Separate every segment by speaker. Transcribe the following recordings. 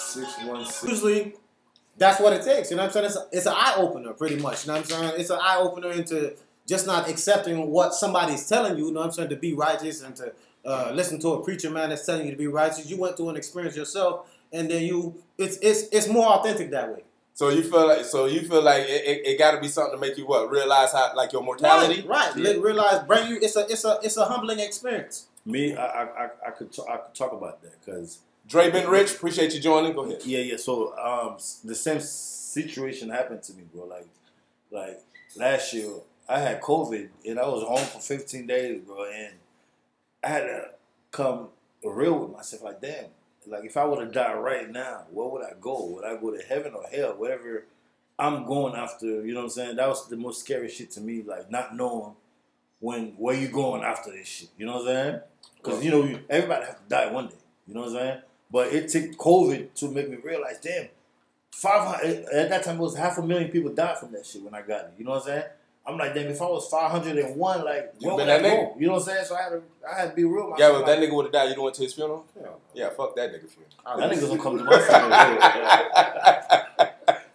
Speaker 1: 616.
Speaker 2: Usually, that's what it takes. You know what I'm saying? It's, a, it's an eye opener, pretty much. You know what I'm saying? It's an eye opener into just not accepting what somebody's telling you. You know what I'm saying? To be righteous and to uh, listen to a preacher man that's telling you to be righteous. You went through an experience yourself, and then you it's it's it's more authentic that way.
Speaker 1: So you feel like so you feel like it, it, it got to be something to make you what realize how like your mortality.
Speaker 2: Right, right. Let- Realize, bring you. It's a it's a it's a humbling experience.
Speaker 3: Me, I, I, I, I could, t- I could talk about that because
Speaker 1: Dre been rich. Appreciate you joining. Go ahead.
Speaker 3: yeah, yeah. So, um, s- the same situation happened to me, bro. Like, like last year, I had COVID and I was home for 15 days, bro. And I had to come real with myself. Like, damn, like if I were to die right now, where would I go? Would I go to heaven or hell? Whatever I'm going after, you know what I'm saying? That was the most scary shit to me, like not knowing when where you going after this shit. You know what I'm saying? Because you know you, everybody have to die one day. You know what I'm saying? But it took COVID to make me realize, damn, five hundred at that time it was half a million people died from that shit when I got it. You know what I'm saying? I'm like, damn, if I was 501, like,
Speaker 1: You
Speaker 3: where
Speaker 1: been
Speaker 3: would I
Speaker 1: that
Speaker 3: go? You know what I'm saying? So I had to, I had to be real. with
Speaker 1: Yeah,
Speaker 3: myself,
Speaker 1: but
Speaker 3: like,
Speaker 1: if that nigga would have died. You don't went to his funeral. Yeah, fuck that nigga funeral.
Speaker 3: Y'all niggas don't come to my funeral.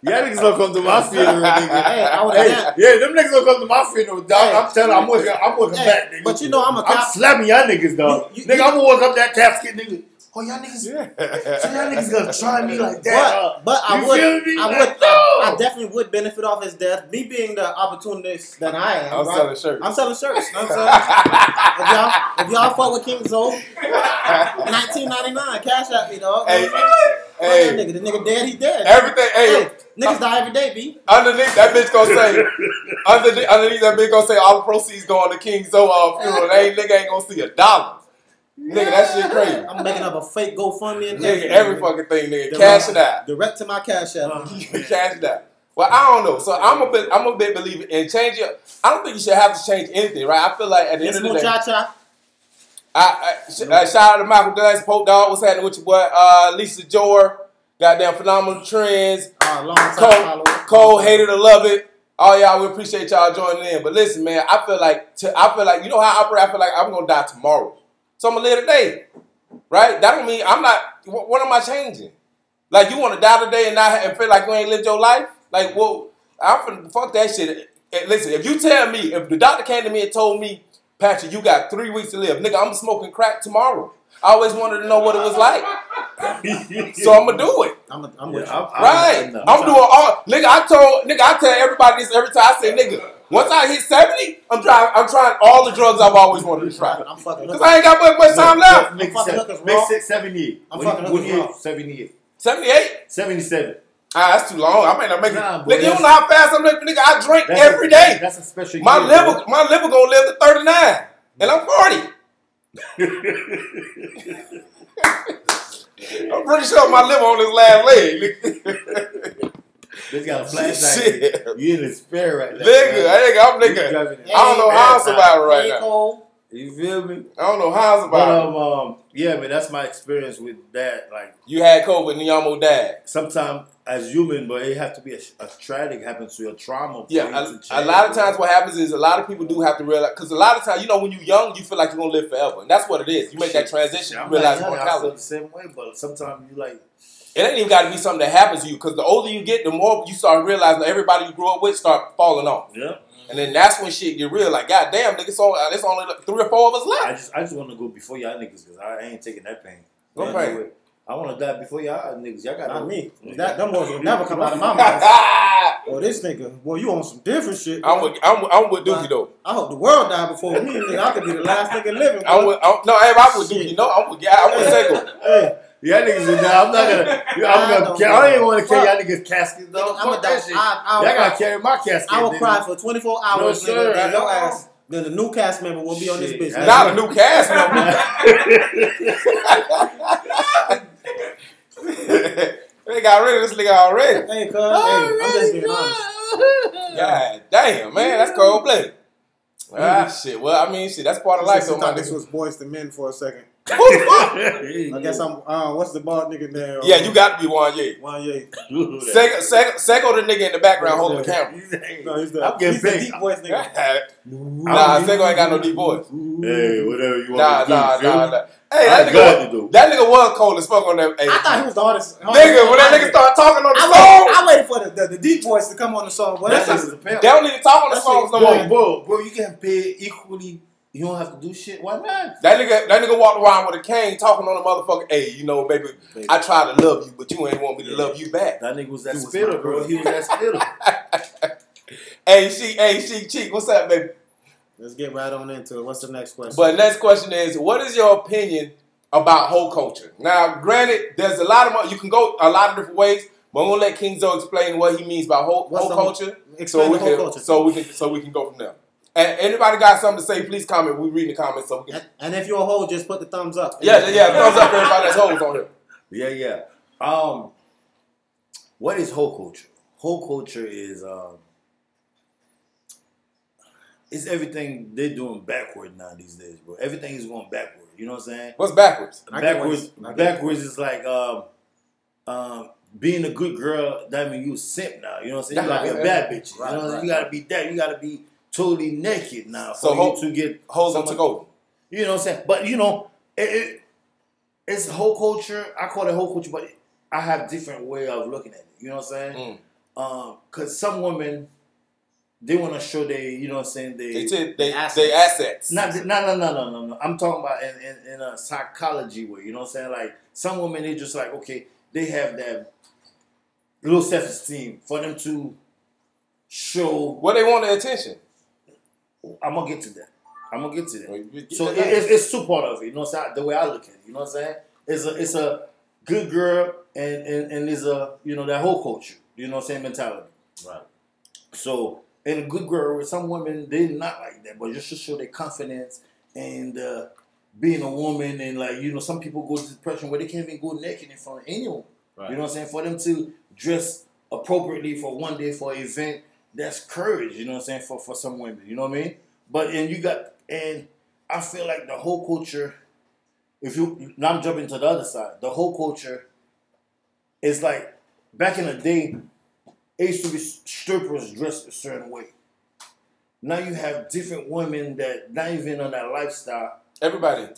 Speaker 3: Y'all niggas don't come to my funeral, Oh, nigga.
Speaker 2: Hey, I would
Speaker 3: Hey,
Speaker 2: have.
Speaker 3: yeah, them niggas don't come to my funeral, dog.
Speaker 2: Hey.
Speaker 3: I'm telling, I'm working, I'm working
Speaker 2: Hey,
Speaker 3: back, nigga.
Speaker 2: but you know I'm a
Speaker 3: I'm
Speaker 2: cop.
Speaker 3: slapping y'all niggas, dog.
Speaker 2: You- you-
Speaker 3: nigga,
Speaker 2: you-
Speaker 3: I'm gonna walk up that casket, nigga. Oh, y'all niggas, so y'all niggas gonna try me like that. uh,
Speaker 2: But, but I
Speaker 3: you
Speaker 2: would,
Speaker 3: feel me?
Speaker 2: I
Speaker 3: Like,
Speaker 2: would, I,
Speaker 3: no!
Speaker 2: I definitely would benefit off his death. Me being the opportunist that I am,
Speaker 1: I'm
Speaker 2: right?
Speaker 1: selling shirts.
Speaker 2: I'm selling shirts. You know what I'm saying? if y'all, if y'all fuck with King Zo, 1999, cash out, you know.
Speaker 1: Hey,
Speaker 2: Hey,
Speaker 1: hey,
Speaker 2: nigga, the nigga dead, he dead.
Speaker 1: everything. Hey,
Speaker 2: Hey, niggas die every day, b.
Speaker 1: underneath that bitch gonna say. Underneath, underneath that bitch gonna say all the proceeds going to King Zoa funeral. They nigga ain't gonna see a dollar. Nigga, that shit crazy.
Speaker 2: I'm making up a fake GoFundMe and
Speaker 1: Nigga,
Speaker 2: everything.
Speaker 1: every fucking thing, nigga,
Speaker 2: Direct-
Speaker 1: cash Uh-huh. it out.
Speaker 2: Direct to my cash app.
Speaker 1: You cash it out. Well, I don't know. So I'm a bit, I'm a bit believer in changing. I don't think you should have to change anything, right? I feel like at the
Speaker 2: This
Speaker 1: end of the day, I,
Speaker 2: muchacha.
Speaker 1: I, sh- uh, shout out to Michael Glass, Pope Dog, what's happening with your boy uh, Lisa Jor, goddamn phenomenal trends.
Speaker 2: Uh, long time
Speaker 1: Cole,
Speaker 2: follower.
Speaker 1: Cole hated to love it. All y'all, we appreciate y'all joining in. But listen, man, I feel like to, I feel like you know how I operate. I feel like I'm gonna die tomorrow, so I'm gonna live today, right? That don't mean I'm not. What, what am I changing? Like you want to die today and not and feel like you ain't lived your life? Like well, I'm fin- fuck that shit. Eh, Listen, if you tell me, if the doctor came to me and told me, Patrick, you got three weeks to live, nigga, I'm smoking crack tomorrow. I always wanted to know what it was like, so I'm gonna do it.
Speaker 2: I'm, a, I'm
Speaker 3: Yeah,
Speaker 2: with you.
Speaker 3: I'm- I'm-
Speaker 1: Right.
Speaker 3: I'm-
Speaker 1: I'm doing all nigga, I told nigga, I tell everybody this every time I say nigga. Once I hit 70, I'm trying I'm trying all the drugs I've always wanted to try.
Speaker 2: I'm fucking
Speaker 1: Because
Speaker 2: looking.
Speaker 1: I ain't got much, much time left.
Speaker 3: Make,
Speaker 2: fucking
Speaker 3: seven,
Speaker 2: hookers
Speaker 3: make
Speaker 2: raw.
Speaker 3: six, 78.
Speaker 2: I'm
Speaker 3: When-
Speaker 2: fucking
Speaker 3: when
Speaker 2: hookers
Speaker 3: you-
Speaker 2: raw.
Speaker 3: 78.
Speaker 1: 78?
Speaker 3: 77.
Speaker 1: Ah, that's too long. I might not make it.
Speaker 3: Nah, boy,
Speaker 1: nigga, you
Speaker 3: that's-
Speaker 1: don't know how fast I'm living. Nigga, I drink
Speaker 3: That's
Speaker 1: every
Speaker 3: a,
Speaker 1: day.
Speaker 3: That's a special
Speaker 1: My
Speaker 3: year,
Speaker 1: liver, my liver gonna live to 39. And I'm 40. I'm pretty sure my liver on his last leg. nigga.
Speaker 3: This got a flashlight.
Speaker 1: Shit.
Speaker 3: You in the spare right now.
Speaker 1: nigga, I ain't I'm
Speaker 3: You
Speaker 1: nigga.
Speaker 3: driving it.
Speaker 1: I don't know how I'm surviving right
Speaker 2: hey,
Speaker 1: now.
Speaker 2: Cole.
Speaker 3: You feel me?
Speaker 1: I don't know how I'm
Speaker 3: But
Speaker 1: surviving.
Speaker 3: um, um, yeah, man, that's my experience with that. Like
Speaker 1: You had COVID and you almost died.
Speaker 3: sometimes as human, but it have to be a, a tragic happens to your trauma. for
Speaker 1: Yeah,
Speaker 3: you to
Speaker 1: a, a
Speaker 3: change,
Speaker 1: lot of
Speaker 3: bro.
Speaker 1: times what happens is a lot of people do have to realize because a lot of times you know when you're young you feel like you're gonna live forever and that's what it is. You make that transition, you
Speaker 3: I'm
Speaker 1: realize
Speaker 3: like, yeah, I feel
Speaker 1: mortality.
Speaker 3: the same way, but sometimes you like
Speaker 1: It ain't even got to be something that happens to you because the older you get, the more you start realizing that everybody you grew up with start falling off,
Speaker 3: yeah.
Speaker 1: and then that's when shit get real. Like goddamn, nigga, so uh, there's only like, three or four of us
Speaker 3: I
Speaker 1: left.
Speaker 3: just I just want to go before y'all niggas because I ain't taking that pain.
Speaker 1: No
Speaker 3: Yeah,
Speaker 1: pain.
Speaker 3: no way. I want to die before y'all niggas. Y'all got
Speaker 2: Not me.
Speaker 3: Yeah.
Speaker 2: That, them words will never come out of my mouth.
Speaker 1: I'm
Speaker 2: Or this nigga. Boy, you on some different shit.
Speaker 1: with I'm, with- I'm with Dookie though.
Speaker 2: I hope the world die before me. Nigga. I could be the last nigga living.
Speaker 1: I'm with I'm, no, hey, I'm with
Speaker 2: Shit.
Speaker 1: Dookie. No, I'm with yeah, I'm with Segal.
Speaker 2: hey,
Speaker 3: Y'all niggas will die. I'm not gonna.
Speaker 2: I
Speaker 3: I'm gonna.
Speaker 2: don't
Speaker 3: I, I don't even
Speaker 2: know.
Speaker 3: want to carry
Speaker 2: Fuck.
Speaker 3: y'all niggas caskets though.
Speaker 2: nigga, I'm
Speaker 3: Fuck
Speaker 2: a
Speaker 3: that
Speaker 2: dog.
Speaker 3: shit.
Speaker 2: I, I,
Speaker 3: Y'all
Speaker 2: will
Speaker 3: gotta
Speaker 2: cry-
Speaker 3: carry my casket.
Speaker 2: I will
Speaker 3: nigga.
Speaker 2: cry for 24 hours,
Speaker 3: No,
Speaker 2: nigga,
Speaker 3: sir,
Speaker 2: and your
Speaker 3: no.
Speaker 2: ass. Then the new cast member will be on this
Speaker 3: Shit,
Speaker 2: bitch.
Speaker 3: I-
Speaker 1: Not a new cast member. they got rid of this nigga already.
Speaker 2: Hey, cuz, hey, I'm just being honest.
Speaker 1: God damn, man, that's
Speaker 3: Mm-hmm.
Speaker 1: cold blooded. Ah, shit. Well, I mean, shit, that's part of life,
Speaker 2: Life,
Speaker 1: though,
Speaker 2: I
Speaker 1: my
Speaker 2: thought this
Speaker 1: nigga.
Speaker 2: was boys to men for a second. I guess I'm. Uh, what's the bald nigga name? Uh,
Speaker 1: yeah, you got to be one yeah.
Speaker 2: Wanye.
Speaker 1: Sego, Sego, Sego the nigga in the background holding the camera.
Speaker 2: No, he's the.
Speaker 3: I'm getting
Speaker 2: he's the
Speaker 3: big.
Speaker 2: deep voice nigga.
Speaker 1: nah, Sego ain't got no deep voice.
Speaker 3: Hey, whatever you
Speaker 1: Nah,
Speaker 3: want
Speaker 1: nah,
Speaker 3: to do. you feel
Speaker 1: nah,
Speaker 3: me?
Speaker 1: nah. Hey, that
Speaker 3: I got to do.
Speaker 1: nigga, that nigga was cold as fuck on that. Hey,
Speaker 2: I thought he was the hardest.
Speaker 1: nigga, when that nigga started talking on the
Speaker 2: I
Speaker 1: song,
Speaker 2: waited, I waited for the, the, the deep voice to come on the song. But
Speaker 3: That
Speaker 2: that's
Speaker 3: shit is a
Speaker 2: just,
Speaker 3: pimp.
Speaker 1: they don't need to talk on the
Speaker 2: That
Speaker 1: songs no
Speaker 2: shit
Speaker 1: more.
Speaker 2: good.
Speaker 3: bro, bro, you getting paid equally. You don't have to do shit. Why not?
Speaker 1: That nigga, that nigga walked around with a cane talking on the motherfucker. Hey, you know, baby,
Speaker 3: Baby.
Speaker 1: I try to love you, but you ain't want me to love you back.
Speaker 3: That nigga was that
Speaker 2: He was
Speaker 3: spitter,
Speaker 2: my
Speaker 3: bro.
Speaker 2: brother.
Speaker 3: He was that spitter.
Speaker 1: Hey, she, hey, she, cheek, what's up, baby?
Speaker 2: let's get right on into it. What's the next question?
Speaker 1: But next question is, what is your opinion about whole culture? Now, granted, there's a lot of mo- you can go a lot of different ways, but I'm gonna let King Zo explain what he means by whole,
Speaker 2: What's
Speaker 1: whole
Speaker 2: the whole-
Speaker 1: culture.
Speaker 2: explain
Speaker 1: we
Speaker 2: the whole
Speaker 1: can,
Speaker 2: culture.
Speaker 1: So we can, so we can go from there. And anybody got something to say? Please comment. We read the comments, so we can.
Speaker 2: and, and if you're a hoe, just put the thumbs up.
Speaker 1: Yeah, yeah. Thumbs up for everybody that's hoes on here.
Speaker 3: Yeah, yeah. Um, what is whole culture? Whole culture is um, it's everything they're doing backward now these days, bro. Everything is going backward. You know what I'm saying?
Speaker 1: What's backwards?
Speaker 2: I get what
Speaker 3: backwards,
Speaker 2: you- I get
Speaker 3: backwards is like um, um, being a good girl. That means you a simp now. You know what I'm saying? You gotta be a bad bitch.
Speaker 2: Right,
Speaker 3: you know, what I'm saying?
Speaker 2: right,
Speaker 3: you gotta be that. You gotta be totally naked now
Speaker 1: So
Speaker 3: for
Speaker 1: whole-
Speaker 3: you to get
Speaker 1: Hoes on
Speaker 3: someone-
Speaker 1: to go.
Speaker 3: you know what I'm saying? But you know, it, it it's whole culture. I call it whole culture, but I have different way of looking at it. You know what I'm
Speaker 1: Mm.
Speaker 3: saying? Um, cause some women they want to show they, you know what I'm saying? They,
Speaker 1: They took they
Speaker 2: assets.
Speaker 1: they assets.
Speaker 3: not, no, no, no, no, no, no. I'm talking about in, in, in a psychology way. You know what I'm saying? Like some women, they just like okay, they have that low self esteem for them to show
Speaker 1: Well, they want the attention.
Speaker 3: I'm gonna get to that. I'm gonna get to that.
Speaker 1: Well, you get
Speaker 3: so
Speaker 1: to
Speaker 3: it,
Speaker 1: that.
Speaker 3: it's, it's two part of it. You know what I'm saying? The way I look at it. You know what I'm saying? It's a it's a good girl and and and is a you know that whole culture. You know what I'm saying? Mentality. Right. So and a good girl with some women they not like that, but just to show their confidence and. Uh, being a woman and like you know, some people go to depression where they can't even go naked in front of anyone. You know what I'm saying? For them to dress appropriately for one day for an event, that's courage, you know what I'm saying, for, for some women. You know what I mean? But and you got and I feel like the whole culture, if you now I'm jumping to the other side, the whole culture is like back in the day, it used to be strippers dressed a certain way. Now you have different women that not even on that lifestyle
Speaker 1: Everybody.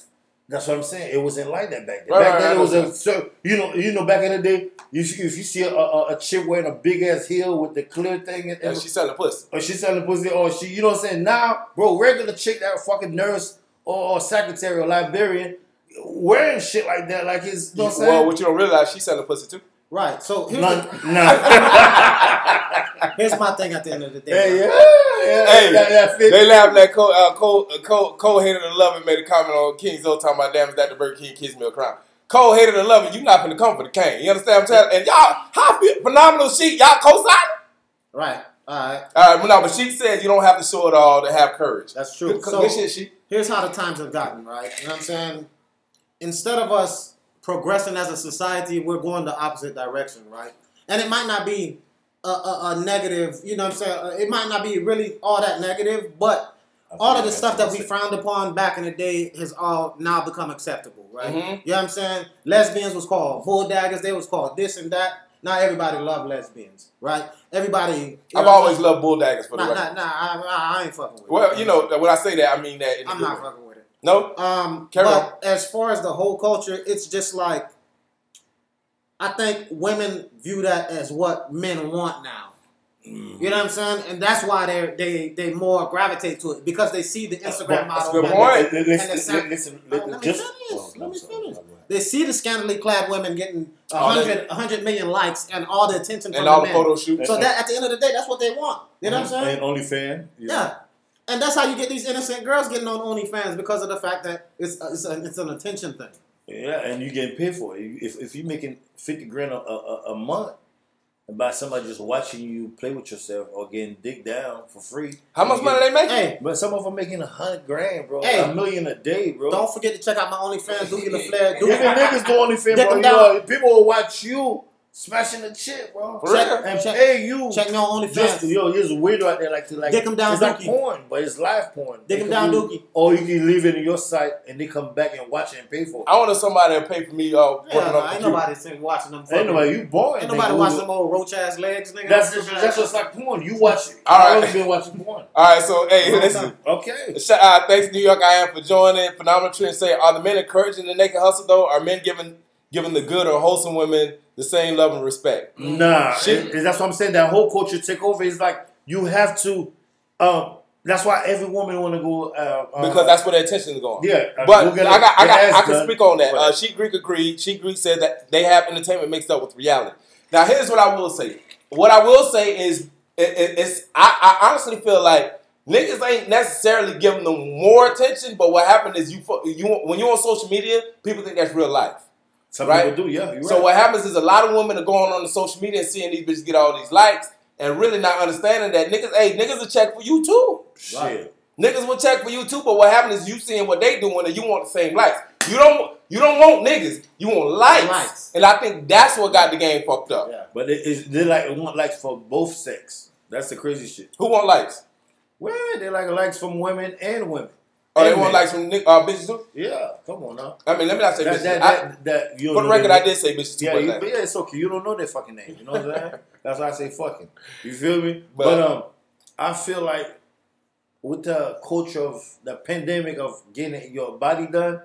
Speaker 3: that's what I'm saying. It wasn't like that back then.
Speaker 1: Right,
Speaker 3: back
Speaker 1: right,
Speaker 3: then
Speaker 1: right,
Speaker 3: it was
Speaker 1: I know.
Speaker 3: a so you know you know back in the day you see, if you see a, a, a chick wearing a big ass heel with the clear thing and,
Speaker 1: And she selling pussy.
Speaker 3: or she selling pussy or she you know what I'm saying now bro regular chick that fucking nurse or, or secretary or librarian wearing shit like that like it's you know what I'm
Speaker 1: well,
Speaker 3: saying
Speaker 1: what you don't realize, she selling pussy too.
Speaker 2: Right. So here's,
Speaker 3: no
Speaker 2: the-
Speaker 3: no
Speaker 2: here's my thing. At the end of the day,
Speaker 3: hey yeah, yeah
Speaker 1: Hey,
Speaker 3: that, that fit.
Speaker 1: They laughed at Cole, uh, Cole, uh, Cole, Cole hated the love and made a comment on King Zo talking about damn is that the Burger King kids meal crime. Cole hated the love and you not finna come for the cane. You understand what I'm saying? And y'all, how fe- phenomenal she y'all co-sign?
Speaker 2: Right. All right.
Speaker 1: All right, no, but she said you don't have to show it all to have courage.
Speaker 2: That's true.
Speaker 1: Good,
Speaker 2: So-
Speaker 1: good shit, she.
Speaker 2: here's how the times have gotten, right? You know what I'm saying? Instead of us progressing as a society, we're going the opposite direction, right? And it might not be a, a, a negative, you know what I'm saying? Uh, It might not be really all that negative, but all of the stuff that we frowned upon back in the day has all now become acceptable, right?
Speaker 1: Mhm.
Speaker 2: You know what I'm saying? Lesbians was called bull daggers, they was called this and that. Now everybody love lesbians, right? Everybody. you know
Speaker 1: I've
Speaker 2: what I'm
Speaker 1: always
Speaker 2: saying?
Speaker 1: loved bull daggers for the
Speaker 2: Nah,
Speaker 1: record.
Speaker 2: nah, nah, I, I, I ain't fucking with it.
Speaker 1: Well, you know, when I say that, I mean that. In a
Speaker 2: I'm
Speaker 1: good
Speaker 2: not
Speaker 1: way.
Speaker 2: fucking with it.
Speaker 1: No?
Speaker 2: Um,
Speaker 1: Carry
Speaker 2: but as far as the whole culture, it's just like I think women view that as what men want now.
Speaker 1: Mm-hmm.
Speaker 2: You know what I'm saying? And that's why they are they they more gravitate to it because they see the Instagram
Speaker 1: That's
Speaker 2: model.
Speaker 1: a good
Speaker 2: women.
Speaker 1: point.
Speaker 3: Listen,
Speaker 2: And it's not- Oh,
Speaker 3: listen, listen,
Speaker 2: Let me
Speaker 3: listen, just-
Speaker 2: finish. Let
Speaker 3: Oh,
Speaker 2: me
Speaker 3: I'm sorry.
Speaker 2: finish. They see the scantily clad women getting a
Speaker 1: All that-
Speaker 2: 100, a 100 million likes and all the attention from
Speaker 1: And all
Speaker 2: the
Speaker 1: the
Speaker 2: men.
Speaker 1: photo shoots.
Speaker 2: so that at the end of the day, that's what they want. You know what I'm saying?
Speaker 3: And OnlyFans.
Speaker 2: Yeah. And that's how you get these innocent girls getting on OnlyFans because of the fact that it's uh, it's, a, it's an attention thing.
Speaker 3: Yeah, and you getting paid for it. You- If if you're making fifty grand a, a, a- a month, and by somebody just watching you play with yourself or getting dick down for free,
Speaker 1: How much
Speaker 3: you
Speaker 1: money
Speaker 3: get-
Speaker 1: they making?
Speaker 2: Hey,
Speaker 3: But some of them making a hundred grand, bro.
Speaker 2: Hey.
Speaker 3: a million a day, bro.
Speaker 2: don't forget to check out my OnlyFans, Doogie LaFleur. Doogie
Speaker 3: Even niggas do OnlyFans, bro.
Speaker 2: Dick them
Speaker 3: You know, people will watch you smashing the chip, bro.
Speaker 1: For real?
Speaker 3: And
Speaker 2: Check-
Speaker 3: hey, you
Speaker 2: Check me on
Speaker 3: just
Speaker 2: OnlyFans.
Speaker 3: yo, here's a weirdo out there like to like.
Speaker 2: Dick 'em down,
Speaker 3: It's not
Speaker 2: Dookie.
Speaker 3: porn, but it's live porn.
Speaker 2: Dick
Speaker 3: They
Speaker 2: 'em
Speaker 3: could
Speaker 2: down,
Speaker 3: do-
Speaker 2: Dookie.
Speaker 3: Or you can leave it in your site and they come back and watch it and pay for it.
Speaker 1: I wanted somebody to pay for me uh, working
Speaker 2: Yeah, nah,
Speaker 1: on the
Speaker 2: ain't
Speaker 1: computer.
Speaker 2: nobody sitting watching them. fucking-
Speaker 3: Ain't nobody, you boring.
Speaker 2: Ain't
Speaker 3: nigga.
Speaker 2: nobody watching them old roach ass legs, nigga.
Speaker 3: That's just, that's just like porn. You watch it.
Speaker 1: All right.
Speaker 3: I've always been watching porn.
Speaker 1: All right, so hey,
Speaker 2: Long
Speaker 1: listen.
Speaker 2: time.
Speaker 3: Okay.
Speaker 1: Shout out, thanks New York I am for joining. Phenometry and say, are the men encouraging the naked hustle though? Are men giving giving the good or wholesome women the same love and respect?
Speaker 3: Nah,
Speaker 1: Shit.
Speaker 3: and- and that's what I'm saying. That whole culture takeover is like you have to. Um, that's why every woman want to go uh, uh,
Speaker 1: Because that's where their attention is going.
Speaker 3: yeah. uh,
Speaker 1: But
Speaker 3: go get
Speaker 1: I
Speaker 3: it-
Speaker 1: got, I
Speaker 3: get
Speaker 1: got,
Speaker 3: ass
Speaker 1: I can
Speaker 3: done.
Speaker 1: speak on that.
Speaker 3: Whatever.
Speaker 1: Uh, Sheet Greek agreed. Sheet Greek said that they have entertainment mixed up with reality. Now, here's what I will say. What I will say is, it, it- it's I, I honestly feel like niggas ain't necessarily giving them more attention, but what happened is you fu- you when you're on social media, people think that's real life.
Speaker 3: Some
Speaker 1: right?
Speaker 3: people do. Yeah. You're
Speaker 1: So
Speaker 3: right.
Speaker 1: what happens is a lot of women are going on the social media and seeing these bitches get all these likes and really not understanding that niggas, hey, niggas will check for you too.
Speaker 3: Shit.
Speaker 1: Niggas will check for you too, but what happens is you seeing what they doing and you want the same likes. You don't you don't want niggas, you want likes.
Speaker 2: Likes.
Speaker 1: And I think that's what got the game fucked up.
Speaker 2: Yeah.
Speaker 3: But it, it's, they like want likes for both sex. That's the crazy shit.
Speaker 1: Who want likes?
Speaker 3: Well, they like likes from women and women.
Speaker 1: Oh, they
Speaker 3: And
Speaker 1: want
Speaker 3: men.
Speaker 1: likes from ni- uh, bitches too?
Speaker 3: Yeah. Come on now.
Speaker 1: I mean, let me not say
Speaker 3: That,
Speaker 1: bitches.
Speaker 3: that,
Speaker 1: I-
Speaker 3: that, that, you
Speaker 1: for the
Speaker 3: know
Speaker 1: record,
Speaker 3: that-
Speaker 1: I did say bitches too.
Speaker 3: Yeah,
Speaker 1: but
Speaker 3: you,
Speaker 1: like-
Speaker 3: but yeah, it's okay. You don't know their fucking name. You know what I'm saying? That's why I say fucking. You feel me?
Speaker 1: But-
Speaker 3: But, um, I feel like with the culture of the pandemic of getting your body done,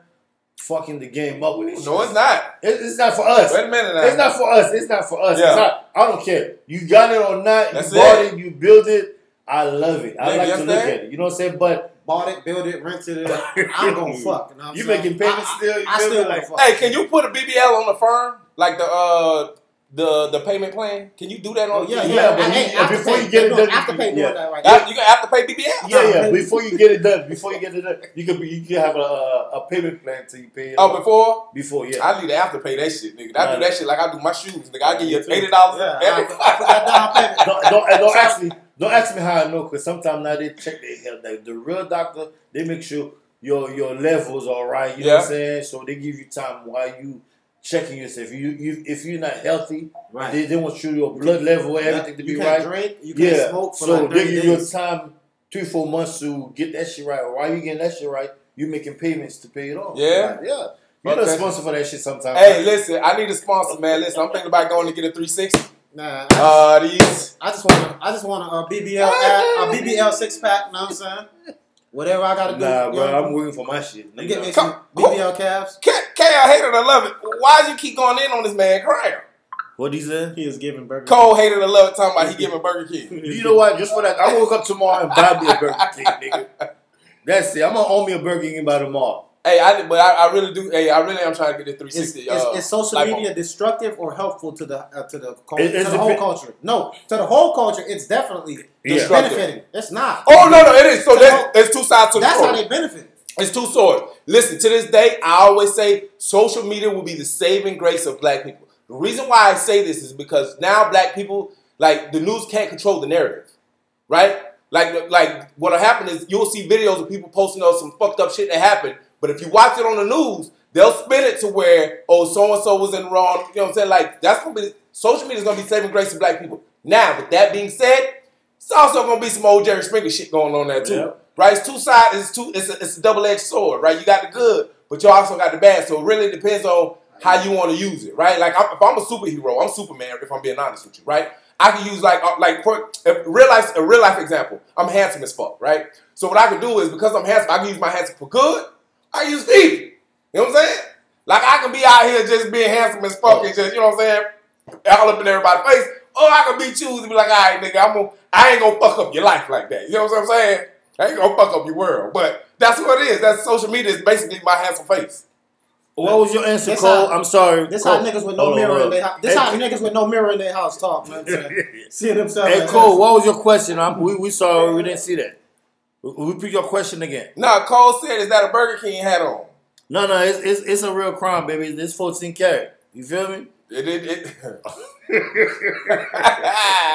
Speaker 3: fucking the game up with this.
Speaker 1: no,
Speaker 3: shit.
Speaker 1: it's not.
Speaker 3: It- It's not for us.
Speaker 1: Wait a minute now.
Speaker 3: It's not for us. It's not for us.
Speaker 1: Yeah.
Speaker 3: It's not, I don't care. You got it or not.
Speaker 1: That's
Speaker 3: you bought
Speaker 1: it.
Speaker 3: it. You build it. I love it. I
Speaker 1: Nigga, you
Speaker 3: like to look
Speaker 1: understand?
Speaker 3: at it. You know what I'm saying? But
Speaker 2: Bought it, built it, rented it. I'm gonna fuck. You, know what I'm
Speaker 3: You
Speaker 2: saying?
Speaker 3: making payments
Speaker 2: I- I-
Speaker 3: still, you
Speaker 2: I
Speaker 3: feel
Speaker 2: still
Speaker 3: me?
Speaker 2: wanna
Speaker 3: Like-
Speaker 2: fuck.
Speaker 1: Hey, can you put a BBL on the firm? Like the uh the the payment plan? Can you do that on
Speaker 2: Oh, yeah, yeah.
Speaker 3: Yeah, but
Speaker 2: I-
Speaker 3: you-
Speaker 2: hey, after
Speaker 3: before
Speaker 2: pay-
Speaker 3: you get it
Speaker 2: no,
Speaker 3: done,
Speaker 2: after
Speaker 3: you-
Speaker 2: pay doing
Speaker 3: yeah.
Speaker 2: that right
Speaker 1: That- you gonna have to pay
Speaker 3: yeah,
Speaker 1: BBL?
Speaker 3: yeah.
Speaker 2: man.
Speaker 3: Before you get it done, before you get it done, you could be, you could have a, a payment plan till you pay it.
Speaker 1: Oh,
Speaker 3: off.
Speaker 1: before
Speaker 3: before, yeah.
Speaker 1: I leave the after pay that shit, nigga. I
Speaker 3: Right.
Speaker 1: do that shit like I do my shoes, nigga. I give you
Speaker 3: Me too.
Speaker 1: eighty dollars
Speaker 2: Yeah, I-
Speaker 1: every
Speaker 2: I put that down payment.
Speaker 3: don't, don't, and don't ask me. Don't ask me how I know, because sometimes now they check their health. Like the real doctor, they make sure your your levels are right. You know what
Speaker 1: Yeah.
Speaker 3: I'm saying? So they give you time while you checking yourself. You, you if you're not healthy,
Speaker 2: Right.
Speaker 3: they, they want you your blood level, everything to
Speaker 2: you
Speaker 3: be
Speaker 2: can't
Speaker 3: right.
Speaker 2: drink, you can't
Speaker 3: yeah.
Speaker 2: smoke for
Speaker 3: so
Speaker 2: like
Speaker 3: they
Speaker 2: 30
Speaker 3: give you your
Speaker 2: days.
Speaker 3: time three four months to get that shit right. While you getting that shit right, you making payments to pay it off.
Speaker 1: Yeah.
Speaker 3: Like, yeah. You're the
Speaker 1: Okay.
Speaker 3: sponsor for that shit sometimes.
Speaker 1: Hey, listen, I need a sponsor, man. Listen, I'm thinking about going to get a 360.
Speaker 2: Nah, I,
Speaker 1: Uh, these.
Speaker 2: I just want I just uh, want a BBL ad, a BBL six pack. You know what I'm saying? Whatever I gotta do.
Speaker 3: Nah,
Speaker 2: you
Speaker 3: bro,
Speaker 2: know?
Speaker 3: I'm waiting for my shit.
Speaker 2: I'm getting me
Speaker 3: nigga.
Speaker 2: some
Speaker 1: Come-
Speaker 2: BBL calves.
Speaker 1: K, K, I hate it. I love it. Why you keep going in on this man crying?
Speaker 3: What he said?
Speaker 2: He is giving burger.
Speaker 1: Cole hated it. I love it. Talking about he giving Burger King.
Speaker 3: You know what? Just for that, I woke up tomorrow and buy me a Burger King, nigga. That's it. I'm gonna own me a Burger King by tomorrow.
Speaker 1: Hey, I but I, I really do. Hey, I really am trying to get the
Speaker 2: Is,
Speaker 1: 360.
Speaker 2: is,
Speaker 1: uh,
Speaker 2: is social
Speaker 1: like-
Speaker 2: media destructive or helpful to the uh, to the, cul-
Speaker 3: It- it's
Speaker 2: to the whole
Speaker 3: depe-
Speaker 2: culture? No, to the whole culture, it's definitely
Speaker 3: Yeah.
Speaker 2: it's benefiting. It's not.
Speaker 1: Oh no, no, it is. So that's, it's two sides to the
Speaker 2: That's
Speaker 1: story.
Speaker 2: how they benefit.
Speaker 1: It's two swords. Listen, to this day, I always say social media will be the saving grace of black people. The reason why I say this is because now black people, like the news can't control the narrative, right? Like, like what'll happen is you'll see videos of people posting on some fucked up shit that happened, but if you watch it on the news, they'll spin it to where oh so and so was in wrong. You know what I'm saying? Like that's gonna be social media is gonna be saving grace of black people. Now, with that being said, it's also gonna be some old Jerry Springer shit going on there too
Speaker 3: Yeah.
Speaker 1: right? It's two sides. It's two. It's a, it's a double edged sword, right? You got the good, but you also got the bad. So it really depends on how you want to use it, right? Like I'm, if I'm a superhero, I'm Superman. If I'm being honest with you, right? I can use like uh, like for if real life a real life example. I'm handsome as fuck, right? So what I can do is because I'm handsome, I can use my handsome for good. I can use evil. You know what I'm saying? Like I can be out here just being handsome as fuck and just you know what I'm saying all up in everybody's face. Or I could be choosy and be like, all right, nigga, I'm gonna, I ain't gonna fuck up your life like that. You know what I'm saying? I ain't gonna fuck up your world. But that's what it is. That's social media is basically my handsome face.
Speaker 3: What was your answer,
Speaker 2: This
Speaker 3: Cole?
Speaker 2: how-
Speaker 3: I'm sorry.
Speaker 2: This
Speaker 3: Cole.
Speaker 2: how niggas with no
Speaker 3: Hold on,
Speaker 2: mirror
Speaker 3: hold
Speaker 2: in
Speaker 3: on.
Speaker 2: their house. This how
Speaker 3: Hey,
Speaker 2: niggas with no mirror in their house talk. You know what I'm saying? Seeing themselves.
Speaker 3: Hey,
Speaker 2: like,
Speaker 3: Cole, what was your question? I'm, we we sorry we didn't see that. Re- Repeat your question again.
Speaker 1: Now, Cole said, is that a Burger King hat on?
Speaker 3: No, no, it's it's, it's a real crime, baby. It's 14 karat. You feel me?
Speaker 1: It, it, it.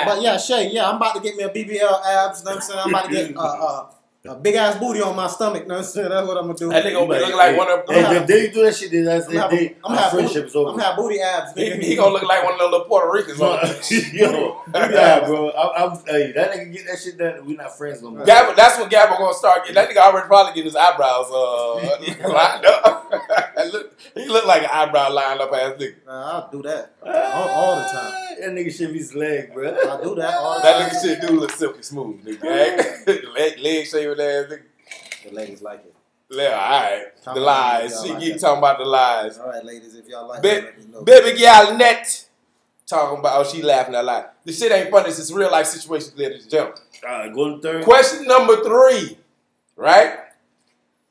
Speaker 2: But yeah, Shay, yeah, I'm about to get me a BBL abs. You know what I'm saying? I'm about to get uh, uh, a big ass booty on my stomach. You know what I'm saying? That's what I'm gonna do.
Speaker 1: That nigga gonna be looking like one of
Speaker 3: Hey,
Speaker 2: I'm
Speaker 1: them.
Speaker 2: having-
Speaker 3: if they do that shit, then that's
Speaker 2: I'm gonna
Speaker 3: it.
Speaker 2: have,
Speaker 3: They-
Speaker 2: I'm gonna
Speaker 3: Our
Speaker 2: have
Speaker 3: friendship is
Speaker 2: booty, I'm
Speaker 3: over.
Speaker 2: gonna have booty abs.
Speaker 1: He,
Speaker 2: nigga.
Speaker 1: he gonna look like one of them little Puerto Ricans. on it.
Speaker 3: Yo, yeah, bro. I'm, I'm, hey, that nigga get that shit done. We're not friends no more.
Speaker 1: Gabba, that's when Gabba gonna start getting. That nigga already probably getting his eyebrows uh, lined up. That look- he look like an eyebrow lined up ass nigga.
Speaker 2: Nah, I'll do that all, all the time.
Speaker 3: Eh, That nigga shave his leg, bro.
Speaker 2: I do that all the time.
Speaker 1: That nigga shit do look silky smooth, nigga. eh? leg, leg shaving ass nigga.
Speaker 2: The ladies like it.
Speaker 1: Yeah, all right. The lies. She keep talking about the lies.
Speaker 2: All right, ladies, if y'all like
Speaker 1: Ba-
Speaker 2: it, let me know.
Speaker 1: Baby gal net talking about. Oh, she laughing a lot. This shit ain't funny. It's just real life situation, ladies and gentlemen.
Speaker 3: Alright, going third.
Speaker 1: Question number three, right?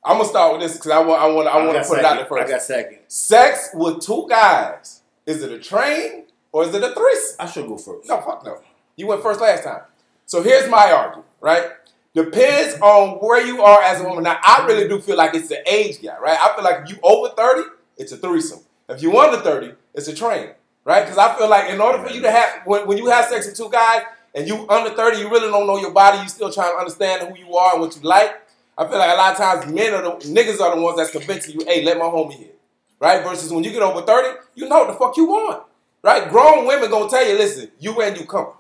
Speaker 1: I'm gonna start with this because I want, I want, I want to
Speaker 3: got
Speaker 1: put it
Speaker 3: second.
Speaker 1: out there first.
Speaker 3: I got second.
Speaker 1: Sex with two guys. Is it a train or is it a threesome?
Speaker 3: I should go first.
Speaker 1: No, fuck no. You went first last time. So here's my argument, right? Depends on where you are as a woman. Now, I really do feel like it's the age guy, right? I feel like if you over 30, it's a threesome. If you under 30, it's a train, right? Because I feel like in order for you to have, when, when you have sex with two guys and you under 30, you really don't know your body. You still trying to understand who you are and what you like. I feel like a lot of times men are the, niggas are the ones that's convincing you, hey, let my homie hit, right? Versus when you get over 30, you know what the fuck you want, right? Grown women gonna tell you, listen, you and you come,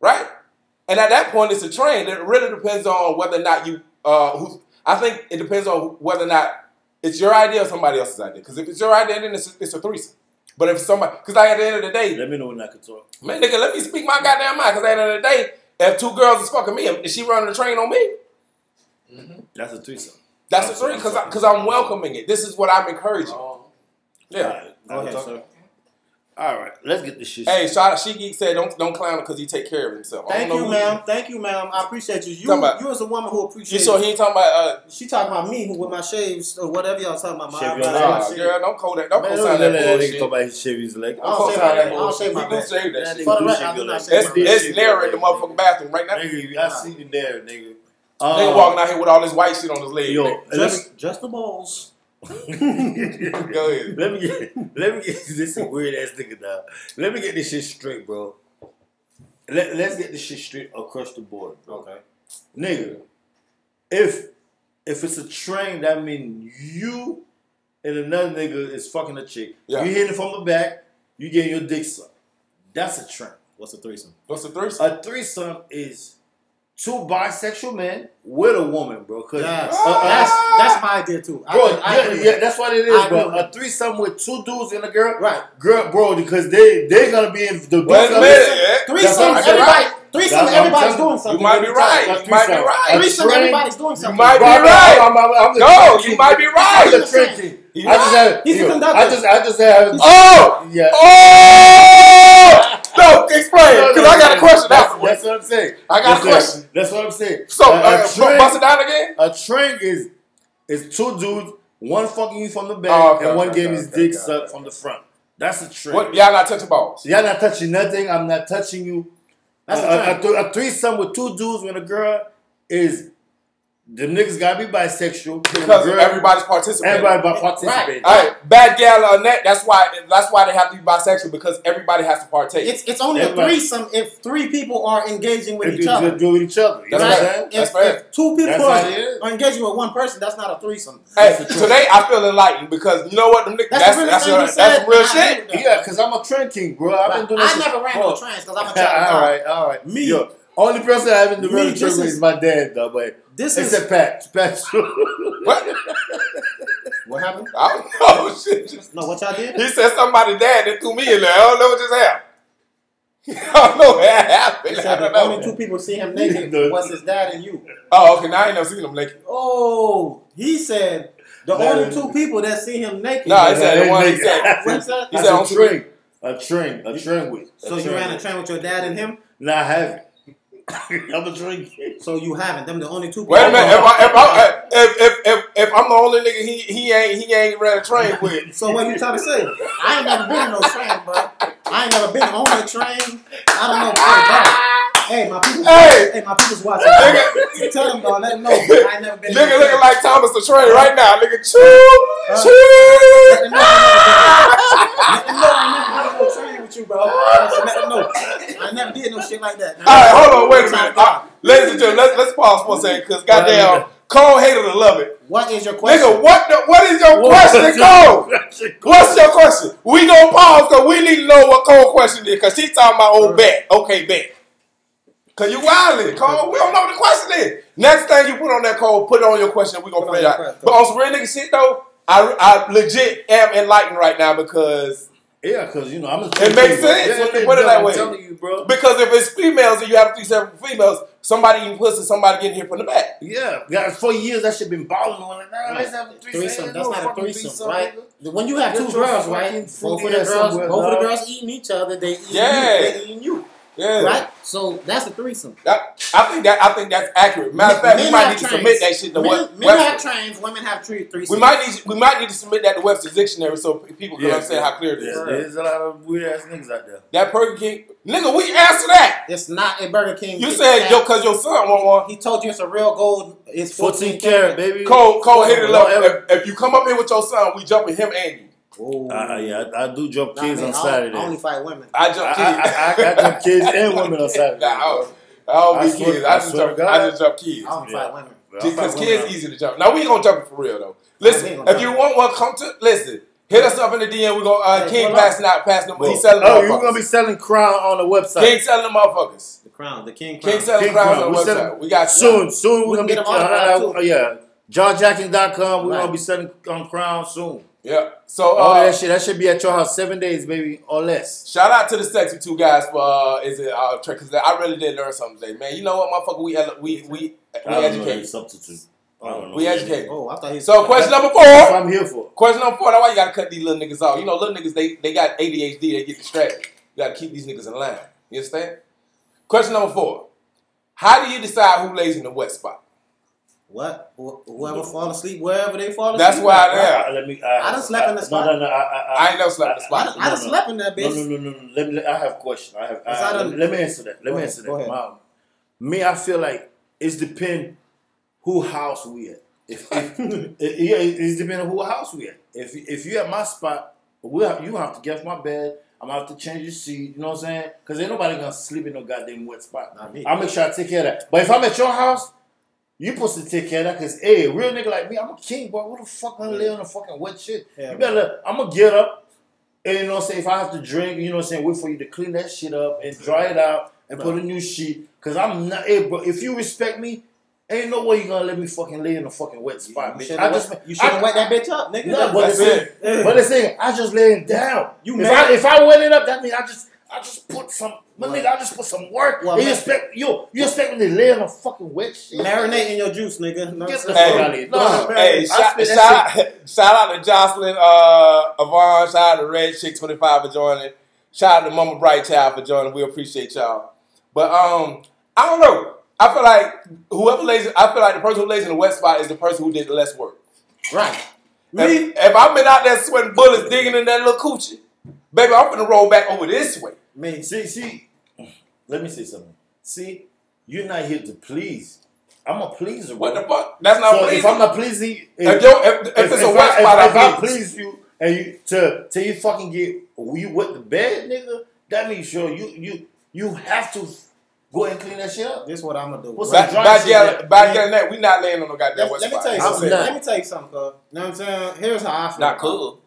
Speaker 1: right? And at that point, it's a train. It really depends on whether or not you. Uh, who, I think it depends on whether or not it's your idea or somebody else's idea. Because if it's your idea, then it's a, it's a threesome. But if somebody, because like at the end of the day,
Speaker 3: Let me know when I can talk.
Speaker 1: man, nigga, let me speak my goddamn mind. Because at the end of the day, if two girls is fucking me, is she running the train on me?
Speaker 3: That's a threesome.
Speaker 1: That's a three. Because because I'm welcoming it. This is what I'm encouraging. Yeah.
Speaker 3: Alright,
Speaker 2: Go ahead,
Speaker 3: I'll
Speaker 2: sir.
Speaker 3: talk. Alright, let's get this shit.
Speaker 1: Hey, shout out, she geek said don't don't clown him because he take care of himself. I
Speaker 2: Thank
Speaker 1: don't
Speaker 2: you,
Speaker 1: know who-
Speaker 2: ma'am. Thank you, ma'am. I appreciate you. You,
Speaker 1: Talking about-
Speaker 2: you as a woman who
Speaker 1: You
Speaker 2: appreciates.
Speaker 1: sure he ain't talking about? Uh,
Speaker 2: She talking about me who with my shaves or whatever y'all talking about. My
Speaker 3: Shave your
Speaker 2: eyebrows,
Speaker 3: legs.
Speaker 2: my
Speaker 1: nah,
Speaker 2: shit.
Speaker 1: girl, don't call that. Don't
Speaker 3: Man,
Speaker 1: co
Speaker 3: don't
Speaker 1: sign
Speaker 3: let
Speaker 1: that
Speaker 3: that nigga
Speaker 1: bullshit.
Speaker 3: talk about his shave his leg.
Speaker 2: I don't
Speaker 1: Fuck
Speaker 2: shave
Speaker 1: out
Speaker 2: my
Speaker 1: that
Speaker 2: back. I don't shave my
Speaker 1: bullshit. We
Speaker 2: back.
Speaker 1: do shave that shit.
Speaker 2: For the record, I do not shave
Speaker 1: It's,
Speaker 2: my back.
Speaker 1: it's narrow in the motherfucking bathroom right now.
Speaker 3: Nigga, I see you there, nigga. Uh,
Speaker 1: They walking out here with all this white shit on his leg.
Speaker 3: Yo,
Speaker 1: nigga.
Speaker 3: let me,
Speaker 2: Just, just the balls.
Speaker 1: Go ahead.
Speaker 3: Let me get let me get this a weird ass nigga now. Let me get this shit straight, bro. Let, let's get this shit straight across the board, bro.
Speaker 2: Okay.
Speaker 3: Nigga, if if it's a train, that means you and another nigga is fucking a chick.
Speaker 1: Yeah.
Speaker 3: You hit it from the back, you getting your dick sucked. That's a train.
Speaker 2: What's a threesome?
Speaker 1: What's the threesome?
Speaker 3: A threesome is two bisexual men with a woman, bro. 'Cause-
Speaker 2: Yes.
Speaker 3: uh, uh,
Speaker 2: that's that's my idea too. I,
Speaker 3: Bro,
Speaker 2: think- I
Speaker 3: yeah,
Speaker 2: agree with
Speaker 3: yeah,
Speaker 2: that.
Speaker 3: that's what it
Speaker 2: I
Speaker 3: is,
Speaker 2: agree
Speaker 3: bro.
Speaker 2: with
Speaker 3: A threesome with two dudes and a girl,
Speaker 2: Right.
Speaker 3: Girl, bro, because they they gonna be in the
Speaker 1: Wait a
Speaker 3: gonna
Speaker 1: minute.
Speaker 3: be-
Speaker 1: yeah.
Speaker 2: Threesome,
Speaker 3: That's what I'm saying.
Speaker 2: everybody,
Speaker 1: That's
Speaker 2: threesome,
Speaker 3: what I'm
Speaker 2: everybody's
Speaker 3: telling you.
Speaker 2: doing something.
Speaker 1: You might be
Speaker 2: every time.
Speaker 1: right.
Speaker 3: A
Speaker 1: You might be
Speaker 3: threesome.
Speaker 1: right.
Speaker 2: Threesome,
Speaker 3: Train-
Speaker 2: everybody's doing something.
Speaker 1: might be
Speaker 3: Bro, I'm-
Speaker 1: right.
Speaker 3: I'm- I'm- I'm- I'm
Speaker 1: No,
Speaker 3: just-
Speaker 1: you might be
Speaker 3: I'm
Speaker 1: right.
Speaker 3: just drinking.
Speaker 1: He's
Speaker 3: I just
Speaker 1: right.
Speaker 3: had.
Speaker 2: He's a
Speaker 3: you know,
Speaker 2: conductor.
Speaker 3: I just, I just had.
Speaker 1: Oh!
Speaker 3: yeah.
Speaker 1: Oh! No, explain.
Speaker 3: No, no,
Speaker 1: Because I got a
Speaker 3: no,
Speaker 1: question
Speaker 3: That's,
Speaker 1: afterwards.
Speaker 3: that's what I'm saying.
Speaker 1: I got a
Speaker 3: That's what-
Speaker 1: question.
Speaker 3: That's what I'm saying.
Speaker 1: So,
Speaker 3: a,
Speaker 1: uh,
Speaker 3: a train,
Speaker 1: bust it down again?
Speaker 3: a train is is two dudes, one fucking you from the back,
Speaker 1: Oh, okay,
Speaker 3: and one
Speaker 1: okay,
Speaker 3: getting
Speaker 1: okay,
Speaker 3: his
Speaker 1: okay,
Speaker 3: dick
Speaker 1: okay,
Speaker 3: sucked
Speaker 1: okay.
Speaker 3: from the front. That's a train.
Speaker 1: What? Y'all not touching balls.
Speaker 3: Y'all not touching nothing. I'm not touching you.
Speaker 2: That's
Speaker 3: a,
Speaker 2: the
Speaker 3: a,
Speaker 2: train.
Speaker 3: a, th- a threesome with two dudes with a girl is the niggas gotta be bisexual
Speaker 1: Because
Speaker 3: girl,
Speaker 1: everybody's participating.
Speaker 3: everybody about participating.
Speaker 1: All right, bad gal on that. That's why. That's why they have to be bisexual because everybody has to partake.
Speaker 2: It's it's only a
Speaker 3: Everybody.
Speaker 2: threesome if three people are engaging with
Speaker 3: If
Speaker 2: each
Speaker 3: you
Speaker 2: other.
Speaker 3: just do it with each other, you know
Speaker 1: That's
Speaker 3: what
Speaker 1: right.
Speaker 3: I'm saying?
Speaker 2: Right.
Speaker 1: That's
Speaker 2: If,
Speaker 1: fair.
Speaker 2: if two people
Speaker 3: That's how it is.
Speaker 2: are, are engaging with one person, that's not a threesome.
Speaker 1: Hey,
Speaker 3: That's the truth.
Speaker 1: today I feel enlightened because you know what? Them niggas, that's
Speaker 2: That's the
Speaker 1: that's,
Speaker 2: realest thing
Speaker 1: that's,
Speaker 2: you
Speaker 1: that's
Speaker 2: said.
Speaker 1: real
Speaker 2: I
Speaker 1: shit.
Speaker 2: agree with
Speaker 3: Yeah, because I'm a train king, bro. I've been doing
Speaker 2: I
Speaker 3: this
Speaker 2: never
Speaker 3: shit.
Speaker 2: ran
Speaker 3: bro.
Speaker 2: no trains because I'm a child.
Speaker 3: all right, all right.
Speaker 2: Me.
Speaker 3: Yo, only person I haven't
Speaker 2: Me,
Speaker 3: done a train
Speaker 2: this
Speaker 3: with
Speaker 2: is-
Speaker 3: is my dad, though. But
Speaker 2: This is
Speaker 3: except Pat, Pat.
Speaker 1: What?
Speaker 2: what happened.
Speaker 1: I don't know shit.
Speaker 2: No, what y'all did?
Speaker 1: He said somebody died and threw me in there. I don't know what just happened. I don't know what happened.
Speaker 2: He
Speaker 1: I
Speaker 2: said
Speaker 1: don't
Speaker 2: the only
Speaker 1: know.
Speaker 2: two people see him naked
Speaker 3: No.
Speaker 2: was his dad and you.
Speaker 1: Oh, okay. Now I ain't never seen them naked.
Speaker 2: Oh, he said the
Speaker 3: That
Speaker 2: only
Speaker 3: is-
Speaker 2: two people that see him naked.
Speaker 1: Nah, he said the one. He
Speaker 3: nigga.
Speaker 1: said,
Speaker 2: What's that?
Speaker 1: he
Speaker 3: That's
Speaker 1: said on
Speaker 3: a train, a train, a train with.
Speaker 2: So you
Speaker 3: train
Speaker 2: ran a
Speaker 3: with.
Speaker 2: train with your dad and him.
Speaker 3: Not having. I'm a train king.
Speaker 2: So you haven't. Them the only two.
Speaker 1: Wait a
Speaker 2: people-
Speaker 1: minute. If, I, if, I, if, if, if, if I'm the only nigga he, he ain't he ain't ran a train with,
Speaker 2: So what you trying to say? I ain't never been on no train, bro. I ain't never been on a train. I don't know what about. Hey, my people.
Speaker 1: Hey!
Speaker 2: Hey, my people's watching.
Speaker 1: Nigga.
Speaker 2: Tell them, dog. Let them know. I ain't never been. on
Speaker 1: nigga
Speaker 2: a
Speaker 1: looking
Speaker 2: train.
Speaker 1: like Thomas the Train right now. Nigga, choo, choo.
Speaker 2: Uh, Let them know. Let them know I ain't never been on no train with you, bro. Let them know. I never did no shit like that.
Speaker 1: All right, hold on, wait a minute. All right, ladies and gentlemen, let's, let's pause for a second because goddamn, Cole hated to love it.
Speaker 2: What is your question?
Speaker 1: Nigga, what the, what is your question, Cole? What's your question? We gonna pause because we need to know what Cole question is because she's talking about
Speaker 2: Uh.
Speaker 1: old bet. Okay, bet. Cause you wildin', Cole. We don't know what the question is. Next thing you put on that Cole, put it on your question. We gonna
Speaker 2: Put
Speaker 1: figure
Speaker 2: on your question.
Speaker 1: out. But on some real nigga shit though, I, I legit am enlightened right now because
Speaker 3: Yeah, because you know I'm. Just
Speaker 1: It makes sense when you put it
Speaker 3: no,
Speaker 1: that
Speaker 3: I'm
Speaker 1: way.
Speaker 3: telling you, bro.
Speaker 1: because if it's females and you have three separate females, somebody eating pussy, somebody getting hit from the back.
Speaker 3: Yeah, yeah. For years that shit been balling on it. Nah, let's have a threesome.
Speaker 2: threesome. That's
Speaker 3: No
Speaker 2: not a
Speaker 3: fucking
Speaker 2: threesome, right?
Speaker 3: nigga.
Speaker 2: When you have
Speaker 3: Get
Speaker 2: two
Speaker 3: your
Speaker 2: girls, right?
Speaker 3: fucking
Speaker 2: Both
Speaker 3: fruit
Speaker 2: of the
Speaker 3: in
Speaker 2: girls,
Speaker 3: somewhere,
Speaker 2: both of the
Speaker 3: dog.
Speaker 2: girls eating each other. They eating
Speaker 1: Yeah.
Speaker 2: you. They eating you,
Speaker 1: Yeah.
Speaker 2: right? So that's a threesome.
Speaker 1: That- I think that I think that's accurate. Matter of fact, we
Speaker 2: Men
Speaker 1: might
Speaker 2: have
Speaker 1: need to
Speaker 2: trains.
Speaker 1: submit that shit to
Speaker 2: men,
Speaker 1: what
Speaker 2: Men have
Speaker 1: Webster.
Speaker 2: trains. Women have three threesomes.
Speaker 1: We might need we might need to submit that to Webster's dictionary so pe- people can
Speaker 3: Yeah,
Speaker 1: understand how clear it is.
Speaker 3: Yeah, there's a lot of weird ass niggas out there.
Speaker 1: That Burger King nigga, we answer that.
Speaker 2: It's not a Burger King.
Speaker 1: You
Speaker 2: Kit
Speaker 1: said
Speaker 2: Kat.
Speaker 1: yo, cause your son want one.
Speaker 2: He told you it's a real gold. It's
Speaker 3: 14
Speaker 2: fourteen,
Speaker 3: karat, baby.
Speaker 1: Cole Cole hit it up.
Speaker 3: Don't ever-
Speaker 1: If, if you come up here with your son, we jumping him and you.
Speaker 2: Whoa.
Speaker 3: Uh, yeah, I, I do jump
Speaker 2: Nah,
Speaker 3: kids on
Speaker 2: man, I-
Speaker 3: Saturday.
Speaker 2: I only fight women.
Speaker 1: I jump kids.
Speaker 3: I- I- I- I jump kids and women on Saturday.
Speaker 1: Nah, I don't, I don't
Speaker 3: I
Speaker 1: be
Speaker 3: swear-
Speaker 1: kids.
Speaker 3: I
Speaker 1: I just
Speaker 3: swear
Speaker 1: jump.
Speaker 3: to God.
Speaker 1: I just jump kids.
Speaker 2: I only
Speaker 3: Yeah.
Speaker 2: fight women.
Speaker 1: Because kids easy to jump. Now we ain't gonna jump it for real though. Listen,
Speaker 2: we ain't gonna
Speaker 1: if you want one, come to listen. Hit us up in the DM. We gonna uh,
Speaker 2: Hey,
Speaker 1: King
Speaker 2: what up?
Speaker 1: passing out, passing them. He's selling.
Speaker 3: Oh,
Speaker 1: Oh,
Speaker 3: you gonna be selling crown on the website.
Speaker 1: King selling the motherfuckers.
Speaker 2: The crown, the king crown.
Speaker 1: King selling
Speaker 3: King
Speaker 1: crowns
Speaker 3: Crown.
Speaker 1: on the
Speaker 3: We
Speaker 1: website.
Speaker 3: selling-
Speaker 1: we got
Speaker 3: Soon, soon
Speaker 2: We
Speaker 3: we're gonna
Speaker 2: can
Speaker 3: be
Speaker 2: get them autographed,
Speaker 3: uh,
Speaker 2: too.
Speaker 3: uh, yeah. JohnJackson.com. We're
Speaker 2: Right.
Speaker 3: gonna be selling on crown soon.
Speaker 1: Yeah. So
Speaker 3: All
Speaker 1: uh,
Speaker 3: that shit. That should be at your house seven days, baby, or less.
Speaker 1: shout out to the sexy two guys for uh, is it uh trick? Cause I really did learn something today, man. You know what, motherfucker? We ele- we we we educate.
Speaker 3: substitute.
Speaker 1: We educate.
Speaker 2: Oh, I thought he.
Speaker 1: So question number
Speaker 3: That's
Speaker 1: four.
Speaker 3: what I'm here for.
Speaker 1: Question number four. That's why you gotta cut these little niggas off. You know, little niggas they they got ADHD. They get distracted. You gotta keep these niggas in line. You understand? Question number four. How do you decide who lays in the wet spot?
Speaker 2: What? Wh- Whoever fall asleep, wherever they fall asleep.
Speaker 1: That's why I
Speaker 2: right?
Speaker 1: am.
Speaker 3: Uh, let me. Uh,
Speaker 2: I done slept in the spot.
Speaker 3: No, no, no. I, I,
Speaker 1: I ain't never slept in the
Speaker 2: I
Speaker 1: spot.
Speaker 2: done, I done
Speaker 3: No, no.
Speaker 2: slept in that
Speaker 3: No,
Speaker 2: bitch.
Speaker 3: no, no, no, no. Let me. I have a question. I have. I,
Speaker 2: Is that
Speaker 3: let,
Speaker 2: a-
Speaker 3: me- let me answer that. Let me
Speaker 2: Go ahead,
Speaker 3: answer
Speaker 2: go
Speaker 3: that.
Speaker 2: ahead.
Speaker 3: Wow. Me, I feel like it's depend who house we at. If, if it, yeah, it- it's depend on who house we at. If if you at my spot, we have, you have to get off my bed. I'm gonna have to change your seat. You know what I'm saying? Because ain't nobody gonna sleep in no goddamn wet spot.
Speaker 2: Not me.
Speaker 3: I make sure I take care of that. But if I'm at your house. You supposed to take care of that, cause hey, a real nigga like me, I'm a king, boy. What the fuck gonna lay on the fucking wet shit?
Speaker 2: Yeah,
Speaker 3: you better. I'm gonna get up, and you know what I'm saying? If I have to drink, you know what I'm saying, wait for you to clean that shit up and dry it out and put a new sheet. Cause I'm not hey bro, if you respect me, ain't no way you gonna let me fucking lay in a fucking wet spot,
Speaker 2: You
Speaker 3: bitch. I
Speaker 2: shoulda
Speaker 3: just
Speaker 2: wet- you should have
Speaker 3: I-
Speaker 2: wet that bitch up, nigga.
Speaker 3: No, but
Speaker 1: That's
Speaker 3: it's it.
Speaker 2: it.
Speaker 3: But it's it. I just lay it down.
Speaker 2: You
Speaker 3: if
Speaker 2: mad?
Speaker 3: I if I wet it up, that means I just I just put some my
Speaker 2: What?
Speaker 3: nigga, I just put some work.
Speaker 2: Well,
Speaker 3: And you
Speaker 2: man-
Speaker 3: expect yo, you expect me to lay in a fucking wet shit.
Speaker 2: Marinate in your juice, nigga. No,
Speaker 3: Get
Speaker 2: sir.
Speaker 3: the
Speaker 1: Hey,
Speaker 3: fuck out of here. No,
Speaker 1: Hey,
Speaker 3: I
Speaker 1: shout,
Speaker 3: spit that
Speaker 1: shout, out, shout out to Jocelyn uh, Avon. Shout out to Red Chick Twenty Five for joining. Shout out to Mama Bright Child for joining. We appreciate y'all. But um, I don't know. I feel like whoever lays, I feel like the person who lays in the wet spot is the person who did the less work.
Speaker 2: right.
Speaker 1: If, if I've been out there sweating bullets, digging in that little coochie, baby, I'm gonna roll back over this way.
Speaker 2: Me.
Speaker 3: See, see, let me say something. See, you're not here to please. I'm a pleaser.
Speaker 1: What
Speaker 3: bro.
Speaker 1: the fuck? That's not
Speaker 3: so
Speaker 1: pleasing.
Speaker 3: if I'm not pleasing, if,
Speaker 1: If you- if- if it's a wet
Speaker 3: I, if,
Speaker 1: spot, I
Speaker 3: if I
Speaker 1: please.
Speaker 3: please you and you to till you fucking get you with the bed, nigga, that means sure you you you have to go and clean that shit up.
Speaker 2: This is what I'm gonna do.
Speaker 3: What's
Speaker 2: Right.
Speaker 1: Back,
Speaker 3: Some dry
Speaker 1: back,
Speaker 3: shit
Speaker 1: yelling,
Speaker 3: that-
Speaker 1: back yelling that we not laying on no goddamn
Speaker 2: Let,
Speaker 1: wet
Speaker 2: let me
Speaker 1: spot.
Speaker 2: tell you
Speaker 3: I'm
Speaker 2: something.
Speaker 3: not.
Speaker 2: Let me tell you something, cuz. You know what I'm saying? Here's how I feel.
Speaker 1: Not cool.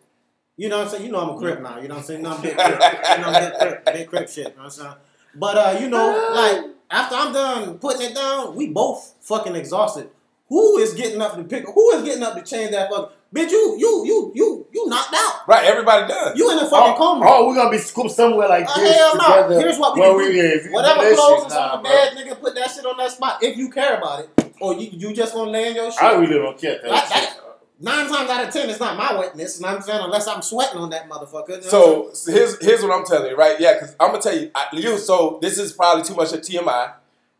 Speaker 2: You know what I'm saying? You know I'm a crip now. You know what I'm saying? No, I'm big crip. you know, I'm big crip, big crip shit. You know what I'm saying? But uh, you know, like after I'm done putting it down, we both fucking exhausted. Who is getting up to pick? Who is getting up to change that fucking? Bitch, you you you you you knocked out.
Speaker 1: Right, everybody done.
Speaker 2: You in a fucking
Speaker 3: Oh,
Speaker 2: coma.
Speaker 3: oh, we're gonna be scooped somewhere like
Speaker 2: Uh,
Speaker 3: this.
Speaker 2: hell no.
Speaker 3: together.
Speaker 2: Here's what we
Speaker 3: Well,
Speaker 2: can do.
Speaker 3: yeah, if you
Speaker 2: Whatever
Speaker 3: do that
Speaker 2: clothes
Speaker 3: shit,
Speaker 2: is
Speaker 3: nah,
Speaker 2: on the
Speaker 3: bro.
Speaker 2: bed, nigga, put that shit on that spot if you care about it, or you you just gonna lay in your shit.
Speaker 3: I really don't care. that
Speaker 2: That-
Speaker 3: shit.
Speaker 2: that- nine times out of ten, it's not my wetness. You know what I'm saying? Unless I'm sweating on that motherfucker. you know what I'm
Speaker 1: So so here's here's what I'm telling you, right? Yeah, because I'm gonna tell you, I, you. So this is probably too much of TMI,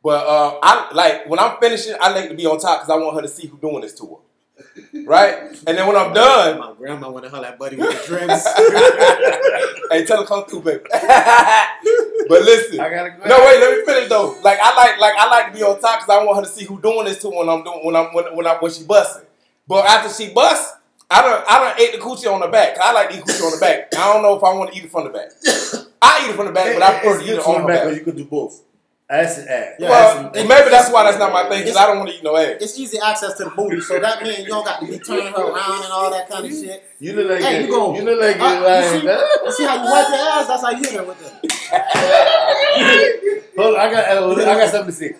Speaker 1: but uh, I like when I'm finishing, I like to be on top because I want her to see who doing this to her, right? And then when I'm done,
Speaker 2: My grandma went to her that buddy with the dreads.
Speaker 1: hey, tell her come through, baby. but listen,
Speaker 3: I gotta go.
Speaker 1: no wait, let me finish though. Like I like like I like to be on top because I want her to see who doing this to when I'm doing when I'm when, when I when she busting. But after she busts, I don't I don't ate the coochie on the back. 'cause I like to eat coochie on the back. I don't know if I want to eat it from the back. I eat it from the back, but I prefer to
Speaker 3: It's
Speaker 1: eat
Speaker 3: good
Speaker 1: it
Speaker 3: to
Speaker 1: on
Speaker 3: the
Speaker 1: the
Speaker 3: back,
Speaker 1: back.
Speaker 3: but you could do both. Ass and ass.
Speaker 2: Yeah,
Speaker 1: well,
Speaker 2: it's- it's-
Speaker 1: maybe that's why that's not my thing because
Speaker 2: it's-
Speaker 1: I don't want to eat no ass.
Speaker 2: It's easy access to the booty, so that means you don't got to be turning her around and all that kind of shit.
Speaker 3: You look like
Speaker 2: Hey,
Speaker 3: it.
Speaker 2: you go.
Speaker 3: You look like it.
Speaker 2: Uh,
Speaker 3: Like,
Speaker 2: you, see, you see how you wipe your ass? That's how you hit her with it.
Speaker 3: hold on, I got, I got something to say.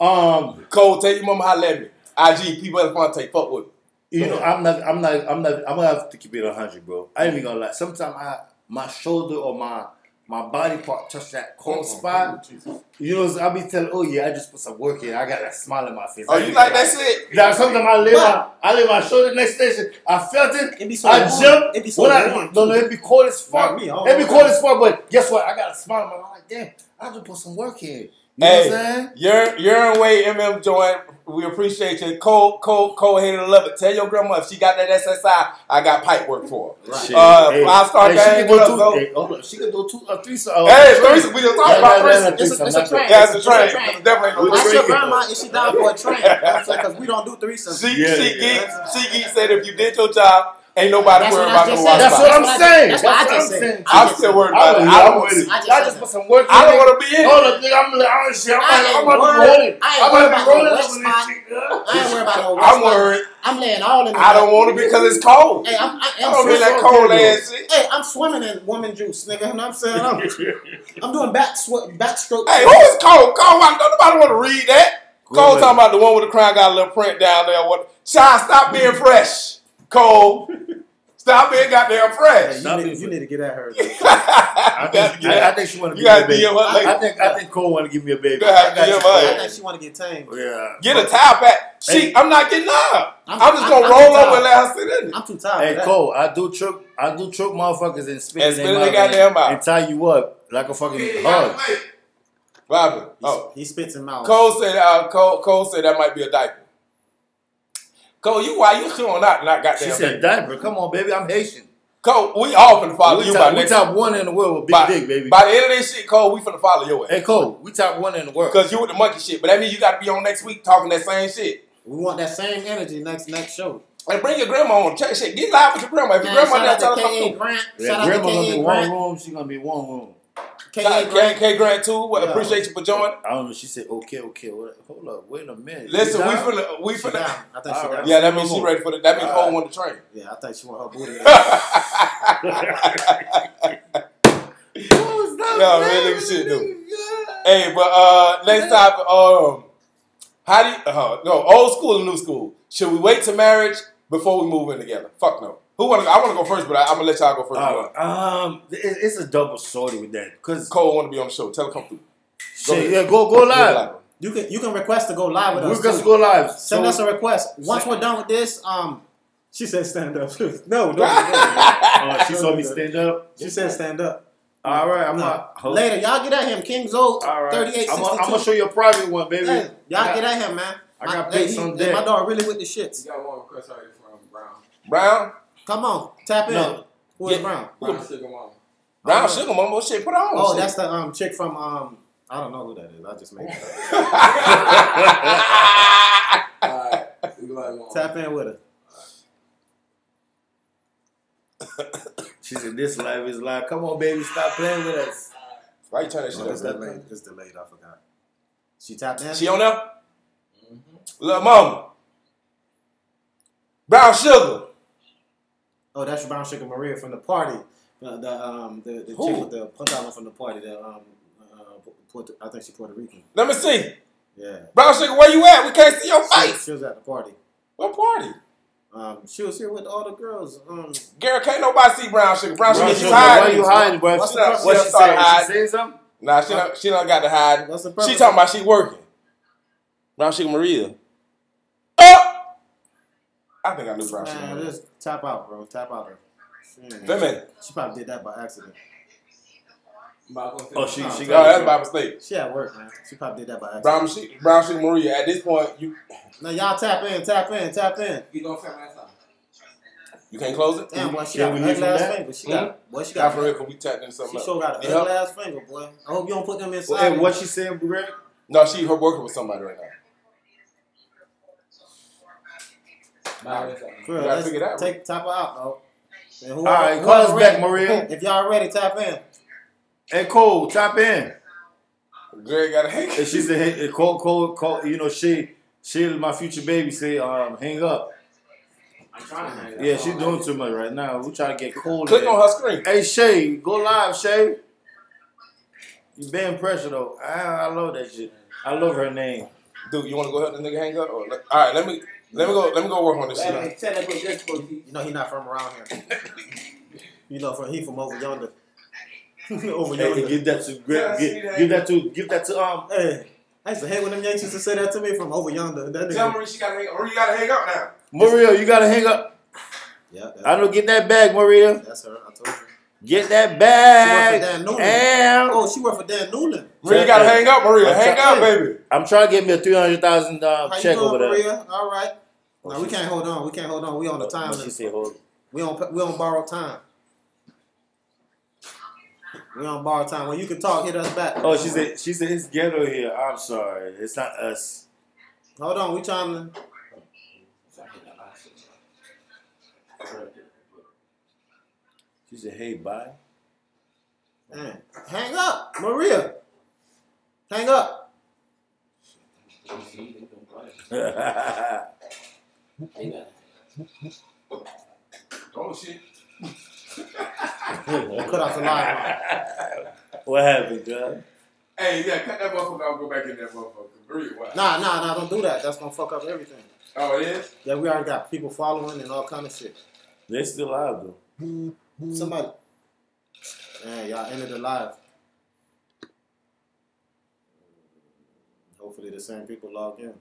Speaker 3: Um,
Speaker 1: Cole, tell your mama how let me. IG, people at Fonte, fuck with me.
Speaker 3: you know, I'm not, I'm not, I'm not, I'm gonna have to keep it hundred, bro. I ain't even gonna lie. Sometimes I, my shoulder or my, my body part touch that
Speaker 1: Oh,
Speaker 3: cold spot. You know, so I be telling, oh yeah, I just put some work in. I got that smile on my face.
Speaker 1: Oh,
Speaker 3: I
Speaker 1: you
Speaker 3: ain't
Speaker 1: like
Speaker 3: gonna
Speaker 1: that
Speaker 3: lie.
Speaker 1: shit?
Speaker 3: Now sometimes I lay my I lay my shoulder next station. I felt it.
Speaker 2: It be so
Speaker 3: I
Speaker 2: warm.
Speaker 3: jump.
Speaker 2: It be so
Speaker 3: when I-
Speaker 2: warm,
Speaker 3: No, no, it be cold as
Speaker 2: Not
Speaker 3: fuck.
Speaker 2: me, I don't
Speaker 3: it be
Speaker 2: know.
Speaker 3: cold as fuck. But guess what? I got a smile. on my I'm like, damn, I just put some work in. You know what I'm saying?
Speaker 1: Hey, your your way, MM joint. We appreciate you. Cole, Cole, Cole, hate to love it. Tell your grandma if she got that SSI, I got pipe work for her.
Speaker 2: Right.
Speaker 3: Shit.
Speaker 1: Uh, five-star
Speaker 3: she
Speaker 1: game,
Speaker 3: can
Speaker 1: what
Speaker 3: do
Speaker 1: up,
Speaker 3: two.
Speaker 1: though?
Speaker 3: hey, hold on, she can do two, uh, three.
Speaker 1: Hey, threesome, we just talking about threesome.
Speaker 2: It's a- it's a train.
Speaker 1: Yeah, it's a
Speaker 2: It's a
Speaker 1: train.
Speaker 2: train.
Speaker 1: It's definitely a
Speaker 2: Ask
Speaker 1: train.
Speaker 2: your grandma if she down for a train. Because we don't do threesomes.
Speaker 1: She,
Speaker 3: Yeah, yeah.
Speaker 1: she, Geek, she geek said if you did your job, ain't nobody
Speaker 2: That's what
Speaker 1: worried
Speaker 2: I
Speaker 1: about the
Speaker 2: just
Speaker 1: wife.
Speaker 2: said.
Speaker 3: That's what I'm
Speaker 2: I-
Speaker 3: saying. That's
Speaker 2: that's what I
Speaker 3: what I'm
Speaker 2: just said.
Speaker 3: saying.
Speaker 1: I'm still worried
Speaker 3: I
Speaker 1: about it. I don't,
Speaker 3: with it.
Speaker 2: I
Speaker 3: I
Speaker 2: just
Speaker 3: just
Speaker 2: said
Speaker 3: put some work in.
Speaker 1: I don't want to be in it.
Speaker 3: Hold up, nigga, I'm, I'm, shit, I'm,
Speaker 2: I ain't
Speaker 3: I'm about to
Speaker 2: worried.
Speaker 3: be rolling.
Speaker 2: I ain't
Speaker 3: I'm about
Speaker 2: worried
Speaker 3: to
Speaker 2: about
Speaker 3: be rolling up
Speaker 2: no wet
Speaker 3: with this
Speaker 2: spot.
Speaker 3: shit, girl.
Speaker 2: I ain't worried about no
Speaker 1: I'm
Speaker 2: wet spot.
Speaker 1: worried.
Speaker 2: I'm laying all in the
Speaker 1: I don't want to because it's cold.
Speaker 2: Hey, I'm, I,
Speaker 1: I
Speaker 2: am
Speaker 1: don't
Speaker 3: feel
Speaker 1: need
Speaker 2: swimming,
Speaker 1: that
Speaker 3: so
Speaker 1: cold
Speaker 3: terrible.
Speaker 1: ass shit.
Speaker 2: hey, I'm swimming in woman juice, nigga. You know what I'm saying? I'm, I'm doing back sw- backstroke.
Speaker 1: Hey, who is Cole? Cole, I, don't nobody want to read that. Cole
Speaker 3: Wait.
Speaker 1: talking about the one with the crown got a little print down there. What? Sean, stop being fresh. Cole, stop being goddamn fresh.
Speaker 2: you, need, you need to get at her.
Speaker 3: I
Speaker 1: you
Speaker 3: think, I, I think she want to
Speaker 1: You
Speaker 3: give me
Speaker 1: gotta
Speaker 3: a baby.
Speaker 1: DM her
Speaker 3: I
Speaker 1: later.
Speaker 3: think I think Cole want to give me a baby.
Speaker 1: You gotta
Speaker 3: I got
Speaker 1: DM
Speaker 3: you,
Speaker 1: her.
Speaker 2: I
Speaker 3: Cole.
Speaker 2: think she want to get tamed.
Speaker 3: Yeah.
Speaker 1: Get a towel back. She,
Speaker 3: Hey.
Speaker 1: I'm not getting up. I'm,
Speaker 2: I'm-
Speaker 1: just
Speaker 2: I'm-
Speaker 1: gonna
Speaker 2: I'm
Speaker 1: roll
Speaker 2: tired.
Speaker 1: over and let her sit in it.
Speaker 2: I'm too tired.
Speaker 3: Hey
Speaker 2: for that.
Speaker 3: Cole, I do trick I do trick motherfuckers and spit
Speaker 1: And
Speaker 3: in
Speaker 1: spit in
Speaker 3: their mouth
Speaker 1: their goddamn
Speaker 3: and,
Speaker 1: mouth.
Speaker 3: and tie you up like a fucking hug.
Speaker 1: Robin.
Speaker 2: He,
Speaker 1: Oh,
Speaker 2: he spits him out.
Speaker 1: Cole said. Uh, Cole, Cole said that might be a diaper. Cole, you why you showing out? Not goddamn.
Speaker 3: She said diaper. Come on, baby, I'm Haitian.
Speaker 1: Cole, we all finna follow
Speaker 3: we
Speaker 1: you by
Speaker 3: top, we
Speaker 1: next.
Speaker 3: top one in the world with big
Speaker 1: by,
Speaker 3: dick, baby.
Speaker 1: by the end of this shit, Cole, we finna follow your ass.
Speaker 3: Hey Cole, we top one in the world.
Speaker 1: Because you with the monkey shit, but that means you got to be on next week talking that same shit.
Speaker 2: We want that same energy next next show.
Speaker 1: And bring your grandma on. Check shit. Get live with your grandma. If your
Speaker 2: Man,
Speaker 1: grandma not
Speaker 2: shout out to
Speaker 1: tell us
Speaker 2: K.A.
Speaker 1: something,
Speaker 2: Grant.
Speaker 3: Yeah,
Speaker 2: Shout out to
Speaker 3: grandma gonna be
Speaker 2: K.A.
Speaker 3: one
Speaker 2: Grant.
Speaker 3: room. She gonna be one room.
Speaker 2: K.A.
Speaker 1: K,
Speaker 2: Grant.
Speaker 1: K Grant too. Well,
Speaker 2: Yeah.
Speaker 1: Appreciate you for joining.
Speaker 3: I don't know. She said, "Okay, okay. What, hold up. Wait a minute.
Speaker 1: Listen,
Speaker 3: You
Speaker 1: we
Speaker 3: down?
Speaker 1: finna, we
Speaker 2: She down.
Speaker 1: finna.
Speaker 2: I think she
Speaker 3: All
Speaker 2: down.
Speaker 3: right.
Speaker 1: Yeah, that means she
Speaker 3: Come on.
Speaker 1: ready for the. That means
Speaker 3: All
Speaker 1: Cole on the train.
Speaker 2: Yeah, I think she want her booty.
Speaker 3: Who's that?
Speaker 1: Yeah, real nigga shit, dude. hey, but uh, next topic. Um, how do you? Uh, no, old school and new school. Should we wait to marriage before we move in together? Fuck no. Who wanna? I wanna go first, but I, I'm gonna let y'all go first.
Speaker 3: Uh, um, it, it's a double sorty with that. Cause
Speaker 1: Cole wanna be on the show. Tell her come through.
Speaker 3: shit,
Speaker 1: ahead.
Speaker 3: yeah, go go live.
Speaker 1: All
Speaker 2: You can you can request to go live with
Speaker 3: We're
Speaker 2: us.
Speaker 3: going
Speaker 2: too.
Speaker 3: to go live.
Speaker 2: Send
Speaker 3: So-
Speaker 2: us a request. Once we're done with this, um, she said stand up. no, don't. do that.
Speaker 3: Uh, she saw me stand up.
Speaker 2: She said stand up.
Speaker 3: All right, I'm
Speaker 2: Nah.
Speaker 3: not. hold-
Speaker 2: Later, y'all get at him. King Zo,
Speaker 3: All right.
Speaker 2: 3862.
Speaker 3: I'm gonna show you a private one, baby.
Speaker 2: Hey, y'all
Speaker 3: I
Speaker 2: get
Speaker 3: got-
Speaker 2: at him, man.
Speaker 3: I got
Speaker 2: my, hey,
Speaker 3: pics
Speaker 2: he-
Speaker 3: on
Speaker 2: hey,
Speaker 3: deck.
Speaker 2: my dog really with the shits.
Speaker 4: You got one request already from Brown.
Speaker 1: Brown,
Speaker 2: Come on, tap in.
Speaker 3: No.
Speaker 2: Who is
Speaker 1: Yeah.
Speaker 2: Brown?
Speaker 4: Brown Sugar Mama.
Speaker 1: Brown
Speaker 2: Oh.
Speaker 1: Sugar Mama, shit, put her on.
Speaker 2: Oh,
Speaker 1: shit.
Speaker 2: that's the um chick from um I don't know who that is. I just made it up.
Speaker 4: Alright. You got one.
Speaker 2: Tap in with her.
Speaker 3: She said, "This live is live. Come on, baby, stop playing with us."
Speaker 1: Why you turn that shit
Speaker 2: it's
Speaker 1: up?
Speaker 2: delayed. It's delayed. I forgot. She tapped in.
Speaker 1: She on there? Mm-hmm. Little mama. Brown Sugar.
Speaker 2: oh, that's Brown Sugar Maria from the party. The, the um the, the chick
Speaker 1: Who?
Speaker 2: with the punta from the party. That um uh, Puerto, I think she's Puerto Rican.
Speaker 1: Let me see.
Speaker 2: Yeah.
Speaker 1: Brown Sugar, where you at? We can't see your
Speaker 2: She,
Speaker 1: face.
Speaker 2: she was at the party.
Speaker 1: What party?
Speaker 2: Um, she was here with all the girls. Um,
Speaker 1: Girl, can't nobody see Brown Sugar. Brown,
Speaker 3: Brown
Speaker 1: Sugar,
Speaker 3: sugar,
Speaker 1: you
Speaker 3: why
Speaker 1: hiding.
Speaker 3: you hiding, bro?
Speaker 2: What's
Speaker 3: She
Speaker 2: the-
Speaker 3: done-
Speaker 2: what's
Speaker 3: what
Speaker 1: the
Speaker 3: she
Speaker 1: start
Speaker 3: saying?
Speaker 1: hiding?
Speaker 3: She saying something?
Speaker 1: Nah, she don't, she don't got to hide.
Speaker 2: What's the
Speaker 1: She
Speaker 2: purpose?
Speaker 1: talking about she working. Brown Sugar Maria. Oh! I think I knew Brown Sugar
Speaker 2: man,
Speaker 1: Maria.
Speaker 2: just tap out, bro. Tap out her. She, ain't-
Speaker 1: Wait a minute.
Speaker 2: she probably did that by accident.
Speaker 3: Oh, she she
Speaker 1: Oh, that's
Speaker 3: got.
Speaker 1: by mistake.
Speaker 2: She at work, man. She probably did that by accident.
Speaker 1: Brown, Su- Brown Sugar Maria, at this point, you
Speaker 2: Now y'all tap in, tap in, tap in.
Speaker 4: You gonna find that song?
Speaker 1: you can't close it?
Speaker 2: Damn, boy, she
Speaker 3: Can
Speaker 2: got
Speaker 3: we
Speaker 2: an
Speaker 3: hear
Speaker 2: ugly
Speaker 3: from
Speaker 2: ass
Speaker 3: that?
Speaker 2: finger. She got, boy, she
Speaker 1: Not
Speaker 2: got,
Speaker 1: Hmm? for real, because we tapped in something
Speaker 2: she
Speaker 1: else.
Speaker 2: sure got an
Speaker 1: Yeah.
Speaker 2: ugly ass finger, boy. I hope you don't put them inside.
Speaker 3: And what she saying, Greg?
Speaker 1: No, she her working with somebody right now.
Speaker 4: Nah, that's all.
Speaker 2: For real,
Speaker 1: You gotta
Speaker 2: let's
Speaker 1: figure it out,
Speaker 2: Take top her out, though. And
Speaker 3: All
Speaker 2: whoever,
Speaker 3: right, call
Speaker 2: whoever
Speaker 3: us back,
Speaker 2: ready,
Speaker 3: Maria.
Speaker 2: If y'all ready, tap in.
Speaker 3: Hey, Cole, tap in.
Speaker 1: Greg got a hang.
Speaker 3: And she said, hey, hey, call, call, call. You know, she, she, my future baby, say, um, hang up.
Speaker 4: I'm trying to hang up.
Speaker 3: Yeah, she's doing too much right now. We trying to get cold.
Speaker 1: Click on her screen.
Speaker 3: Hey Shay, go live, Shay. You been pressure though. I, I love that shit. I love her name.
Speaker 1: Dude, you want to go help the nigga hang up? Or, all right, let me let me go let me go work on this
Speaker 4: Let
Speaker 1: shit.
Speaker 4: me tell you what this for you.
Speaker 2: You know he not from around here. you know, from he from over yonder. over
Speaker 3: Hey, hey,
Speaker 2: yonder.
Speaker 3: give that to
Speaker 1: Yeah, I
Speaker 3: Greg.
Speaker 1: see
Speaker 3: Give,
Speaker 1: that.
Speaker 3: give that to give that to um.
Speaker 2: Hey, I used to hate when them Yankees to say that to me from over yonder. That
Speaker 1: Tell
Speaker 2: nigga.
Speaker 1: Marie she got to hang. Marie, you got to hang up now.
Speaker 3: Maria, you gotta hang up.
Speaker 2: Yeah, that's,
Speaker 3: I don't get that bag, Maria.
Speaker 2: that's her. I told you.
Speaker 3: Get that
Speaker 2: She went
Speaker 3: bag.
Speaker 2: for Dan Newman.
Speaker 3: And
Speaker 2: Oh, she worked for Dan Newland.
Speaker 1: Marie, you got to hang up. Marie,
Speaker 3: I'm
Speaker 1: hang
Speaker 3: trying-
Speaker 1: up, baby.
Speaker 3: I'm trying to get me a three hundred thousand
Speaker 2: How
Speaker 3: dollar
Speaker 2: you
Speaker 3: check
Speaker 2: doing,
Speaker 3: over there.
Speaker 2: Maria? All right. No, we can't hold on. We can't hold on. We on the time.
Speaker 3: But she
Speaker 2: limit.
Speaker 3: said, hold.
Speaker 2: We don't. We don't borrow time. We don't borrow time. When you can talk, hit us back.
Speaker 3: Oh, she said. She said it's ghetto here. I'm sorry. It's not us.
Speaker 2: Hold on. We trying to.
Speaker 3: She said, hey, bye.
Speaker 2: Man. Hang up, Maria. Hang up.
Speaker 3: That's
Speaker 1: Oh shit.
Speaker 2: Cut off the line.
Speaker 3: what happened, God?
Speaker 1: Hey, yeah, cut that motherfucker off. Go back in that motherfucker. Marie, why?
Speaker 2: Nah, nah, nah. Don't do that. That's gonna fuck up everything.
Speaker 1: Oh, it is.
Speaker 2: Yeah, we already got people following and all kind of shit.
Speaker 3: They still alive though.
Speaker 2: Somebody. Man, y'all ended the live. Hopefully the same people log in.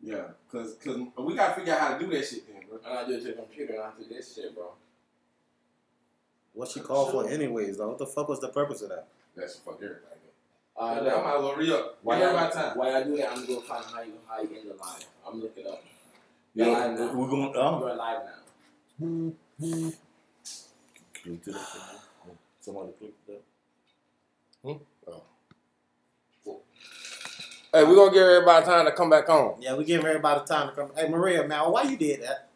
Speaker 1: Yeah, cause cause we gotta figure out how to do that shit then, bro.
Speaker 4: And I did your computer and I did this shit, bro.
Speaker 2: What she called for anyways, though? What the fuck was the purpose of that?
Speaker 1: That's fuck everybody.
Speaker 4: Uh,
Speaker 1: I might as well re up.
Speaker 4: Why
Speaker 1: Why
Speaker 4: y'all
Speaker 1: my time?
Speaker 4: Why I do that? I'm gonna find how you how you end the line. I'm looking up.
Speaker 3: You
Speaker 4: You're
Speaker 3: know,
Speaker 4: live now.
Speaker 3: we're going. Um,
Speaker 4: You're alive now.
Speaker 3: click to that thing. Somebody click that.
Speaker 1: Hey, we gonna give everybody time to come back on.
Speaker 2: Yeah, we giving everybody time to come. Hey Maria, man, why you did that?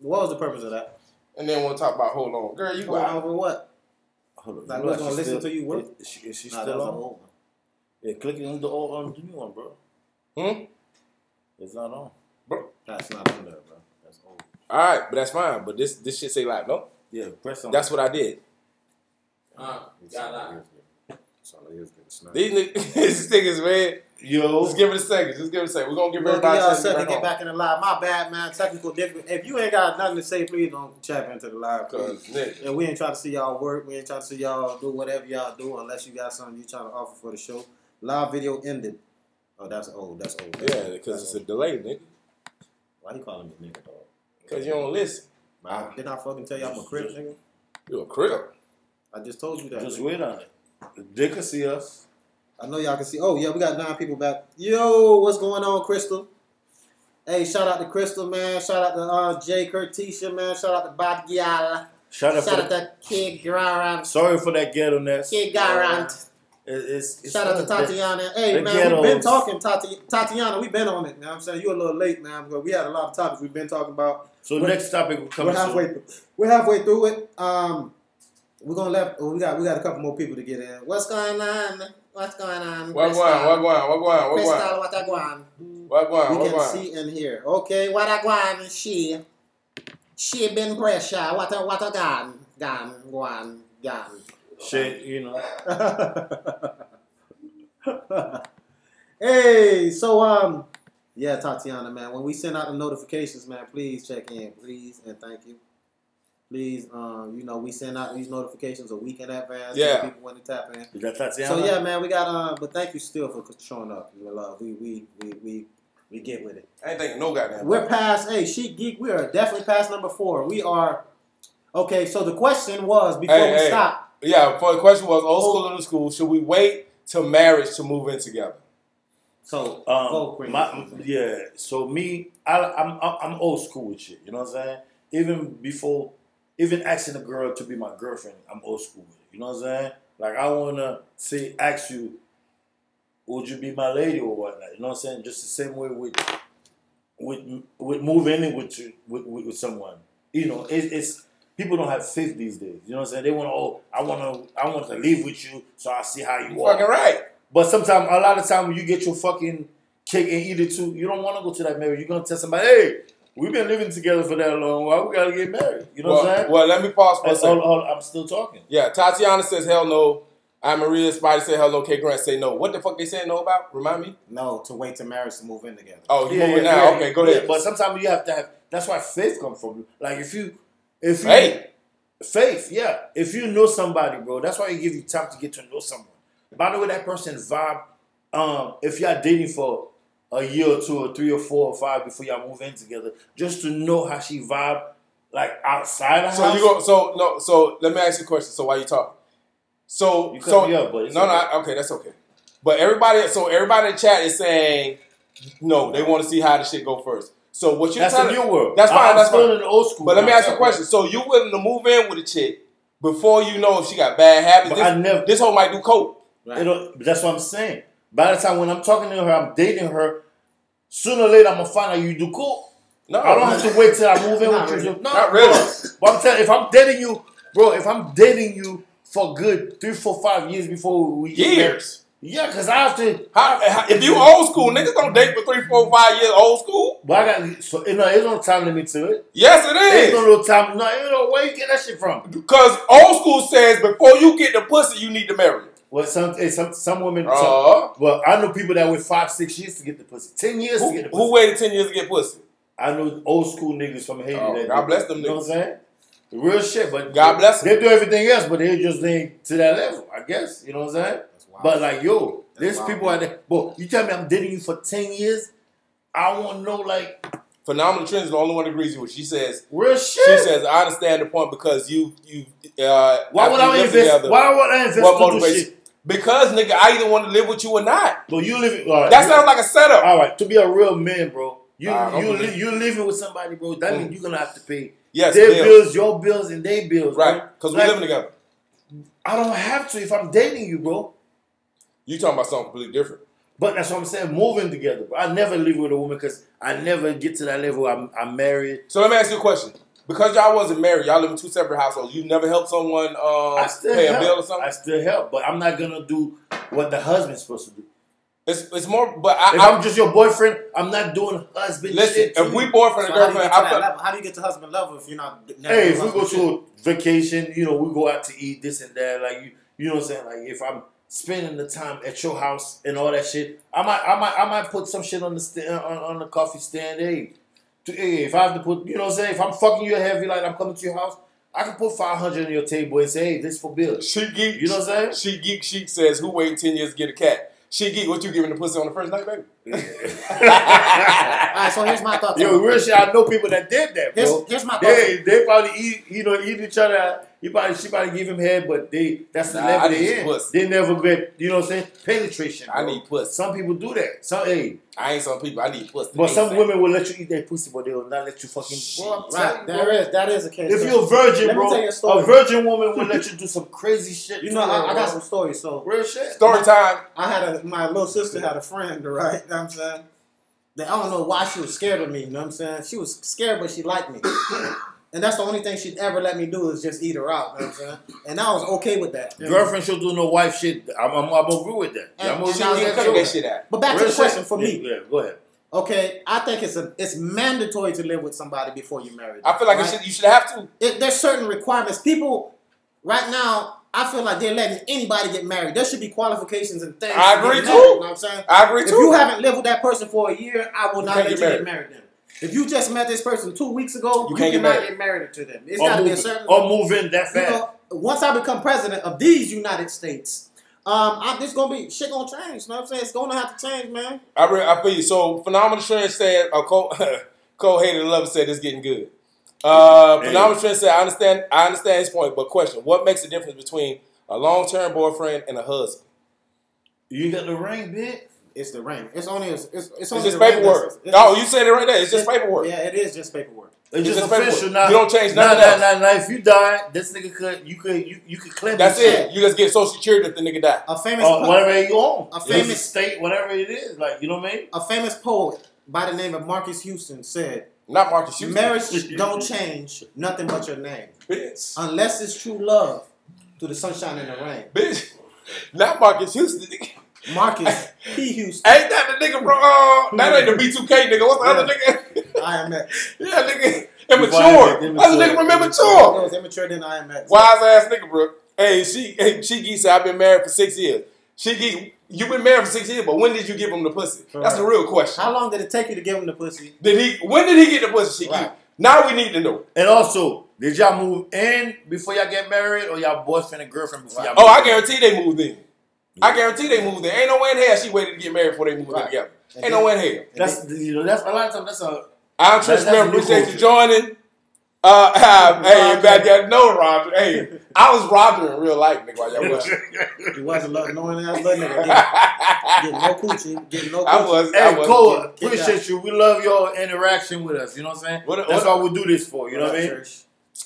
Speaker 2: What was the purpose of that?
Speaker 1: And then we'll talk about hold on. Girl, you go
Speaker 2: Going
Speaker 1: out.
Speaker 2: over what?
Speaker 3: Hold on.
Speaker 2: Like,
Speaker 3: You know
Speaker 2: we're
Speaker 3: how
Speaker 2: gonna
Speaker 3: she
Speaker 2: listen
Speaker 3: still-
Speaker 2: to you work?
Speaker 3: Is she, is she
Speaker 2: Nah, that
Speaker 3: still
Speaker 2: was an
Speaker 3: on?
Speaker 2: old one.
Speaker 3: Yeah, click it on the old on the new one, bro.
Speaker 1: Hmm?
Speaker 3: It's not on.
Speaker 2: That's not on there, bro. That's old.
Speaker 1: Alright, but that's fine. But this this shit say live, no?
Speaker 3: Yeah, press on.
Speaker 1: That's what I did.
Speaker 4: Uh, got that.
Speaker 1: These niggas, these niggas, man.
Speaker 3: yo.
Speaker 1: Just give it a second. Just give it a second. We're gonna give
Speaker 2: Well,
Speaker 1: everybody
Speaker 2: y'all
Speaker 1: time to
Speaker 2: second
Speaker 1: get
Speaker 2: uh, get
Speaker 1: back
Speaker 2: back in the live. My bad, man. Technical difficulty. If you ain't got nothing to say, please don't chat into the live.
Speaker 1: on.
Speaker 2: Please.
Speaker 1: Cause nigga.
Speaker 2: Yeah, we ain't trying to see y'all work. We ain't trying to see y'all do whatever y'all do unless you got something you trying to offer for the show. Live video ended. Oh, that's old. That's old. That's
Speaker 1: Yeah,
Speaker 2: old.
Speaker 1: because
Speaker 2: That's
Speaker 1: it's a
Speaker 2: old.
Speaker 1: delay, nigga.
Speaker 2: Why you calling me nigga, dog?
Speaker 1: Because you don't listen.
Speaker 2: Man, didn't I fucking tell you I'm a crip, nigga?
Speaker 1: You a crib.
Speaker 2: I just told you that.
Speaker 3: Just
Speaker 2: nigga.
Speaker 3: wait on it. They can see us.
Speaker 2: I know y'all can see. Oh, yeah, we got nine people back. Yo, what's going on, Crystal? Hey, shout out to Crystal, man. Shout out to uh, Jay Curtisha, man. Shout out to Bob Giala.
Speaker 3: Shout out
Speaker 2: Shout
Speaker 3: for
Speaker 2: out
Speaker 3: that.
Speaker 2: to Kid Garant.
Speaker 3: Sorry for that ghetto nest.
Speaker 2: Kid Garant.
Speaker 3: It- it's, it's
Speaker 2: Shout out to
Speaker 3: not that-
Speaker 2: Tatiana. Hey
Speaker 3: the
Speaker 2: man, we've been
Speaker 3: ghettos.
Speaker 2: talking Tati- Tatiana. We've been on it. Now I'm saying you a little late, man, because we had a lot of topics we've been talking about.
Speaker 3: So
Speaker 2: We're-
Speaker 3: next topic will come.
Speaker 2: we're halfway. We're halfway through it. Um, we're gonna let. oh, we got. We got a couple more people to get in. What's going on? What's going on?
Speaker 1: What going? What going? What going? What going?
Speaker 2: Crystal, what a going?
Speaker 1: What going?
Speaker 2: We
Speaker 1: What
Speaker 2: can
Speaker 1: going?
Speaker 2: see and hear. Okay, what a going? She, she been pressure. What a what a gone gone gone gone.
Speaker 3: Shit, you know.
Speaker 2: hey, so um, yeah, Tatiana, man. When we send out the notifications, man, please check in, please, and thank you. Please, um, you know, we send out these notifications a week in advance. so
Speaker 1: Yeah.
Speaker 2: people when to tap in.
Speaker 3: Is that Tatiana?
Speaker 2: So yeah, man, we got uh, but thank you still for showing up. You love, we we we we we get with it.
Speaker 1: I ain't thinking no goddamn.
Speaker 2: We're past. Hey, Sheet Geek, we are definitely past number four. We are. Okay, so the question was before
Speaker 1: Hey,
Speaker 2: we
Speaker 1: hey.
Speaker 2: stop.
Speaker 1: Yeah, for the question was
Speaker 3: Oh.
Speaker 1: old school or new school, should we wait till marriage to move in together?
Speaker 2: So
Speaker 3: Um,
Speaker 2: go crazy.
Speaker 3: my- yeah. So me, I, I'm I'm I'm old school with shit. You know what I'm saying? Even before, even asking a girl to be my girlfriend, I'm old school with it. You know what I'm saying? Like I wanna say, ask you, would you be my lady or whatnot? You know what I'm saying? Just the same way with with with moving in with you, with, with with someone. You know, it, it's people don't have faith these days. You know what I'm saying? They want to, oh, I wanna I want to live with you, so I see how you
Speaker 1: You
Speaker 3: are.
Speaker 1: fucking right.
Speaker 3: But sometimes, a lot of time, when you get your fucking cake and eat it too, you don't want to go to that marriage. You're gonna tell somebody, "Hey, we've been living together for that long. Why we gotta get married?" You know
Speaker 1: well,
Speaker 3: what I'm saying?
Speaker 1: well, let me pause for a
Speaker 3: That's
Speaker 1: second.
Speaker 3: all, all- I'm still talking.
Speaker 1: Yeah, Tatiana says hell no. I Maria Spider said hell no. K Grant say no. What the fuck they saying no about? Remind me.
Speaker 2: No, to wait till marriage to move in together.
Speaker 1: Oh, you moving now? okay, go
Speaker 3: yeah,
Speaker 1: ahead.
Speaker 3: But sometimes you have to have. That's why faith comes from. Like if you, if you,
Speaker 1: Hey.
Speaker 3: faith, yeah. If you know somebody, bro, that's why you give you time to get to know someone. By the way, that person's vibe. Um, if y'all dating for a year or two or three or four or five before y'all move in together, just to know how she vibe, like outside of
Speaker 1: So you go. So no. So let me ask you a question. So why you talk? So
Speaker 3: You cut
Speaker 1: so
Speaker 3: me up, but it's
Speaker 1: no no
Speaker 3: okay.
Speaker 1: I- okay that's okay. But everybody, so everybody in the chat is saying no. They want to see how the shit go first. So what you're
Speaker 3: That's a
Speaker 1: telling
Speaker 3: new world.
Speaker 1: That's fine,
Speaker 3: I'm
Speaker 1: that's
Speaker 3: still
Speaker 1: fine.
Speaker 3: in the old school.
Speaker 1: But let me
Speaker 3: now.
Speaker 1: ask you a question. So you willing to move in with a chick before you know if she got bad habits?
Speaker 3: But
Speaker 1: This,
Speaker 3: I never-
Speaker 1: this hoe might do coke.
Speaker 2: Right.
Speaker 3: It'll, that's what I'm saying. By the time when I'm talking to her, I'm dating her. Sooner or later, I'm gonna find out you do cool.
Speaker 1: No,
Speaker 3: I don't have to wait till I move in
Speaker 2: Not
Speaker 3: with you.
Speaker 2: really.
Speaker 3: No,
Speaker 1: Not really.
Speaker 3: bro. But I'm telling, if I'm dating you, bro, if I'm dating you for good three, four, five years before we get married,
Speaker 1: years.
Speaker 3: yeah, because I have to.
Speaker 1: How, how- if you old school, niggas don't date for three, four, five years old school.
Speaker 3: But I got so you know, there's no time limit to it.
Speaker 1: Yes,
Speaker 3: There's
Speaker 1: it
Speaker 3: no
Speaker 1: is.
Speaker 3: little time. No, you know where you get that shit from?
Speaker 1: Because old school says before you get the pussy, you need to marry. her.
Speaker 3: Well, some eh, some some women.
Speaker 1: Uh-huh.
Speaker 3: some- well, I know people that wait five, six years to get the pussy, ten years to
Speaker 1: Who,
Speaker 3: get the pussy.
Speaker 1: who waited ten years to get pussy?
Speaker 3: I know old school niggas from Haiti.
Speaker 1: Oh,
Speaker 3: that
Speaker 1: God
Speaker 3: do
Speaker 1: bless
Speaker 3: that,
Speaker 1: them
Speaker 3: You know
Speaker 1: niggas.
Speaker 3: what I'm saying? Real shit, but
Speaker 1: God bless
Speaker 3: They do everything else, but they just ain't to that level. I guess you know what I'm saying.
Speaker 2: That's wild.
Speaker 3: But like yo,
Speaker 2: That's
Speaker 3: there's
Speaker 2: wild.
Speaker 3: people out there. Bro, you tell me I'm dating you for ten years. I want to know like
Speaker 1: Phenomenal Trends is the only one that agrees with. you. She says,
Speaker 3: real shit.
Speaker 1: she says, I understand the point because you, you, uh,
Speaker 3: why would
Speaker 1: after you
Speaker 3: I
Speaker 1: live
Speaker 3: invest?
Speaker 1: together,
Speaker 3: Why would I invest
Speaker 1: what
Speaker 3: to do
Speaker 1: motivates?
Speaker 3: shit?
Speaker 1: Because nigga, I either want to live with you or not.
Speaker 3: Bro, you living. All right,
Speaker 1: That
Speaker 3: you-
Speaker 1: sounds like a setup.
Speaker 3: all right. To be a real man, bro, you
Speaker 1: Nah, I don't
Speaker 3: you
Speaker 1: believe-
Speaker 3: li- you living with somebody, bro. That
Speaker 1: Mm.
Speaker 3: means you're gonna have to pay
Speaker 1: Yes,
Speaker 3: their
Speaker 1: bills.
Speaker 3: bills. your bills, and their bills. bro.
Speaker 1: right? Because we
Speaker 3: Like,
Speaker 1: living together.
Speaker 3: I don't have to if I'm dating you, bro.
Speaker 1: You talking about something completely different?
Speaker 3: But that's what I'm saying, moving together. Bro. I never live with a woman because I never get to that level. I'm, I'm married.
Speaker 1: So let me ask you a question. Because y'all wasn't married, y'all live in two separate households. You never helped someone uh,
Speaker 3: I still
Speaker 1: pay
Speaker 3: help.
Speaker 1: a bill or something.
Speaker 3: I still help, but I'm not gonna do what the husband's supposed to do.
Speaker 1: it's, it's more, but
Speaker 3: If
Speaker 1: I,
Speaker 3: I'm
Speaker 1: I
Speaker 3: just your boyfriend, I'm not doing husband
Speaker 1: listen.
Speaker 3: shit. to
Speaker 1: If we
Speaker 3: you.
Speaker 1: boyfriend
Speaker 2: So
Speaker 1: and
Speaker 2: how, do you
Speaker 1: Oh,
Speaker 2: get to
Speaker 1: girlfriend, I
Speaker 2: that
Speaker 1: feel,
Speaker 2: level? how do you get to husband level if you're not? never
Speaker 3: hey, if
Speaker 2: doing
Speaker 3: we go
Speaker 2: husband shit?
Speaker 3: to a vacation, you know, we go out to eat this and that. Like you, you know what I'm saying. Like if I'm spending the time at your house and all that shit, I might, I might, I might put some shit on the st- on, on the coffee stand. Hey, to, hey, if I have to put, you know what I'm saying. If I'm fucking you heavy, like I'm coming to your house, I can put five hundred on your table and say, hey, this for bill.
Speaker 1: she geek.
Speaker 3: You know what I'm saying?
Speaker 1: She geek. She says, "Who waited ten years to get a cat?" She geek. What you giving the pussy on the first night, baby?
Speaker 2: All right, so here's my thoughts.
Speaker 3: Yo,
Speaker 2: on it.
Speaker 3: real shit. I know people that did that, bro.
Speaker 2: Here's, here's my thoughts.
Speaker 3: They, they probably eat, you know, eat each other. out. He probably, she probably give him head, but they that's the
Speaker 1: Nah, I
Speaker 3: level
Speaker 1: need
Speaker 3: they in.
Speaker 1: pussy.
Speaker 3: They never get, you know, what I'm saying penetration.
Speaker 1: I
Speaker 3: bro.
Speaker 1: need pussy.
Speaker 3: Some people do that. Some, hey,
Speaker 1: I ain't some people. I need pussy.
Speaker 3: but some
Speaker 1: ASAP.
Speaker 3: women will let you eat their pussy, but they will not let you fucking. Bro, I'm telling
Speaker 2: Right,
Speaker 3: you,
Speaker 2: there
Speaker 3: bro.
Speaker 2: is that is a case.
Speaker 3: If
Speaker 2: study.
Speaker 3: you're a virgin,
Speaker 2: Let me
Speaker 3: bro,
Speaker 2: tell you a story.
Speaker 3: a virgin woman will let you do some crazy shit.
Speaker 2: you
Speaker 3: to
Speaker 2: know,
Speaker 3: her,
Speaker 2: I, I
Speaker 3: bro.
Speaker 2: got some stories. So
Speaker 3: real shit.
Speaker 1: Story time.
Speaker 2: I had a my little sister had a friend, right? You know what I'm saying? That I don't know why she was scared of me, you know what I'm saying? She was scared but she liked me. and that's the only thing she'd ever let me do is just eat her out, you know what I'm saying? And I was okay with that.
Speaker 3: Girlfriend should do no wife shit. I'm, I'm, I'm agree with that.
Speaker 2: And
Speaker 3: I'm
Speaker 2: she
Speaker 3: agree
Speaker 1: She
Speaker 2: now
Speaker 1: geek.
Speaker 3: with
Speaker 2: get
Speaker 1: Cut
Speaker 3: too.
Speaker 1: that shit out.
Speaker 2: But back to
Speaker 3: Real
Speaker 2: the
Speaker 3: shit.
Speaker 2: question for me.
Speaker 3: Yeah, yeah, go ahead.
Speaker 2: Okay, I think it's a it's mandatory to live with somebody before you marry. them,
Speaker 1: I feel like it
Speaker 2: right?
Speaker 1: should, you should have to.
Speaker 2: it, there's certain requirements. People right now, I feel like they're letting anybody get married. There should be qualifications and things. to
Speaker 1: I
Speaker 2: get
Speaker 1: agree
Speaker 2: married,
Speaker 1: too.
Speaker 2: You know what I'm saying?
Speaker 1: I agree
Speaker 2: If
Speaker 1: too.
Speaker 2: you haven't lived with that person for a year, I will not
Speaker 1: can't
Speaker 2: let you
Speaker 1: get
Speaker 2: get married then. If you just met this person two weeks ago,
Speaker 1: You
Speaker 2: you,
Speaker 1: can't get
Speaker 2: cannot
Speaker 1: married.
Speaker 2: get married to them. It's got
Speaker 3: Or
Speaker 2: to be a
Speaker 3: move,
Speaker 2: certain.
Speaker 3: or move in that
Speaker 2: you
Speaker 3: fast.
Speaker 2: know, once I become president of these United States, um, I'm just gonna be shit gonna change. You know what I'm saying? It's gonna have to change, man.
Speaker 1: I, re- I feel you. So, Phenomenal Trend said, uh, Cole, Cole Hated Love said it's getting good. Uh,
Speaker 3: Hey.
Speaker 1: Phenomenal Trend said, I understand, I understand his point, but question: What makes the difference between a long term boyfriend and a husband?
Speaker 3: You got the ring, bitch.
Speaker 2: It's the ring. It's only. It's, it's, it's
Speaker 1: It's
Speaker 2: only
Speaker 1: just
Speaker 2: the ring that's-
Speaker 1: paperwork.
Speaker 2: it's-
Speaker 1: No, you said it right there. It's just paperwork.
Speaker 2: Yeah, it is just paperwork.
Speaker 3: It's just,
Speaker 1: just paperwork.
Speaker 3: official now.
Speaker 1: You don't change
Speaker 3: Nah,
Speaker 1: nothing
Speaker 3: nah,
Speaker 1: else.
Speaker 3: Nah, nah, If you die, this nigga could you could you, you could claim
Speaker 1: That's
Speaker 3: this
Speaker 1: it. You just get Social Security if the nigga die.
Speaker 2: A famous
Speaker 3: shit. Or
Speaker 2: po-
Speaker 3: Uh, whatever you own,
Speaker 2: A
Speaker 3: a
Speaker 2: famous-
Speaker 3: famous state, whatever it is, like you know what I mean.
Speaker 2: a famous poet by the name of Marcus Houston said,
Speaker 1: Not Marcus Houston.
Speaker 2: "Marriage don't change nothing but your name,
Speaker 1: bitch.
Speaker 2: unless it's true love, through the sunshine and the rain."
Speaker 1: Bitch. Not Marcus Houston.
Speaker 2: Marcus P. Houston,
Speaker 1: Ain't that the nigga from uh that ain't the B2K nigga. What's the other nigga?
Speaker 2: IMX.
Speaker 1: yeah, nigga. Immature. That's the nigga from
Speaker 2: That
Speaker 1: immature.
Speaker 2: was immature than IMX.
Speaker 1: Wise ass nigga, bro. Hey, she hey, she geek said I've been married for six years. She geek you been married for six years, but when did you give him the pussy? That's the real question.
Speaker 2: How long did it take you to give him the pussy?
Speaker 1: Did he when did he get the pussy, she
Speaker 2: Right.
Speaker 1: geek? Now we need to know.
Speaker 3: And also, did y'all move in before y'all get married, or y'all boyfriend and girlfriend before y'all?
Speaker 1: Oh, I
Speaker 3: married?
Speaker 1: guarantee they moved in. I guarantee they moved in. Ain't no way in hell she waited to get married before they moved in
Speaker 2: Right.
Speaker 1: together.
Speaker 2: And
Speaker 1: Ain't
Speaker 2: then-
Speaker 1: no way in hell.
Speaker 3: That's you know that's a lot of times that's a
Speaker 1: I'm Trish
Speaker 3: That's- that's
Speaker 1: Miller.
Speaker 3: new
Speaker 1: Appreciate
Speaker 3: culture.
Speaker 1: you joining. Uh, hey,
Speaker 2: Roger.
Speaker 1: back y'all know Roger. Hey, I was Roger in real life, nigga. While y'all was,
Speaker 2: He was a little annoying ass little nigga. Getting,
Speaker 1: I
Speaker 2: getting no coochie, getting no coochie.
Speaker 1: was. I
Speaker 3: Hey,
Speaker 1: was.
Speaker 3: Cole,
Speaker 2: get- get
Speaker 3: appreciate you. We love your interaction with us. You know what I'm saying?
Speaker 1: What-
Speaker 3: that's
Speaker 1: what-
Speaker 3: why we do this for. You know what I mean?
Speaker 2: Church.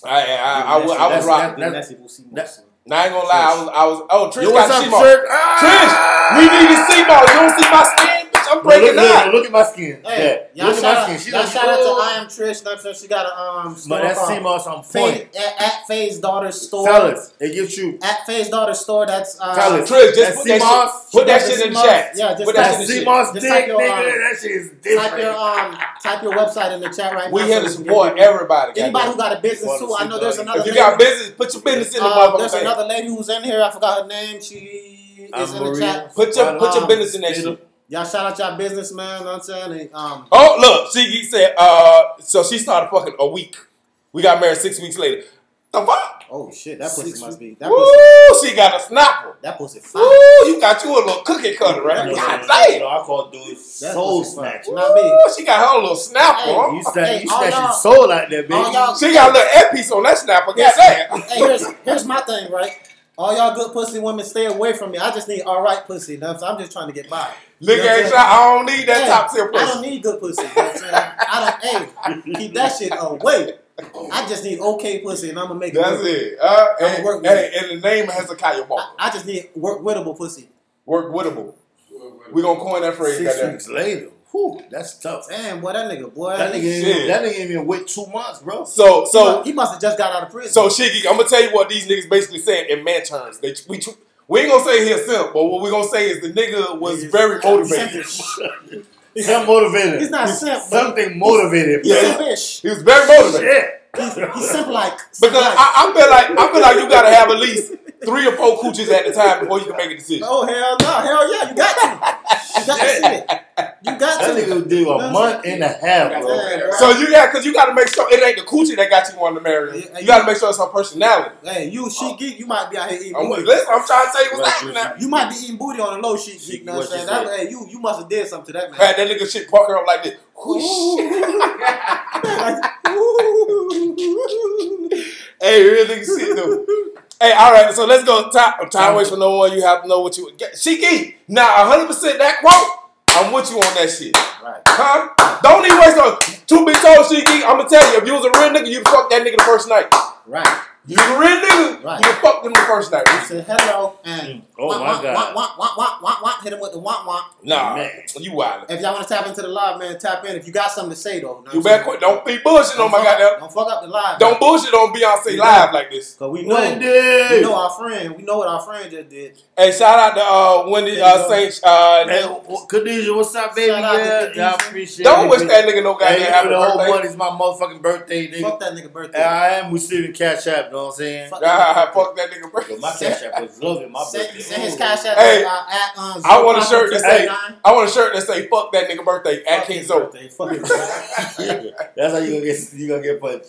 Speaker 1: I, I, I, I, was- I was
Speaker 3: That's-
Speaker 1: Roger.
Speaker 3: that-
Speaker 2: That's evil Seymour.
Speaker 3: that-
Speaker 1: Now, I ain't gonna lie. I was. I was. Oh, Trish
Speaker 3: Yo,
Speaker 1: got
Speaker 3: what's up,
Speaker 1: Seymour.
Speaker 3: Trish?
Speaker 1: Trish, we need to see more. You don't see my skin, bitch. I'm
Speaker 3: Look, look,
Speaker 1: breaking
Speaker 3: look,
Speaker 1: up.
Speaker 3: look at my skin.
Speaker 2: Hey,
Speaker 3: yeah.
Speaker 2: y'all
Speaker 3: Look at
Speaker 2: shout
Speaker 3: my
Speaker 2: out,
Speaker 3: skin. She
Speaker 2: y'all
Speaker 3: like,
Speaker 2: should shout out to
Speaker 3: "Oh."
Speaker 2: I am Trish. Not sure she got a um. Store
Speaker 3: But that
Speaker 2: called
Speaker 3: CMOS on point.
Speaker 2: Faye- at, at Faye's daughter's store.
Speaker 3: Fellas, it gives you
Speaker 2: At Faye's daughter's store. That's uh,
Speaker 3: Fellas.
Speaker 1: Trish, just
Speaker 3: That's
Speaker 1: put that
Speaker 3: CMOS.
Speaker 1: shit. Put that
Speaker 2: That's
Speaker 1: shit in the
Speaker 2: CMOS.
Speaker 1: chat.
Speaker 2: Yeah, just that's
Speaker 1: put
Speaker 3: that
Speaker 1: that shit in the chat.
Speaker 3: CMOS dick,
Speaker 2: Just
Speaker 3: nigga.
Speaker 2: type your, um,
Speaker 3: That shit is
Speaker 2: Type your
Speaker 3: different.
Speaker 2: um, type your website in the chat right
Speaker 1: We
Speaker 2: now. so
Speaker 1: here to
Speaker 2: we can
Speaker 1: support
Speaker 2: get-
Speaker 1: everybody.
Speaker 2: Anybody
Speaker 1: goddamn.
Speaker 2: who got a business too, I know there's another.
Speaker 1: If you
Speaker 2: lady-
Speaker 1: got business, put your business in the
Speaker 2: uh, there's
Speaker 1: motherfucker.
Speaker 2: another lady who's in here. I forgot her name. She
Speaker 3: I'm
Speaker 2: is in the
Speaker 3: Maria.
Speaker 2: chat.
Speaker 1: Put your put your
Speaker 2: Um,
Speaker 1: business in that shit.
Speaker 2: Y'all shout out y'all business man. know what I'm saying. And, um,
Speaker 1: Oh, look, she he said, uh, so she started fucking a week. We got married six weeks later. The fuck?
Speaker 2: oh shit, that pussy
Speaker 3: Six-
Speaker 2: must be that pussy.
Speaker 1: Woo, she got a snapper.
Speaker 2: That pussy fine.
Speaker 1: Woo, you got you a little cookie cutter, right?
Speaker 3: You know,
Speaker 1: God
Speaker 3: you know,
Speaker 1: damn.
Speaker 3: I call dudes
Speaker 2: That
Speaker 3: soul
Speaker 2: pussy fine.
Speaker 3: snatcher.
Speaker 2: Not me.
Speaker 1: Woo, she got her little snapper.
Speaker 2: Hey,
Speaker 1: huh?
Speaker 3: You snatch,
Speaker 2: Hey,
Speaker 3: you
Speaker 2: all
Speaker 3: snatch your
Speaker 2: y'all-
Speaker 3: soul out there,
Speaker 2: all
Speaker 3: bitch.
Speaker 2: y'all-
Speaker 1: She got a little earpiece on that snapper. God damn.
Speaker 2: Hey, here's here's my thing, right? All y'all good pussy women, stay away from me. I just need all right pussy. you know what I'm saying? I'm just trying to get by.
Speaker 1: Look
Speaker 2: You know what I'm
Speaker 1: at
Speaker 2: saying?
Speaker 1: you. I don't need that
Speaker 2: Hey,
Speaker 1: top tier
Speaker 2: I don't
Speaker 1: pussy.
Speaker 2: need good pussy. you know what I'm saying? I don't. Hey, keep that shit away. I just need okay pussy, and I'm gonna make it.
Speaker 1: That's
Speaker 2: work.
Speaker 1: it. Uh,
Speaker 2: I'ma
Speaker 1: and,
Speaker 2: work
Speaker 1: and,
Speaker 2: with it.
Speaker 1: and the name of Hezekiah
Speaker 2: I,
Speaker 1: Walker.
Speaker 2: I just need work wittable pussy.
Speaker 1: Work wittable. We're going to coin that phrase.
Speaker 3: Six
Speaker 1: goddamn.
Speaker 3: weeks later, whew, that's tough.
Speaker 2: Damn, boy, that nigga, boy,
Speaker 3: That nigga, ain't
Speaker 1: Shit.
Speaker 3: even, that nigga ain't even wait two months, bro.
Speaker 1: So, so
Speaker 2: he must have just got out of prison.
Speaker 1: So Shiggy, I'm gonna tell you what these niggas basically saying in man terms. They we tr- we ain't gonna say he a simp, but what we gonna say is the nigga was
Speaker 2: Niggas-
Speaker 1: very motivated.
Speaker 3: Something motivated.
Speaker 2: he's not simp, but-
Speaker 3: Something motivated,
Speaker 2: he's
Speaker 3: bro.
Speaker 1: Yeah.
Speaker 2: simpish.
Speaker 1: He was very motivated
Speaker 3: Shit.
Speaker 2: He's simp like.
Speaker 1: because I, I feel like I feel like you gotta have at least three or four cooches at the time before you can make a decision.
Speaker 2: Oh hell no! Hell yeah! You got to. You got to see it. You got
Speaker 3: That
Speaker 2: to.
Speaker 3: nigga did a month and a half, bro.
Speaker 2: Yeah,
Speaker 1: So you got because you gotta make sure it ain't the coochie that got you wanting to marry. him. You gotta make sure it's her personality.
Speaker 2: Hey, you she geek, you might be out here eating
Speaker 1: I'm,
Speaker 2: booty.
Speaker 1: listen, I'm trying to tell you what's happening. now.
Speaker 2: You might be eating booty on a low sheet geek. You know what I'm
Speaker 3: What you
Speaker 2: saying? That, hey, you you must have did something to that man.
Speaker 1: Had that nigga shit parking up like this. hey, real nigga shit though. Hey, all right, so let's go. Time, time waits for no one. You have to know what you get. Shiki, now 100 percent that quote. I'm with you on that shit.
Speaker 2: Right.
Speaker 1: Huh? Don't even waste no. To be told, Shiki, I'm gonna tell you. If you was a real nigga, you'd fuck that nigga the first night.
Speaker 2: Right.
Speaker 1: You was a real nigga,
Speaker 2: Right.
Speaker 1: you'd fuck him the first night.
Speaker 2: You said hello and
Speaker 3: Oh,
Speaker 2: wah,
Speaker 3: my
Speaker 2: wah,
Speaker 3: God.
Speaker 2: wah, wah, wah, wah, wah, wah. hit him with the wah wah.
Speaker 1: Nah,
Speaker 3: Man.
Speaker 1: you wild.
Speaker 2: If y'all want to tap into the live, man, tap in. If you got something to say though, know
Speaker 1: You
Speaker 2: what I'm
Speaker 1: better quit. Don't be bullshitting
Speaker 2: saying?
Speaker 1: on my
Speaker 2: fuck up-
Speaker 1: goddamn.
Speaker 2: Don't fuck up the live.
Speaker 1: Don't bullshit on Beyonce live like this.
Speaker 2: Cause we
Speaker 3: One
Speaker 2: know,
Speaker 3: day.
Speaker 2: we know our friend. We know what our friend just did.
Speaker 1: Hey, shout out to uh, Wendy uh, Saint.
Speaker 3: Hey,
Speaker 1: Uh,
Speaker 3: wh- Khadijah, what's up, baby?
Speaker 2: Shout out to
Speaker 3: Yeah,
Speaker 2: Khadijah.
Speaker 3: yeah, I appreciate
Speaker 1: don't
Speaker 3: it.
Speaker 1: wish that nigga no goddamn
Speaker 3: Hey, you
Speaker 1: happy
Speaker 3: know the whole
Speaker 1: birthday.
Speaker 3: month is my motherfucking birthday, nigga.
Speaker 2: Fuck that nigga birthday.
Speaker 3: And I am receiving cash app, you know what I'm saying?
Speaker 2: Fuck
Speaker 1: Ah, fuck that nigga birthday.
Speaker 3: Yo, my cash app was loving my
Speaker 2: Send,
Speaker 3: birthday. Oh,
Speaker 2: send his
Speaker 3: Ooh.
Speaker 2: cash out
Speaker 1: Hey,
Speaker 2: uh, at um,
Speaker 1: I want a shirt that say
Speaker 2: 09.
Speaker 1: I want a shirt that say fuck that nigga birthday at
Speaker 2: Fuck
Speaker 1: King
Speaker 2: his
Speaker 1: Zo.
Speaker 2: birthday. Fuck his birthday.
Speaker 3: That's how you gonna get you gonna get punched.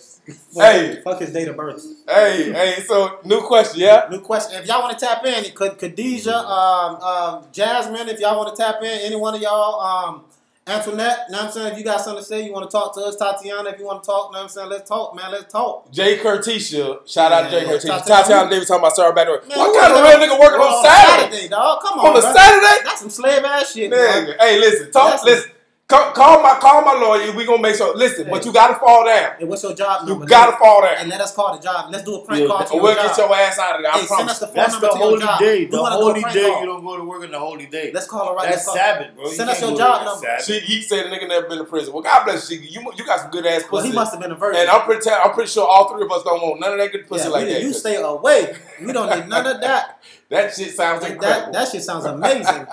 Speaker 2: Fuck-
Speaker 1: Hey.
Speaker 2: fuck his date of birth.
Speaker 1: Hey, hey, so new question, yeah?
Speaker 2: New question. If y'all want to tap in, could Khadijah, um, um, Jasmine, if y'all want to tap in, any one of y'all, um, Antoinette, know what I'm saying? If you got something to say, you want to talk to us, Tatiana, if you want to talk, know what I'm saying? Let's talk, man. Let's talk.
Speaker 1: Jay Curtisha, shout out to Jay
Speaker 2: Yeah,
Speaker 1: Curtisha.
Speaker 2: Tatiana-
Speaker 1: Tatiana Davis talking about sorry bad Door.
Speaker 2: Man,
Speaker 1: What
Speaker 2: who
Speaker 1: kind of
Speaker 2: the-
Speaker 1: real nigga working on Saturday?
Speaker 2: dog. Come on.
Speaker 1: On a
Speaker 2: bruh.
Speaker 1: Saturday?
Speaker 2: That's some slave ass shit, man.
Speaker 1: Nigga, hey, listen, talk,
Speaker 2: That's-
Speaker 1: listen, call, call my call my lawyer. We gonna make sure. Listen, but you gotta fall down.
Speaker 2: And what's your job
Speaker 1: You
Speaker 2: number?
Speaker 1: gotta
Speaker 2: Let-
Speaker 1: fall down,
Speaker 2: And let us call the job. Let's do a prank
Speaker 3: Yeah,
Speaker 2: call.
Speaker 3: that-
Speaker 2: To
Speaker 1: and
Speaker 2: your
Speaker 1: we'll
Speaker 2: job.
Speaker 1: get your ass out of there. I
Speaker 2: Hey, send us
Speaker 1: promise.
Speaker 2: the
Speaker 1: you.
Speaker 2: phone
Speaker 3: That's
Speaker 2: number
Speaker 3: the
Speaker 2: to your
Speaker 3: holy
Speaker 2: job.
Speaker 3: day.
Speaker 2: We
Speaker 3: The
Speaker 2: wanna do a
Speaker 3: holy
Speaker 2: prank
Speaker 3: day
Speaker 2: call.
Speaker 3: you don't go to work on the holy day.
Speaker 2: Let's call her right
Speaker 3: That's
Speaker 2: now.
Speaker 3: Sabbath, bro. You
Speaker 2: Send us
Speaker 3: can't
Speaker 2: your
Speaker 3: go to
Speaker 2: job
Speaker 3: work on
Speaker 2: number.
Speaker 3: Sabbath.
Speaker 1: She, he said the nigga never been to prison. Well, God bless you. Shiggy. You you got some good ass pussy.
Speaker 2: Well, he must have been a virgin.
Speaker 1: And I'm pretty, I'm pretty sure all three of us don't want none of that good pussy
Speaker 2: Yeah,
Speaker 1: like
Speaker 2: we-
Speaker 1: that.
Speaker 2: You
Speaker 1: 'cause
Speaker 2: stay away. We don't need none of that.
Speaker 1: that shit sounds
Speaker 2: Like that,
Speaker 1: incredible.
Speaker 2: that shit sounds amazing.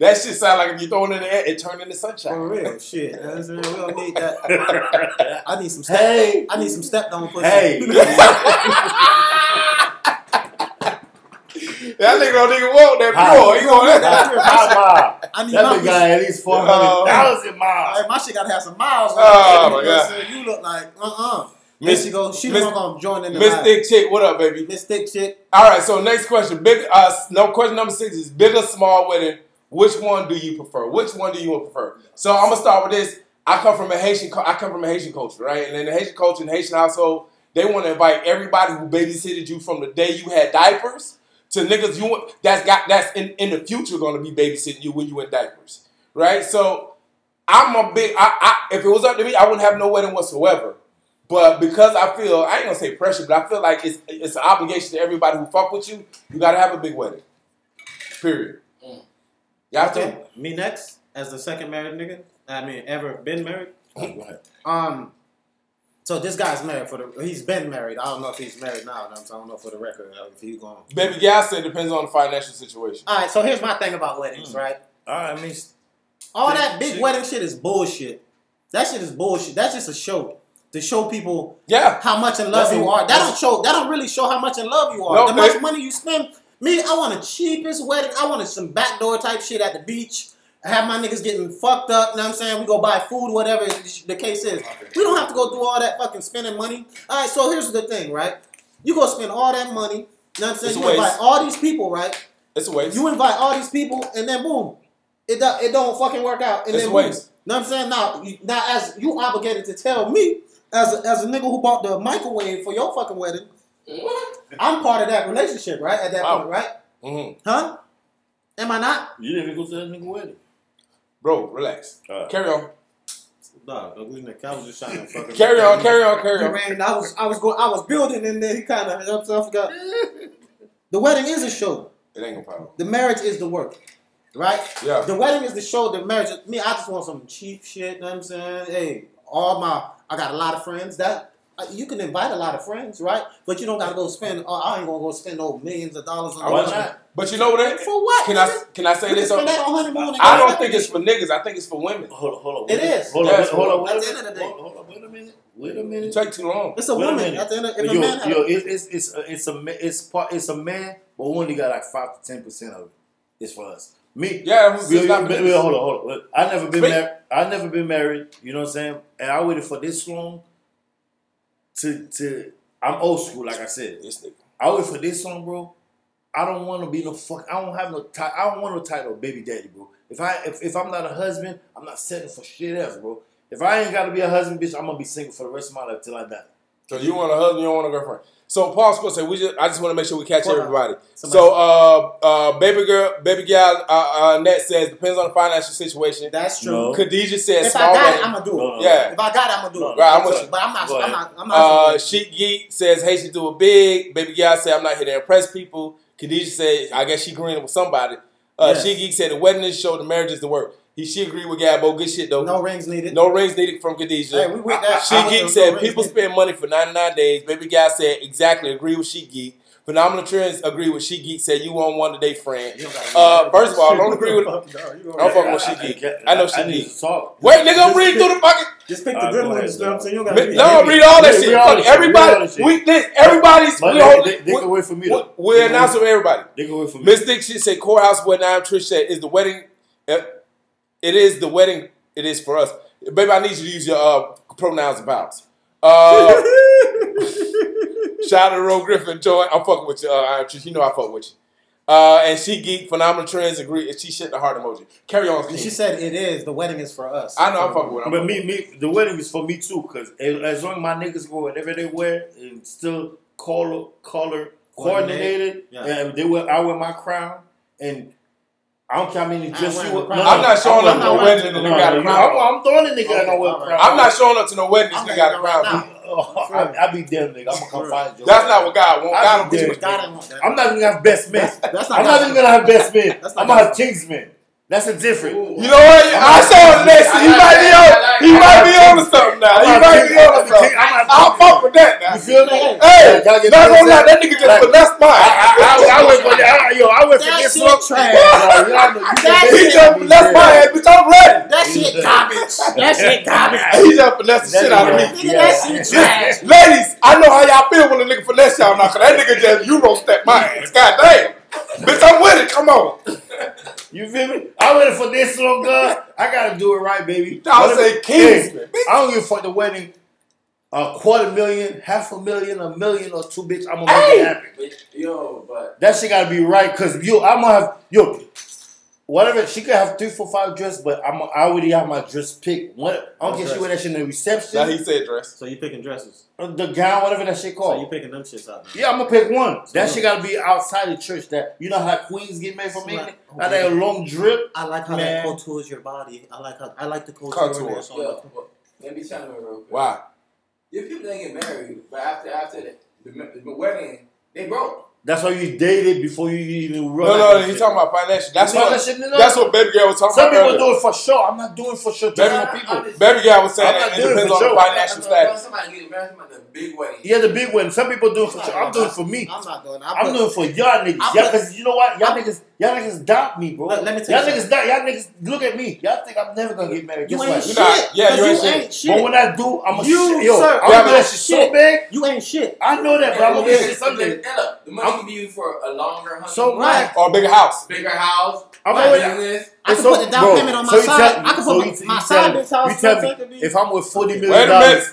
Speaker 1: That shit sound like if you throw it in the air, it turn into sunshine.
Speaker 2: For real, shit. You know what I'm saying? We don't need that.
Speaker 3: hey,
Speaker 2: I need some step.
Speaker 3: hey,
Speaker 2: I need some step on pussy.
Speaker 1: That nigga don't even want that
Speaker 3: Hi.
Speaker 1: pure. He want that.
Speaker 3: High five.
Speaker 2: I need
Speaker 3: That
Speaker 2: my
Speaker 3: big guy at least four hundred thousand miles.
Speaker 2: Hey, my shit gotta have some miles. on it.
Speaker 1: Oh,
Speaker 2: You know
Speaker 1: my
Speaker 2: what I'm
Speaker 1: God.
Speaker 2: saying? You look like uh uh
Speaker 1: Miss-
Speaker 2: Miss, she go, she
Speaker 1: Miss-
Speaker 2: not gonna join in the
Speaker 1: Miss Thick Chick, what up, baby?
Speaker 2: Miss Thick shit.
Speaker 1: All right, so next question. Big uh no question number six is big or small wedding. Which one do you prefer? Which one do you prefer? So I'm gonna start with this. I come from a Haitian cu- I come from a Haitian culture, right? And in the Haitian culture, in the Haitian household, they want to invite everybody who babysitted you from the day you had diapers to niggas you want that's got that's in, in the future gonna be babysitting you when you in diapers. Right? So I'm a big I, I if it was up to me, I wouldn't have no wedding whatsoever. But because I feel I ain't gonna say pressure, but I feel like it's it's an obligation to everybody who fuck with you. You gotta have a big wedding. Period.
Speaker 4: Mm.
Speaker 1: Y'all too.
Speaker 2: Okay. Me next, as the second married nigga. I mean, ever been married.
Speaker 1: Oh,
Speaker 3: Go ahead.
Speaker 2: Um, so this guy's married for the. He's been married. I don't know if he's married now. I don't know for the record uh, if he's going.
Speaker 1: Baby Gal said it depends on the financial situation.
Speaker 2: All right. So here's my thing about weddings,
Speaker 1: Hmm.
Speaker 3: Mm.
Speaker 2: right?
Speaker 3: All right, I mean,
Speaker 2: All
Speaker 3: Big
Speaker 2: that big
Speaker 3: shit.
Speaker 2: wedding shit is bullshit. That shit is bullshit. That's just a show to show people
Speaker 1: Yeah.
Speaker 2: how much in love
Speaker 1: That's
Speaker 2: you
Speaker 1: a-
Speaker 2: are. That don't show. That don't really show how much in love you
Speaker 1: No,
Speaker 2: are. the
Speaker 1: they-
Speaker 2: much money you spend. Me, I want a cheapest wedding. I wanted some backdoor type shit at the beach. I have my niggas getting fucked up. You know what I'm saying? We go buy food, whatever the case is. We don't have to go through all that fucking spending money. All right. So here's the thing, right? You go spend all that money. You know what I'm saying?
Speaker 1: It's a
Speaker 2: you invite
Speaker 1: waste.
Speaker 2: all these people, right?
Speaker 1: It's a waste.
Speaker 2: You invite all these people, and then boom, it do, it don't fucking work out. And
Speaker 1: It's
Speaker 2: then
Speaker 1: a waste.
Speaker 2: Know what I'm saying now, you, now as you obligated to tell me as a, as a nigga who bought the microwave for your fucking wedding, I'm part of that relationship, right? At that
Speaker 1: Wow.
Speaker 2: point, right?
Speaker 1: Mhm.
Speaker 2: Huh? Am I not?
Speaker 3: you didn't even go to that nigga wedding.
Speaker 1: Bro, relax.
Speaker 3: All right.
Speaker 1: Carry on.
Speaker 2: No, I was just trying to fucking
Speaker 1: Carry on, carry on, carry on.
Speaker 2: Man, I was I was going I was building, and then he kind of I forgot. The wedding is a show.
Speaker 1: It ain't gonna pop.
Speaker 2: The marriage is the work, right?
Speaker 1: Yeah.
Speaker 2: The wedding is the show, the marriage. Me, I just want some cheap shit. You know what I'm saying? Hey, all my, I got a lot of friends. That uh, you can invite a lot of friends, right? But you don't gotta go spend. Oh, I ain't gonna go spend no millions of dollars on.
Speaker 3: Why
Speaker 2: a
Speaker 3: not?
Speaker 1: But you know what?
Speaker 2: wedding. For what?
Speaker 1: Can I can I say
Speaker 2: You can
Speaker 1: this?
Speaker 2: spend that on honeymoon. and
Speaker 1: I
Speaker 2: go
Speaker 1: don't think
Speaker 2: fucking-
Speaker 1: it's for niggas. I think it's for women.
Speaker 3: Hold on, hold on.
Speaker 2: It
Speaker 3: wait a-
Speaker 2: is.
Speaker 3: Hold on,
Speaker 1: That's
Speaker 3: hold on. wait a
Speaker 2: At the end of the
Speaker 3: minute,
Speaker 2: day.
Speaker 3: Hold on, wait a minute. Wait a
Speaker 1: You
Speaker 3: minute.
Speaker 1: take too long.
Speaker 2: It's a
Speaker 3: Wait a
Speaker 2: woman.
Speaker 3: minute.
Speaker 2: At the end of, if
Speaker 3: yo,
Speaker 2: a man had-
Speaker 3: yo, it, it's it's a- it's a ma- it's part it's a man, but we only got like five to ten percent of it. It's for us. Me,
Speaker 1: Yeah, it's
Speaker 3: we, we,
Speaker 1: not for
Speaker 3: we-
Speaker 1: niggas.
Speaker 3: hold on, hold on. Look, I never been
Speaker 1: Speak.
Speaker 3: married. I never been married. You know what I'm saying? And I waited for this long to to. I'm old school, like I said.
Speaker 1: This nigga.
Speaker 3: I wait for this song, bro. I don't want to be no fuck. I don't have no. Ti- I don't want no title, baby daddy, bro. If I if, if I'm not a husband, I'm not settling for shit else, bro. If I ain't gotta be a husband, bitch, I'm gonna be single for the rest of my life till I die.
Speaker 1: So you want a husband, you don't want a girlfriend. So Paul Squirt said, "We just, I just want to make sure we catch
Speaker 2: Hold on.
Speaker 1: everybody."
Speaker 2: Somebody-
Speaker 1: So, uh, uh, baby girl, baby gal, uh, uh, Net says depends on the financial situation.
Speaker 2: That's true.
Speaker 3: No.
Speaker 1: Khadija says
Speaker 2: If I got
Speaker 1: small
Speaker 2: it,
Speaker 1: wedding.
Speaker 2: I'm gonna do it.
Speaker 3: No, no,
Speaker 1: Yeah.
Speaker 2: If I got it, I'm gonna do it.
Speaker 1: Right, I'm with you.
Speaker 2: But I'm not.
Speaker 3: Go
Speaker 2: I'm
Speaker 3: ahead.
Speaker 2: not. I'm not.
Speaker 1: Uh, Sheik Geek says Haitian do it big. Baby gal said I'm not here to impress people. Khadija said I guess she agreeing with somebody. Uh,
Speaker 3: Yes.
Speaker 1: Sheik Geek said the wedding is show, the marriage is the work. He she agreed with Gabbo. Good shit though.
Speaker 2: no rings needed.
Speaker 1: No rings needed from Khadija.
Speaker 2: Hey, we with that.
Speaker 1: She
Speaker 2: I- I-
Speaker 1: Geek
Speaker 2: no
Speaker 1: said
Speaker 2: rings
Speaker 1: people
Speaker 2: needed.
Speaker 1: spend money for 99 days. Baby guy said exactly. Agree with She Geek. Phenomenal Trends agree with She Geek. Said you want one today, friend.
Speaker 2: You don't gotta-
Speaker 1: Uh, first of all, I don't agree with.
Speaker 2: Fuck no, you don't-
Speaker 1: I'm fucking with She Geek. I know She
Speaker 3: I need
Speaker 1: Geek.
Speaker 3: to talk.
Speaker 1: Wait, nigga, I'm reading through the fucking.
Speaker 2: Just pick the
Speaker 3: Alright,
Speaker 2: good
Speaker 3: go
Speaker 2: ones.
Speaker 3: ahead,
Speaker 2: You know what I'm saying? You don't gotta
Speaker 1: Mi- No, read all that
Speaker 3: Read-
Speaker 1: shit.
Speaker 3: read all
Speaker 1: Fuck
Speaker 3: that
Speaker 1: it.
Speaker 3: shit. Read all
Speaker 1: Everybody,
Speaker 3: that shit.
Speaker 1: we, this, everybody's.
Speaker 3: But
Speaker 1: We
Speaker 3: they,
Speaker 1: hold
Speaker 3: they, they can
Speaker 1: we,
Speaker 3: wait for me.
Speaker 1: we,
Speaker 3: though.
Speaker 1: we announce it for everybody.
Speaker 3: They can wait for me.
Speaker 1: Mystic shit said courthouse wedding. I'm Trish said is the wedding. eh, It is the wedding. It is for us. Baby, I need you to use your uh, pronouns and vowels. Uh, Shout out to Ro Griffin, Joy. I'm fucking with you. Uh, Iron Trish. You know I fuck with you. Uh, and she geek, phenomenal trends, agree. And she shit the heart emoji. Carry on.
Speaker 2: And
Speaker 1: King.
Speaker 2: she said it is. The wedding is for us.
Speaker 1: I know I'm fucking with her.
Speaker 3: But me, me, the wedding is for me too, cause as as long as my niggas go whatever they wear and still color, color coordinated,
Speaker 2: Coordinated, yeah.
Speaker 3: and they wear, I wear my crown, and I don't care how many
Speaker 2: I
Speaker 3: dress
Speaker 2: wear
Speaker 3: you
Speaker 2: my
Speaker 3: wear.
Speaker 2: crown.
Speaker 3: No,
Speaker 1: I'm
Speaker 3: no,
Speaker 1: not showing
Speaker 3: I'm
Speaker 1: up to
Speaker 3: not
Speaker 1: no
Speaker 3: wearing-
Speaker 1: wedding and
Speaker 3: no,
Speaker 1: nigga got a
Speaker 3: no,
Speaker 1: crown.
Speaker 3: I'm, I'm throwing the nigga that don't wear
Speaker 2: Okay,
Speaker 3: crown.
Speaker 1: I'm not showing up to no wedding. This
Speaker 2: I'm not
Speaker 1: nigga got a
Speaker 2: gonna lie.
Speaker 1: crown.
Speaker 3: Oh, I, I be damn nigga. I'm gonna come find you.
Speaker 1: That's not what God wants.
Speaker 3: I
Speaker 1: God
Speaker 3: be
Speaker 1: don't
Speaker 3: dead.
Speaker 1: want you.
Speaker 2: God didn't want that.
Speaker 3: I'm not even gonna have best men.
Speaker 2: That's not.
Speaker 3: I'm not even gonna have best men.
Speaker 2: That's not
Speaker 3: I'm gonna have
Speaker 2: God.
Speaker 3: king's men. That's a different.
Speaker 1: You know what? I saw it next. He
Speaker 4: I like
Speaker 1: might be on.
Speaker 4: that. I
Speaker 1: He
Speaker 4: like
Speaker 1: might
Speaker 4: that.
Speaker 1: be on to something now. He
Speaker 3: I'm
Speaker 1: might
Speaker 3: not
Speaker 1: be
Speaker 3: kidding.
Speaker 1: on to
Speaker 3: I'm not
Speaker 1: something.
Speaker 3: kidding. I'm not
Speaker 1: I'll fuck with that now.
Speaker 3: You feel me? Can
Speaker 1: Hey,
Speaker 3: I get the
Speaker 1: not gonna lie,
Speaker 3: consent?
Speaker 1: that nigga just
Speaker 3: Like-
Speaker 1: finessed
Speaker 3: I,
Speaker 1: mine.
Speaker 3: I, I went for that. I, yo, I went for
Speaker 2: That
Speaker 3: this
Speaker 2: shit
Speaker 3: look.
Speaker 2: trash.
Speaker 3: Yo, y'all know you
Speaker 2: That
Speaker 3: can-
Speaker 1: He just finessed my ass, bitch. I'm ready.
Speaker 2: That shit garbage. That shit garbage.
Speaker 1: He just finessed the shit out of me.
Speaker 2: Nigga, that shit trash.
Speaker 1: Ladies, I know how y'all feel when a nigga finesse y'all now, cause that nigga just euro step my ass. God damn. Bitch, I'm with it. Come on.
Speaker 3: You feel me? I went for this long girl. I gotta do it right, baby.
Speaker 1: I'll
Speaker 3: What
Speaker 1: say
Speaker 3: if-
Speaker 1: Kings,
Speaker 3: Hey,
Speaker 1: man. Bitch.
Speaker 3: I don't give a fuck the wedding. A quarter million, half a million, a million or two, bitch. I'm gonna make
Speaker 1: Hey.
Speaker 3: it happen.
Speaker 4: But, yo, but
Speaker 3: That shit gotta be right, cause yo, I'm gonna have yo, whatever. She could have three, four, five dress, but I'm I already have my dress picked. What? I don't care. if She wear that shit in the
Speaker 1: Now he
Speaker 3: reception,
Speaker 1: said dress.
Speaker 2: So you picking dresses?
Speaker 3: the gown, whatever that shit
Speaker 2: So you
Speaker 3: called.
Speaker 2: picking them shits out?
Speaker 3: Yeah, I'm gonna pick one. That
Speaker 2: So-
Speaker 3: shit gotta be outside the church. That you know how queens get made from
Speaker 2: So
Speaker 3: England.
Speaker 2: like-
Speaker 3: How that long drip.
Speaker 2: I like how
Speaker 3: Man.
Speaker 2: that contours your body. I like how I like the contour.
Speaker 1: Contour.
Speaker 2: there, so I like-
Speaker 4: yo, but, let me tell you real quick.
Speaker 1: Why?
Speaker 4: If people didn't get married, but after after the, the, the wedding, they broke.
Speaker 3: That's why you dated before you even run.
Speaker 1: No,
Speaker 3: out
Speaker 1: no,
Speaker 3: that
Speaker 1: he
Speaker 3: shit.
Speaker 1: talking about financial. That's
Speaker 3: You know
Speaker 1: what
Speaker 3: that shit, nigga?
Speaker 1: that's what baby girl was talking
Speaker 3: Some
Speaker 1: about.
Speaker 3: people
Speaker 1: earlier.
Speaker 3: do it for show. I'm not doing for show.
Speaker 1: Baby-
Speaker 3: Talking about people.
Speaker 1: Baby girl was saying
Speaker 3: I'm not
Speaker 1: that it
Speaker 3: doing it
Speaker 1: depends
Speaker 3: for
Speaker 1: on the
Speaker 3: sure.
Speaker 1: financial status.
Speaker 4: Somebody get married, somebody in a big wedding.
Speaker 3: Yeah, the big one. Some people do it for
Speaker 2: I'm
Speaker 3: show.
Speaker 2: not
Speaker 3: I'm doing
Speaker 2: doing
Speaker 3: it for me.
Speaker 2: I'm not doing.
Speaker 3: I'm doing it for y'all niggas.
Speaker 2: I'm
Speaker 3: Y'all,
Speaker 2: not-
Speaker 3: cause you know what? Y'all
Speaker 2: I'm-
Speaker 3: niggas, y'all niggas doubt me, bro.
Speaker 2: Look, let me tell
Speaker 3: y'all
Speaker 2: you
Speaker 3: niggas doubt. Y'all niggas look at me. Y'all think I'm never gonna get married. Guess
Speaker 2: You ain't
Speaker 3: what?
Speaker 1: You
Speaker 2: shit.
Speaker 1: not- yeah,
Speaker 2: 'cause
Speaker 1: you
Speaker 2: you
Speaker 1: ain't
Speaker 2: ain't
Speaker 1: shit.
Speaker 2: shit.
Speaker 3: But when I do, I'm a
Speaker 2: You,
Speaker 3: shit. Yo, I'm
Speaker 2: sir,
Speaker 1: Yeah,
Speaker 3: gonna
Speaker 1: but-
Speaker 3: that shit so big.
Speaker 2: You ain't shit.
Speaker 3: I know that, but I'm
Speaker 4: And
Speaker 3: gonna
Speaker 4: the
Speaker 3: get
Speaker 4: money
Speaker 3: shit someday.
Speaker 4: is- and look, the money can be used for a longer honeymoon,
Speaker 3: So
Speaker 2: Right.
Speaker 1: Or a bigger house.
Speaker 4: bigger house,
Speaker 3: I'm
Speaker 4: my
Speaker 3: already-
Speaker 4: business.
Speaker 2: I can
Speaker 3: So-
Speaker 2: put the down
Speaker 3: bro,
Speaker 2: payment on my
Speaker 3: so you
Speaker 2: side.
Speaker 3: tell-
Speaker 2: I can
Speaker 3: so
Speaker 2: put
Speaker 3: you-
Speaker 2: my,
Speaker 3: you
Speaker 2: my
Speaker 3: tell
Speaker 2: side
Speaker 3: me-
Speaker 2: bitch house.
Speaker 3: You tell
Speaker 2: so it
Speaker 3: me
Speaker 2: could be-
Speaker 3: if I'm with forty million
Speaker 1: Wait a minute.
Speaker 3: dollars.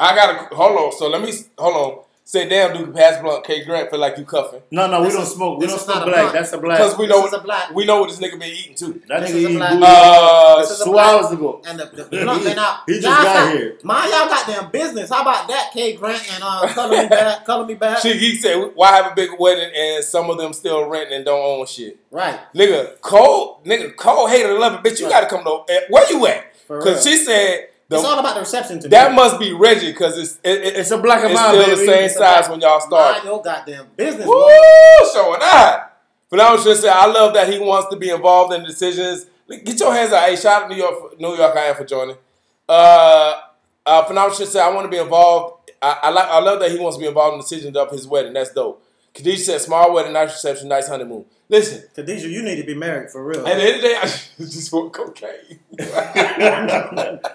Speaker 1: I gotta hold on. So let me hold on. Say damn Duke pass blunt K Grant feel like you cuffing.
Speaker 3: No, no, we
Speaker 2: This
Speaker 3: don't
Speaker 2: is-
Speaker 3: smoke. We
Speaker 2: this
Speaker 3: don't
Speaker 2: is not
Speaker 3: smoke
Speaker 2: a
Speaker 3: black.
Speaker 2: blunt.
Speaker 3: That's a black.
Speaker 1: Because we
Speaker 2: This
Speaker 1: know
Speaker 2: is a black.
Speaker 1: we know what this nigga been eating too.
Speaker 3: that
Speaker 2: this
Speaker 3: nigga
Speaker 2: is a
Speaker 3: eating
Speaker 2: black-
Speaker 3: booty.
Speaker 1: Uh
Speaker 2: This is a
Speaker 3: two
Speaker 2: black-
Speaker 3: hours ago.
Speaker 2: And the, the blunt went out.
Speaker 3: He just
Speaker 2: Y'all
Speaker 3: got
Speaker 2: got-
Speaker 3: here.
Speaker 2: Mind y'all goddamn business. How about that, K. Grant and uh, color me bad, color me bad.
Speaker 1: she he said, why have a big wedding and some of them still renting and don't own shit?
Speaker 2: right.
Speaker 1: Nigga, Cole, nigga, Cole hated love it. Bitch, you gotta come to eh, where you at?
Speaker 2: For
Speaker 1: Cause she said the-
Speaker 2: it's all about the reception to
Speaker 1: that
Speaker 2: me.
Speaker 1: must be Reggie, cause it's it, it,
Speaker 3: It's a black and
Speaker 1: it's
Speaker 3: mine,
Speaker 1: still
Speaker 3: baby.
Speaker 1: the same
Speaker 3: It's a
Speaker 1: size when y'all
Speaker 2: Mind
Speaker 1: started.
Speaker 2: your goddamn business.
Speaker 1: Woo,
Speaker 2: woman.
Speaker 1: showing out. But I was just saying, I love that he wants to be involved in decisions. Like, Get your hands out. Hey, shout out to New York, New York. I am for joining. Uh, uh, phenomenal should say I want to be involved. I, I like. I love that he wants to be involved in decisions of his wedding. That's dope. Khadijah said, "Small wedding, nice reception, nice honeymoon." Listen,
Speaker 2: Khadijah, you need to be married for real.
Speaker 1: at the end of the day, I just want cocaine.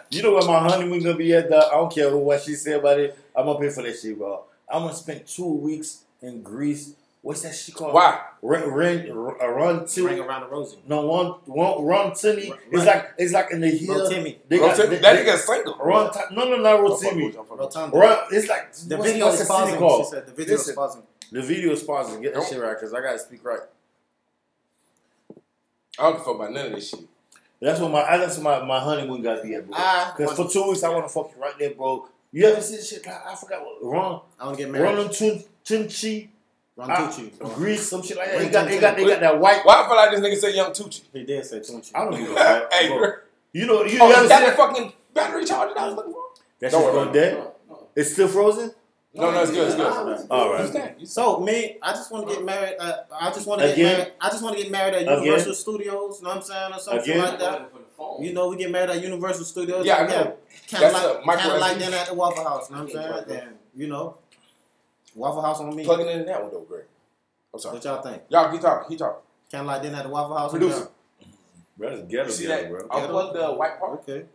Speaker 3: you know what my honeymoon gonna be at? Dog? I don't care who what she said about it. I'm gonna pay for that shit, bro. I'm gonna spend two weeks in Greece. What's that shit called?
Speaker 1: Why?
Speaker 3: Run, run, run to
Speaker 2: Ring around the rosy.
Speaker 3: no one, one run to me.
Speaker 2: Right.
Speaker 3: It's like it's like in the hill.
Speaker 2: Rotimi.
Speaker 3: They got,
Speaker 1: Rotimi-
Speaker 3: they-
Speaker 1: that
Speaker 3: they-
Speaker 1: nigga single.
Speaker 3: Run, ti- no, no, not Rotimi.
Speaker 2: Rotunda.
Speaker 3: Run, it's like
Speaker 2: The
Speaker 3: what's-
Speaker 2: video
Speaker 3: what's that city
Speaker 2: is pausing. She
Speaker 3: called?
Speaker 2: said the video is
Speaker 3: Listen,
Speaker 2: pausing.
Speaker 3: The video is pausing. Get that
Speaker 1: Don't-
Speaker 3: shit right, cause I gotta speak right.
Speaker 1: I don't give a fuck about none of this shit.
Speaker 3: That's what my I- that's what my, my honeymoon gotta be at, bro.
Speaker 2: I
Speaker 3: Because for
Speaker 2: want-
Speaker 3: two weeks I wanna fuck you right there, bro. You ever seen shit? I, I forgot what wrong.
Speaker 2: I want to get married.
Speaker 3: Ronan Chun Chunchi,
Speaker 2: Rontucci.
Speaker 3: Greece, some shit like that.
Speaker 2: Ron
Speaker 3: They got, they got, they got that white.
Speaker 1: Why I feel like this nigga said Young Tucci?
Speaker 2: He did say Tunchi.
Speaker 3: I don't give a fuck.
Speaker 1: Hey,
Speaker 3: bro.
Speaker 1: girl.
Speaker 3: you know, you
Speaker 1: Oh,
Speaker 3: ever
Speaker 1: is that the
Speaker 3: seen
Speaker 1: fucking battery charger that I was looking for?
Speaker 3: that
Speaker 1: Don't
Speaker 3: shit's
Speaker 1: worry
Speaker 3: going
Speaker 1: about
Speaker 3: dead? It's still frozen.
Speaker 1: No, no, it's good, it's good.
Speaker 3: All
Speaker 1: Who's
Speaker 3: right.
Speaker 1: that? You saw-
Speaker 2: So me, I just want to get married. Uh, I just want to get
Speaker 3: Again?
Speaker 2: married. I just want to get married at
Speaker 3: Again?
Speaker 2: Universal Studios. You know what I'm saying, or something
Speaker 3: Again?
Speaker 2: like that. You know, we get married at Universal Studios.
Speaker 1: Yeah, I
Speaker 2: yeah.
Speaker 1: know.
Speaker 2: Kind of
Speaker 1: That's a
Speaker 2: like,
Speaker 1: micro
Speaker 2: kind of like
Speaker 1: SD.
Speaker 2: then at the Waffle House. You know what
Speaker 4: Yeah,
Speaker 2: I'm saying? And you know, Waffle House on me.
Speaker 1: Plugging in that one though, Greg. I'm sorry.
Speaker 2: What y'all think?
Speaker 1: Y'all keep talking, keep talking.
Speaker 2: Kind of like then at the Waffle House. on
Speaker 1: Producer,
Speaker 3: Bro, that's
Speaker 1: you
Speaker 3: ghetto,
Speaker 1: see
Speaker 3: ghetto,
Speaker 1: that? I plugged the white
Speaker 2: y'all?
Speaker 1: part.
Speaker 2: Okay.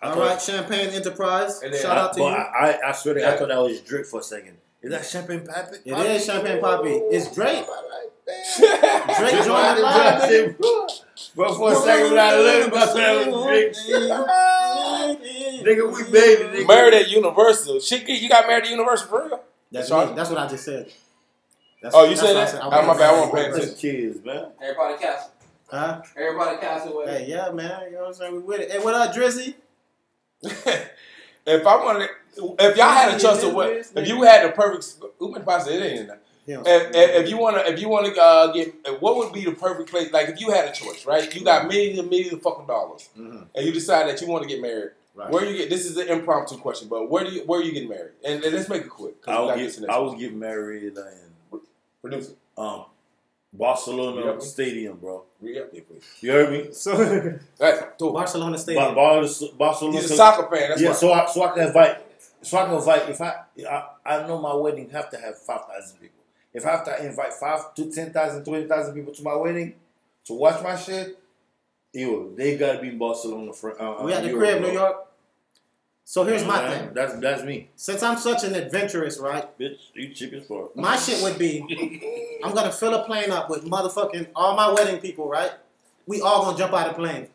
Speaker 3: I
Speaker 2: All
Speaker 3: thought-
Speaker 2: right, Champagne Enterprise.
Speaker 1: And then
Speaker 2: Shout out to
Speaker 3: I,
Speaker 2: you.
Speaker 3: but I, I swear to God,
Speaker 1: Yeah.
Speaker 3: I thought that was drip for a second. Is that champagne poppy?
Speaker 2: It is Champagne Poppy. It's Drake. Drake
Speaker 1: Drake
Speaker 2: joined the live. nigga.
Speaker 3: But for a second, when I looked, I thought that was drip. Nigga, we baby, nigga.
Speaker 1: Married at Universal. She, you got married at Universal for real?
Speaker 2: That's,
Speaker 1: Sorry?
Speaker 2: me. That's what I just said. That's,
Speaker 1: Oh, you
Speaker 2: that's
Speaker 1: said
Speaker 2: what I
Speaker 1: that?
Speaker 2: I
Speaker 1: Oh,
Speaker 2: wasn't-
Speaker 1: my bad, I wasn't paying
Speaker 3: That's
Speaker 1: attention.
Speaker 3: kids, man.
Speaker 4: Everybody castle.
Speaker 2: Huh?
Speaker 4: Everybody castle away.
Speaker 2: Hey, yeah, man. You know what I'm saying? We with it. Hey, what up, Drizzy?
Speaker 1: if I wanted, if y'all had a chance to win, if you had the perfect, Uber Pasta, it ain't in there.
Speaker 2: Yeah.
Speaker 1: If, if, if you wanna, if you wanna uh, get, what would be the perfect place? Like if you had a choice, right? You got millions and millions of fucking dollars,
Speaker 2: Mhm.
Speaker 1: and you decide that you want to get married.
Speaker 2: Right.
Speaker 1: Where you get? This is an impromptu question, but where do you where you getting married? And, and let's make it quick. 'cause
Speaker 3: I
Speaker 1: we
Speaker 3: would
Speaker 1: gotta get to
Speaker 3: get,
Speaker 1: the next
Speaker 3: I
Speaker 1: one.
Speaker 3: would get married in
Speaker 1: Producer.
Speaker 3: um Barcelona
Speaker 1: Yep.
Speaker 3: Stadium, bro.
Speaker 1: Yep.
Speaker 3: You heard me? So
Speaker 1: That's cool.
Speaker 2: Barcelona
Speaker 3: Bar-
Speaker 2: Stadium.
Speaker 3: Bar- Barcelona.
Speaker 1: He's a soccer fan. That's
Speaker 3: yeah,
Speaker 1: why.
Speaker 3: so I, so I can invite. So I can invite. If I, I, I know my wedding have to have five thousand people. If I have to invite five to ten thousand, twenty thousand people to my wedding to watch my shit, yo, they gotta be in Barcelona. For, uh,
Speaker 2: we
Speaker 3: uh,
Speaker 2: at the
Speaker 3: Euro,
Speaker 2: crib,
Speaker 3: bro.
Speaker 2: New York. So here's my
Speaker 3: Man,
Speaker 2: thing.
Speaker 3: That's that's me,
Speaker 2: Since I'm such an adventurous, right?
Speaker 3: bitch. You cheap as fuck.
Speaker 2: My shit would be I'm gonna fill a plane up with motherfucking all my wedding people, right? We all gonna jump out of plane.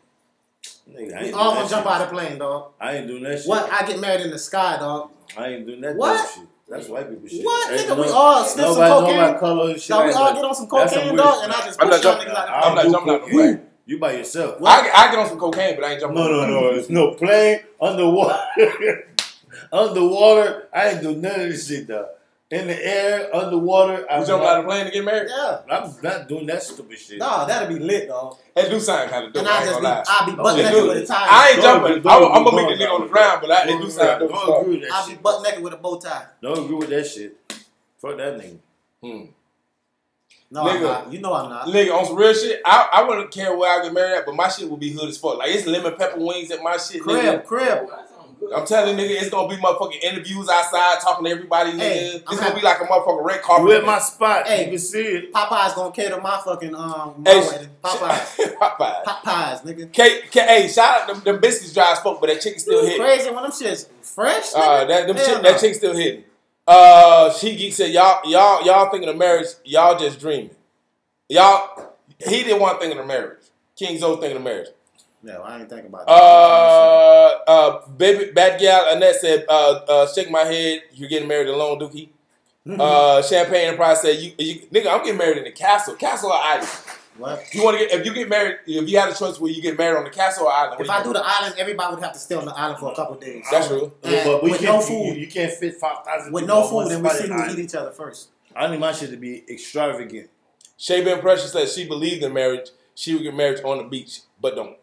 Speaker 3: Nigga, I
Speaker 2: We
Speaker 3: ain't
Speaker 2: all
Speaker 3: doing
Speaker 2: gonna
Speaker 3: that
Speaker 2: jump
Speaker 3: shit.
Speaker 2: out of plane, dog.
Speaker 3: I ain't doing that shit.
Speaker 2: What? I get married in the sky, dog.
Speaker 3: I ain't doing that
Speaker 2: What?
Speaker 3: dumb shit. That's white people shit.
Speaker 2: What,
Speaker 3: Ain't
Speaker 2: nigga? we all sniff some
Speaker 3: nobody know my
Speaker 2: cocaine.
Speaker 3: color and shit.
Speaker 2: Dog, we
Speaker 3: like
Speaker 2: all
Speaker 3: that.
Speaker 2: get on some
Speaker 3: That's some
Speaker 2: cocaine,
Speaker 3: weird
Speaker 2: dog,
Speaker 3: shit.
Speaker 2: and I just
Speaker 1: I'm
Speaker 2: push
Speaker 1: not
Speaker 2: y'all
Speaker 1: jumping.
Speaker 2: niggas out of
Speaker 1: I'm not
Speaker 3: do
Speaker 1: jumping out the
Speaker 3: cocaine.
Speaker 1: plane.
Speaker 3: You by yourself.
Speaker 1: I, get- I get on some cocaine, but I ain't jumping.
Speaker 3: No,
Speaker 1: out
Speaker 3: no, no. It's no plane underwater. underwater. I ain't do none of this shit though. In the air, underwater.
Speaker 1: the-
Speaker 3: I'm
Speaker 1: You jump out
Speaker 3: not,
Speaker 1: of the plane to get married?
Speaker 2: Yeah.
Speaker 3: I'm not doing that stupid shit.
Speaker 2: Nah, that'd be lit, dog.
Speaker 1: Hey, do something kind of dope.
Speaker 2: And I
Speaker 1: I ain't
Speaker 2: just
Speaker 1: gonna
Speaker 2: be,
Speaker 1: lie.
Speaker 2: I be butt
Speaker 3: Okay,
Speaker 2: naked
Speaker 3: dude.
Speaker 2: with a tie.
Speaker 1: I ain't
Speaker 3: Don't
Speaker 1: jumping.
Speaker 3: agree-
Speaker 1: I'm,
Speaker 3: don't
Speaker 1: I'm gonna
Speaker 3: agree
Speaker 1: make
Speaker 3: with
Speaker 1: the nigga on the
Speaker 3: that.
Speaker 1: ground, but I they
Speaker 3: Don't
Speaker 1: do
Speaker 3: agree with that.
Speaker 1: something dope. as
Speaker 3: Don't
Speaker 1: fuck.
Speaker 3: agree with that
Speaker 2: I be
Speaker 3: shit.
Speaker 2: butt naked with a bow tie.
Speaker 3: Don't agree with that shit. Fuck that nigga.
Speaker 2: No,
Speaker 1: Nigga.
Speaker 2: I'm not. You know I'm not.
Speaker 1: Nigga, on some real shit, I, I wouldn't care where I get married at, but my shit will be hood as fuck. Like, it's lemon pepper wings at my shit, nigga.
Speaker 2: Crib, crib.
Speaker 1: I'm telling nigga, it's gonna be motherfucking interviews outside, talking to everybody, nigga.
Speaker 2: Hey,
Speaker 1: it's
Speaker 2: I'm
Speaker 1: gonna
Speaker 2: happy.
Speaker 1: be like a motherfucking red carpet.
Speaker 3: You at my spot.
Speaker 2: Hey.
Speaker 3: You can see it.
Speaker 2: Popeye's gonna cater my fucking um my
Speaker 1: Hey,
Speaker 2: wedding. Popeyes.
Speaker 1: Popeyes.
Speaker 2: Popeyes, nigga.
Speaker 1: K, K, hey, shout out them, them biscuits dry as fuck, but that chicken still
Speaker 2: You
Speaker 1: hit.
Speaker 2: crazy when them shits fresh?
Speaker 1: Uh,
Speaker 2: nigga?
Speaker 1: that them
Speaker 2: Hell
Speaker 1: chick,
Speaker 2: no.
Speaker 1: that chick still hitting. Uh, she geek said, y'all, y'all, y'all thinking of marriage. Y'all just dreaming. Y'all, he didn't want thinking of marriage. King Zo thinking of marriage.
Speaker 2: No, I ain't thinking about that.
Speaker 1: Uh, uh, baby, bad gal Annette said, uh, uh, shake my head. You're getting married alone, Dookie.
Speaker 2: Mm-hmm.
Speaker 1: Uh, Champagne Enterprise said, you, you, nigga, I'm getting married in the castle, castle or island.
Speaker 2: what?
Speaker 1: You want to get if you get married, if you had a choice, will you get married on the castle or island?
Speaker 2: If I do the island, everybody would have to stay on the island for a couple days.
Speaker 1: that's true.
Speaker 2: Yeah,
Speaker 3: but we
Speaker 2: with
Speaker 3: can't,
Speaker 2: no food.
Speaker 3: You, you can't fit five thousand
Speaker 2: With no food, and we see who eat each other first.
Speaker 3: I need my shit to be extravagant.
Speaker 1: Shay Ben Precious said she believed in marriage. She would get married on the beach, but don't.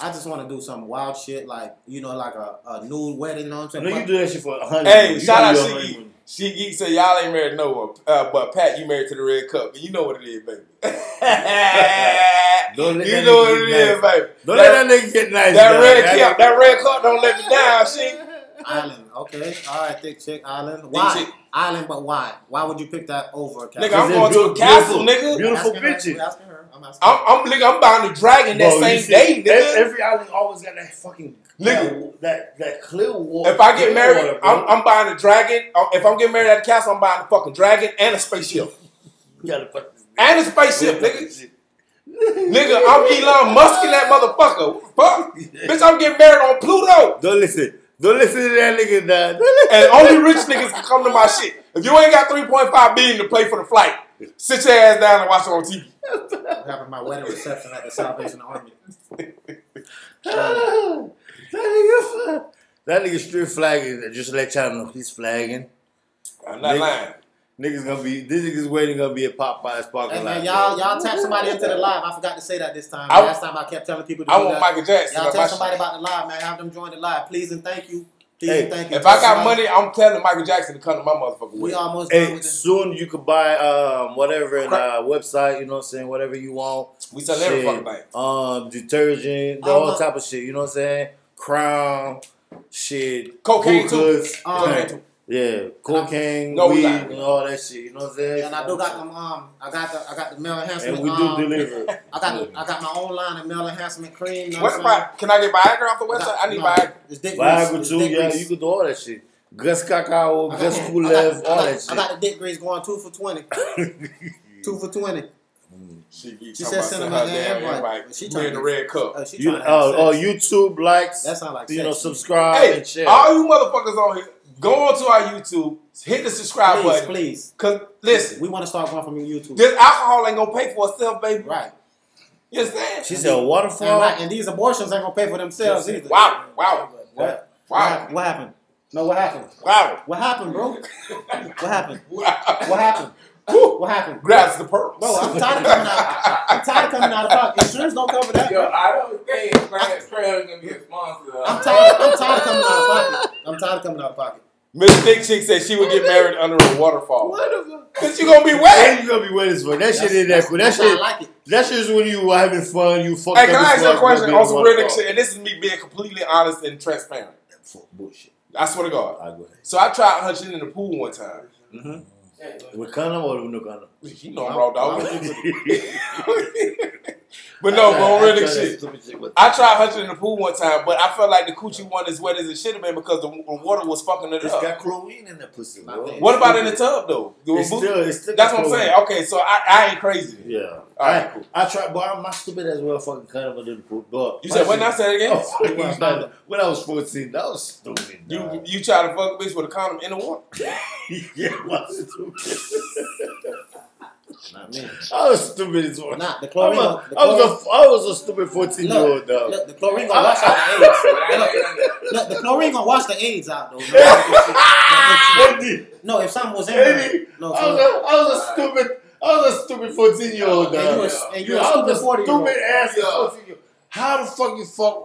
Speaker 2: I just want to do some wild shit, like you know, like a, a nude wedding. You know what I'm
Speaker 3: I
Speaker 2: saying?
Speaker 3: know you do that shit for a hundred.
Speaker 1: Hey, shout out She Geek. She Geek said y'all ain't married to no one, uh, but Pat, you married to the Red Cup, and you know what it is, baby.
Speaker 3: Don't let
Speaker 1: you
Speaker 3: that nigga
Speaker 1: know what it
Speaker 3: get
Speaker 1: is,
Speaker 3: nice.
Speaker 1: baby.
Speaker 3: Don't
Speaker 1: That,
Speaker 3: let that nigga get nice.
Speaker 1: that
Speaker 3: dog.
Speaker 1: red
Speaker 3: That-
Speaker 1: cup, that red cup don't let me down. She
Speaker 2: Island, okay, all right, thick chick island. Why
Speaker 1: chick.
Speaker 2: island? But why? Why would you pick that over? a
Speaker 1: Nigga,
Speaker 2: castle?
Speaker 1: I'm going to a
Speaker 3: Beautiful,
Speaker 1: castle, nigga.
Speaker 2: I'm
Speaker 3: Beautiful
Speaker 2: asking her-
Speaker 3: bitches.
Speaker 2: I'm asking her. I'm asking
Speaker 1: I'm,
Speaker 2: her.
Speaker 1: I'm, nigga, I'm bound to drag in that
Speaker 3: Bro, you
Speaker 1: same
Speaker 3: see,
Speaker 1: day, nigga.
Speaker 3: ev- Every island always got that fucking that
Speaker 1: Nigga.
Speaker 3: that, that clear water.
Speaker 1: If I get
Speaker 3: clear
Speaker 1: married,
Speaker 3: water, bro.
Speaker 1: I'm, I'm buying a dragon. Uh, If I'm getting married at the castle, I'm buying a fucking dragon and a spaceship.
Speaker 3: You gotta fuck this nigga.
Speaker 1: And a spaceship,
Speaker 3: Fuck
Speaker 1: nigga.
Speaker 3: this shit.
Speaker 1: Nigga, I'm Elon Musk in that motherfucker. Fuck. Bitch, I'm getting married on Pluto.
Speaker 3: Don't listen. Don't listen to that nigga. Dog. Don't listen.
Speaker 1: And only rich niggas can come to my shit. If you ain't got 3.5 billion to play for the flight, sit your ass down and watch it on TV.
Speaker 2: I'm having my wedding reception at the Salvation Army.
Speaker 3: that nigga, that nigga straight flagging. Just let y'all know he's flagging.
Speaker 1: I'm not
Speaker 3: Nigga.
Speaker 1: lying.
Speaker 3: Niggas gonna be this nigga's waiting gonna be a Popeye's parking lot.
Speaker 2: Hey man, y'all
Speaker 3: bro.
Speaker 2: y'all tap somebody into the live. I forgot to say that this time.
Speaker 1: I-
Speaker 2: Last time I kept telling people to
Speaker 1: I
Speaker 2: do
Speaker 1: want
Speaker 2: that.
Speaker 1: Michael Jackson.
Speaker 2: Y'all
Speaker 1: on
Speaker 2: tell
Speaker 1: my
Speaker 2: somebody
Speaker 1: shit.
Speaker 2: about the live, man. Have them join the live, please and thank you. Please
Speaker 3: Hey,
Speaker 2: and thank you.
Speaker 1: If I
Speaker 2: Tell
Speaker 1: got
Speaker 2: somebody-
Speaker 1: money, I'm telling Michael Jackson to come to my motherfucking
Speaker 2: we
Speaker 1: wedding.
Speaker 2: almost done
Speaker 3: Hey,
Speaker 2: with this.
Speaker 3: soon you could buy um whatever in our website, you know what I'm saying, whatever you want.
Speaker 1: We sell every
Speaker 3: Shit.
Speaker 1: fucking thing.
Speaker 3: Um detergent, the
Speaker 2: Oh,
Speaker 3: whole
Speaker 2: my-
Speaker 3: type of shit, you know what I'm saying? Crown, shit,
Speaker 1: Cocaine too.
Speaker 3: hookahs,
Speaker 2: Um,
Speaker 3: yeah,
Speaker 1: Cocaine too.
Speaker 3: yeah, cocaine,
Speaker 1: No, we
Speaker 3: weed,
Speaker 1: lying.
Speaker 3: and all that shit, you know what I'm saying?
Speaker 2: And I do got them. Um, I got the I got the male enhancement.
Speaker 3: and we do
Speaker 2: um,
Speaker 3: deliver.
Speaker 2: I got the, I got my own line of male enhancement cream. You know
Speaker 1: What's
Speaker 2: what I'm
Speaker 1: my, can I get Viagra off the
Speaker 2: saying?
Speaker 1: website? I need
Speaker 2: No,
Speaker 1: Viagra.
Speaker 2: It's dick grease.
Speaker 3: Viagra
Speaker 2: It's
Speaker 3: too,
Speaker 2: dick
Speaker 3: yeah,
Speaker 2: grease.
Speaker 3: you could do all that shit. Gus Cacao,
Speaker 2: I got-
Speaker 3: Gus
Speaker 2: I got-
Speaker 3: Kulev,
Speaker 2: I
Speaker 3: all
Speaker 2: got-
Speaker 3: that
Speaker 2: I got the dick grease going two for twenty. two for twenty.
Speaker 1: She,
Speaker 2: She
Speaker 1: said
Speaker 2: said
Speaker 1: send
Speaker 2: send
Speaker 1: her
Speaker 2: him an
Speaker 1: damn
Speaker 2: invite.
Speaker 1: invite.
Speaker 2: She
Speaker 1: We in the
Speaker 2: tryna-
Speaker 1: red cup.
Speaker 2: Oh, she
Speaker 3: You,
Speaker 2: tryna
Speaker 3: oh,
Speaker 2: have
Speaker 3: oh,
Speaker 2: sex.
Speaker 3: YouTube likes.
Speaker 2: That sound like
Speaker 3: you know,
Speaker 2: sex.
Speaker 3: subscribe
Speaker 1: Hey,
Speaker 3: and share.
Speaker 1: all you motherfuckers on here, go on to our YouTube, hit the subscribe
Speaker 2: Please,
Speaker 1: button.
Speaker 2: please.
Speaker 1: Cause listen,
Speaker 2: We want to start going from YouTube.
Speaker 1: this alcohol ain't gonna pay for itself, baby.
Speaker 2: Right.
Speaker 1: You understand?
Speaker 3: she said waterfall.
Speaker 2: And, right. and these abortions ain't gonna pay for themselves either.
Speaker 1: wow, wow,
Speaker 2: What? What
Speaker 1: wow,
Speaker 2: happened? What happened? No, what happened?
Speaker 1: wow,
Speaker 2: What happened, bro? What happened?
Speaker 1: wow.
Speaker 2: What happened?
Speaker 1: Woo.
Speaker 2: What happened?
Speaker 1: Grabs the pearls.
Speaker 2: Bro, I'm tired of coming out. I'm tired of coming out of pocket. Insurance don't cover that.
Speaker 4: Yo,
Speaker 2: bro.
Speaker 4: I don't think Brad Trail is gonna be a sponsor.
Speaker 2: I'm tired. I'm tired of coming out of pocket. I'm tired of coming out of pocket.
Speaker 1: Miss Thick Chick said she would get married under a waterfall.
Speaker 2: What the fuck?
Speaker 1: Cause you gonna be
Speaker 3: And
Speaker 1: wet.
Speaker 3: you gonna be wet as fuck. That shit
Speaker 2: That's-
Speaker 3: ain't that cool. That
Speaker 2: that's why I
Speaker 3: shit.
Speaker 2: like it.
Speaker 3: That shit is when you were having fun. You fucked
Speaker 1: Hey,
Speaker 3: up.
Speaker 1: can I
Speaker 3: as
Speaker 1: ask you a
Speaker 3: fuck,
Speaker 1: question
Speaker 3: you
Speaker 1: on some
Speaker 3: being
Speaker 1: real nigga
Speaker 3: waterfall.
Speaker 1: shit? And this is me being completely honest and transparent.
Speaker 3: Fuck bullshit.
Speaker 1: I swear to God.
Speaker 3: I go ahead.
Speaker 1: So I tried hunching in the pool one time.
Speaker 3: With condom or with no condom?
Speaker 1: You know I'm raw dog.
Speaker 2: I'm-
Speaker 1: but no, but on real
Speaker 3: I
Speaker 1: nigga
Speaker 3: tried that
Speaker 1: shit.
Speaker 3: stupid shit with-
Speaker 1: I tried hunching in the pool one time, but I felt like the coochie wasn't as wet as it should have been because the, the water was fucking it
Speaker 3: It's
Speaker 1: up.
Speaker 3: got chlorine in that pussy, bro.
Speaker 1: What about in the tub though?
Speaker 3: It's still, it's still
Speaker 1: That's
Speaker 3: got
Speaker 1: what I'm
Speaker 3: chlorine.
Speaker 1: saying. Okay, so I, I ain't crazy.
Speaker 3: Yeah.
Speaker 1: All right, cool.
Speaker 3: I, I tried, but I'm not stupid as well. Fucking condom under the pool. But
Speaker 1: You said what? Now
Speaker 3: not
Speaker 1: say it again.
Speaker 3: when I was 14, that was stupid.
Speaker 1: You
Speaker 3: dog.
Speaker 1: you try to fuck a bitch with a condom in the water.
Speaker 3: yeah, I was stupid.
Speaker 2: Not me.
Speaker 3: I was stupid as well.
Speaker 2: Nah, the
Speaker 3: I'm
Speaker 2: chlorine.
Speaker 3: a,
Speaker 2: the
Speaker 3: I was
Speaker 2: chlorine-
Speaker 3: a, I was a stupid 14 year
Speaker 2: Look,
Speaker 3: old dog.
Speaker 2: look, the chlorine gonna wash out the AIDS. Look, the chlorine gonna wash the AIDS out though. No,
Speaker 3: Andy,
Speaker 2: no if something was in there,
Speaker 3: Andy, I
Speaker 2: no.
Speaker 3: was
Speaker 2: so-
Speaker 3: a, I was a stupid, I was a stupid 14 year old
Speaker 2: and you
Speaker 3: dog.
Speaker 2: a, and you
Speaker 3: Yeah,
Speaker 2: a
Speaker 3: I
Speaker 2: stupid
Speaker 3: was
Speaker 2: forty
Speaker 3: a
Speaker 2: year old.
Speaker 3: stupid ass
Speaker 4: Yeah.
Speaker 3: 14 year old. How the fuck you fuck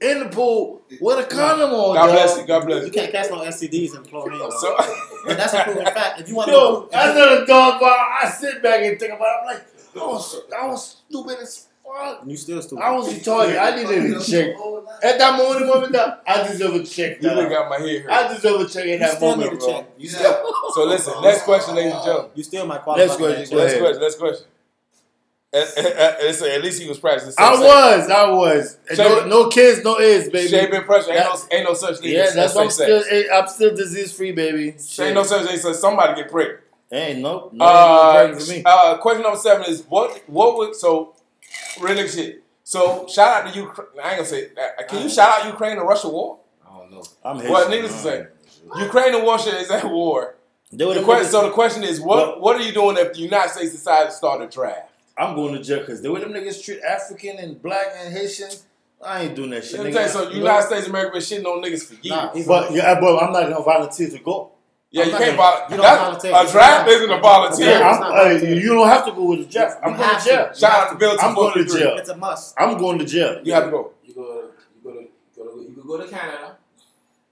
Speaker 3: in the pool with a condom on?
Speaker 1: God
Speaker 3: dog?
Speaker 1: bless you. God bless
Speaker 2: You
Speaker 1: you.
Speaker 2: can't catch no STDs in chlorine. though.
Speaker 1: So,
Speaker 2: But that's a proven fact. If you want
Speaker 3: Yo,
Speaker 2: to,
Speaker 3: as a dog, I, I sit back and think about. it. I'm like, I was, I was stupid as fuck.
Speaker 2: you still stupid.
Speaker 3: I was retarded. I needed a check. At that moment, moment, dog, I deserve a check.
Speaker 1: you done
Speaker 3: Dog.
Speaker 1: got my head hurt.
Speaker 3: I deserve a check in
Speaker 2: you
Speaker 3: that
Speaker 2: still need
Speaker 3: moment,
Speaker 2: to
Speaker 3: bro.
Speaker 2: check. You still,
Speaker 1: So listen, next question, ladies and gentlemen.
Speaker 2: you still might qualify.
Speaker 3: Let's
Speaker 2: for that
Speaker 3: go.
Speaker 2: check.
Speaker 3: Go ahead.
Speaker 1: Next question. Next question. At, at, at, at least he was practicing.
Speaker 3: I was, I was. And No,
Speaker 1: Shaving-
Speaker 3: no kids, no AIDS, baby.
Speaker 1: Shaving pressure. Ain't no, ain't no such thing.
Speaker 3: yeah,
Speaker 1: as
Speaker 3: that's why I'm
Speaker 1: safe
Speaker 3: still, eh,
Speaker 1: sex.
Speaker 3: I'm still disease free, baby.
Speaker 1: Ain't no such thing. as- So somebody get pregnant.
Speaker 3: Ain't no, no,
Speaker 1: Uh,
Speaker 3: for me.
Speaker 1: uh, question number seven is what? What would so? Really shit. So shout out to Ukraine. I ain't gonna say. uh, Can
Speaker 3: Uh-huh.
Speaker 1: you shout out Ukraine and Russia war?
Speaker 4: I don't know.
Speaker 3: I'm Haitian.
Speaker 1: Well, niggas is saying Ukraine and Russia is at war.
Speaker 3: They would've
Speaker 1: The que-
Speaker 3: made it-
Speaker 1: so the question is, what what are you doing if the United States decides to start a draft?
Speaker 3: I'm going to jail because the way them niggas treat African and black and Haitian, I ain't doing that shit.
Speaker 1: Let me
Speaker 3: nigga.
Speaker 1: tell you, so the
Speaker 3: You
Speaker 1: United
Speaker 3: know?
Speaker 1: States of America been shitting on niggas for years.
Speaker 2: Nah, he's
Speaker 3: But yeah, but I'm not gonna volunteer to go.
Speaker 1: yeah,
Speaker 2: I'm
Speaker 1: you
Speaker 2: not
Speaker 1: can't.
Speaker 2: gonna-
Speaker 1: Vol-
Speaker 2: you don't
Speaker 1: that's-
Speaker 2: volunteer.
Speaker 1: A draft isn't a volunteer.
Speaker 3: Yeah,
Speaker 2: Yeah, it's
Speaker 3: I'm-
Speaker 2: not
Speaker 3: uh,
Speaker 2: volunteer.
Speaker 3: you don't have to go with the Jeff. I'm
Speaker 2: You
Speaker 3: going
Speaker 2: have
Speaker 3: to jail.
Speaker 2: to.
Speaker 1: Shout out to Bill.
Speaker 3: I'm going to
Speaker 1: 243.
Speaker 3: jail.
Speaker 2: it's a must.
Speaker 3: I'm going to jail.
Speaker 1: You have to go.
Speaker 4: You go, you go to, you go to, you could go to Canada.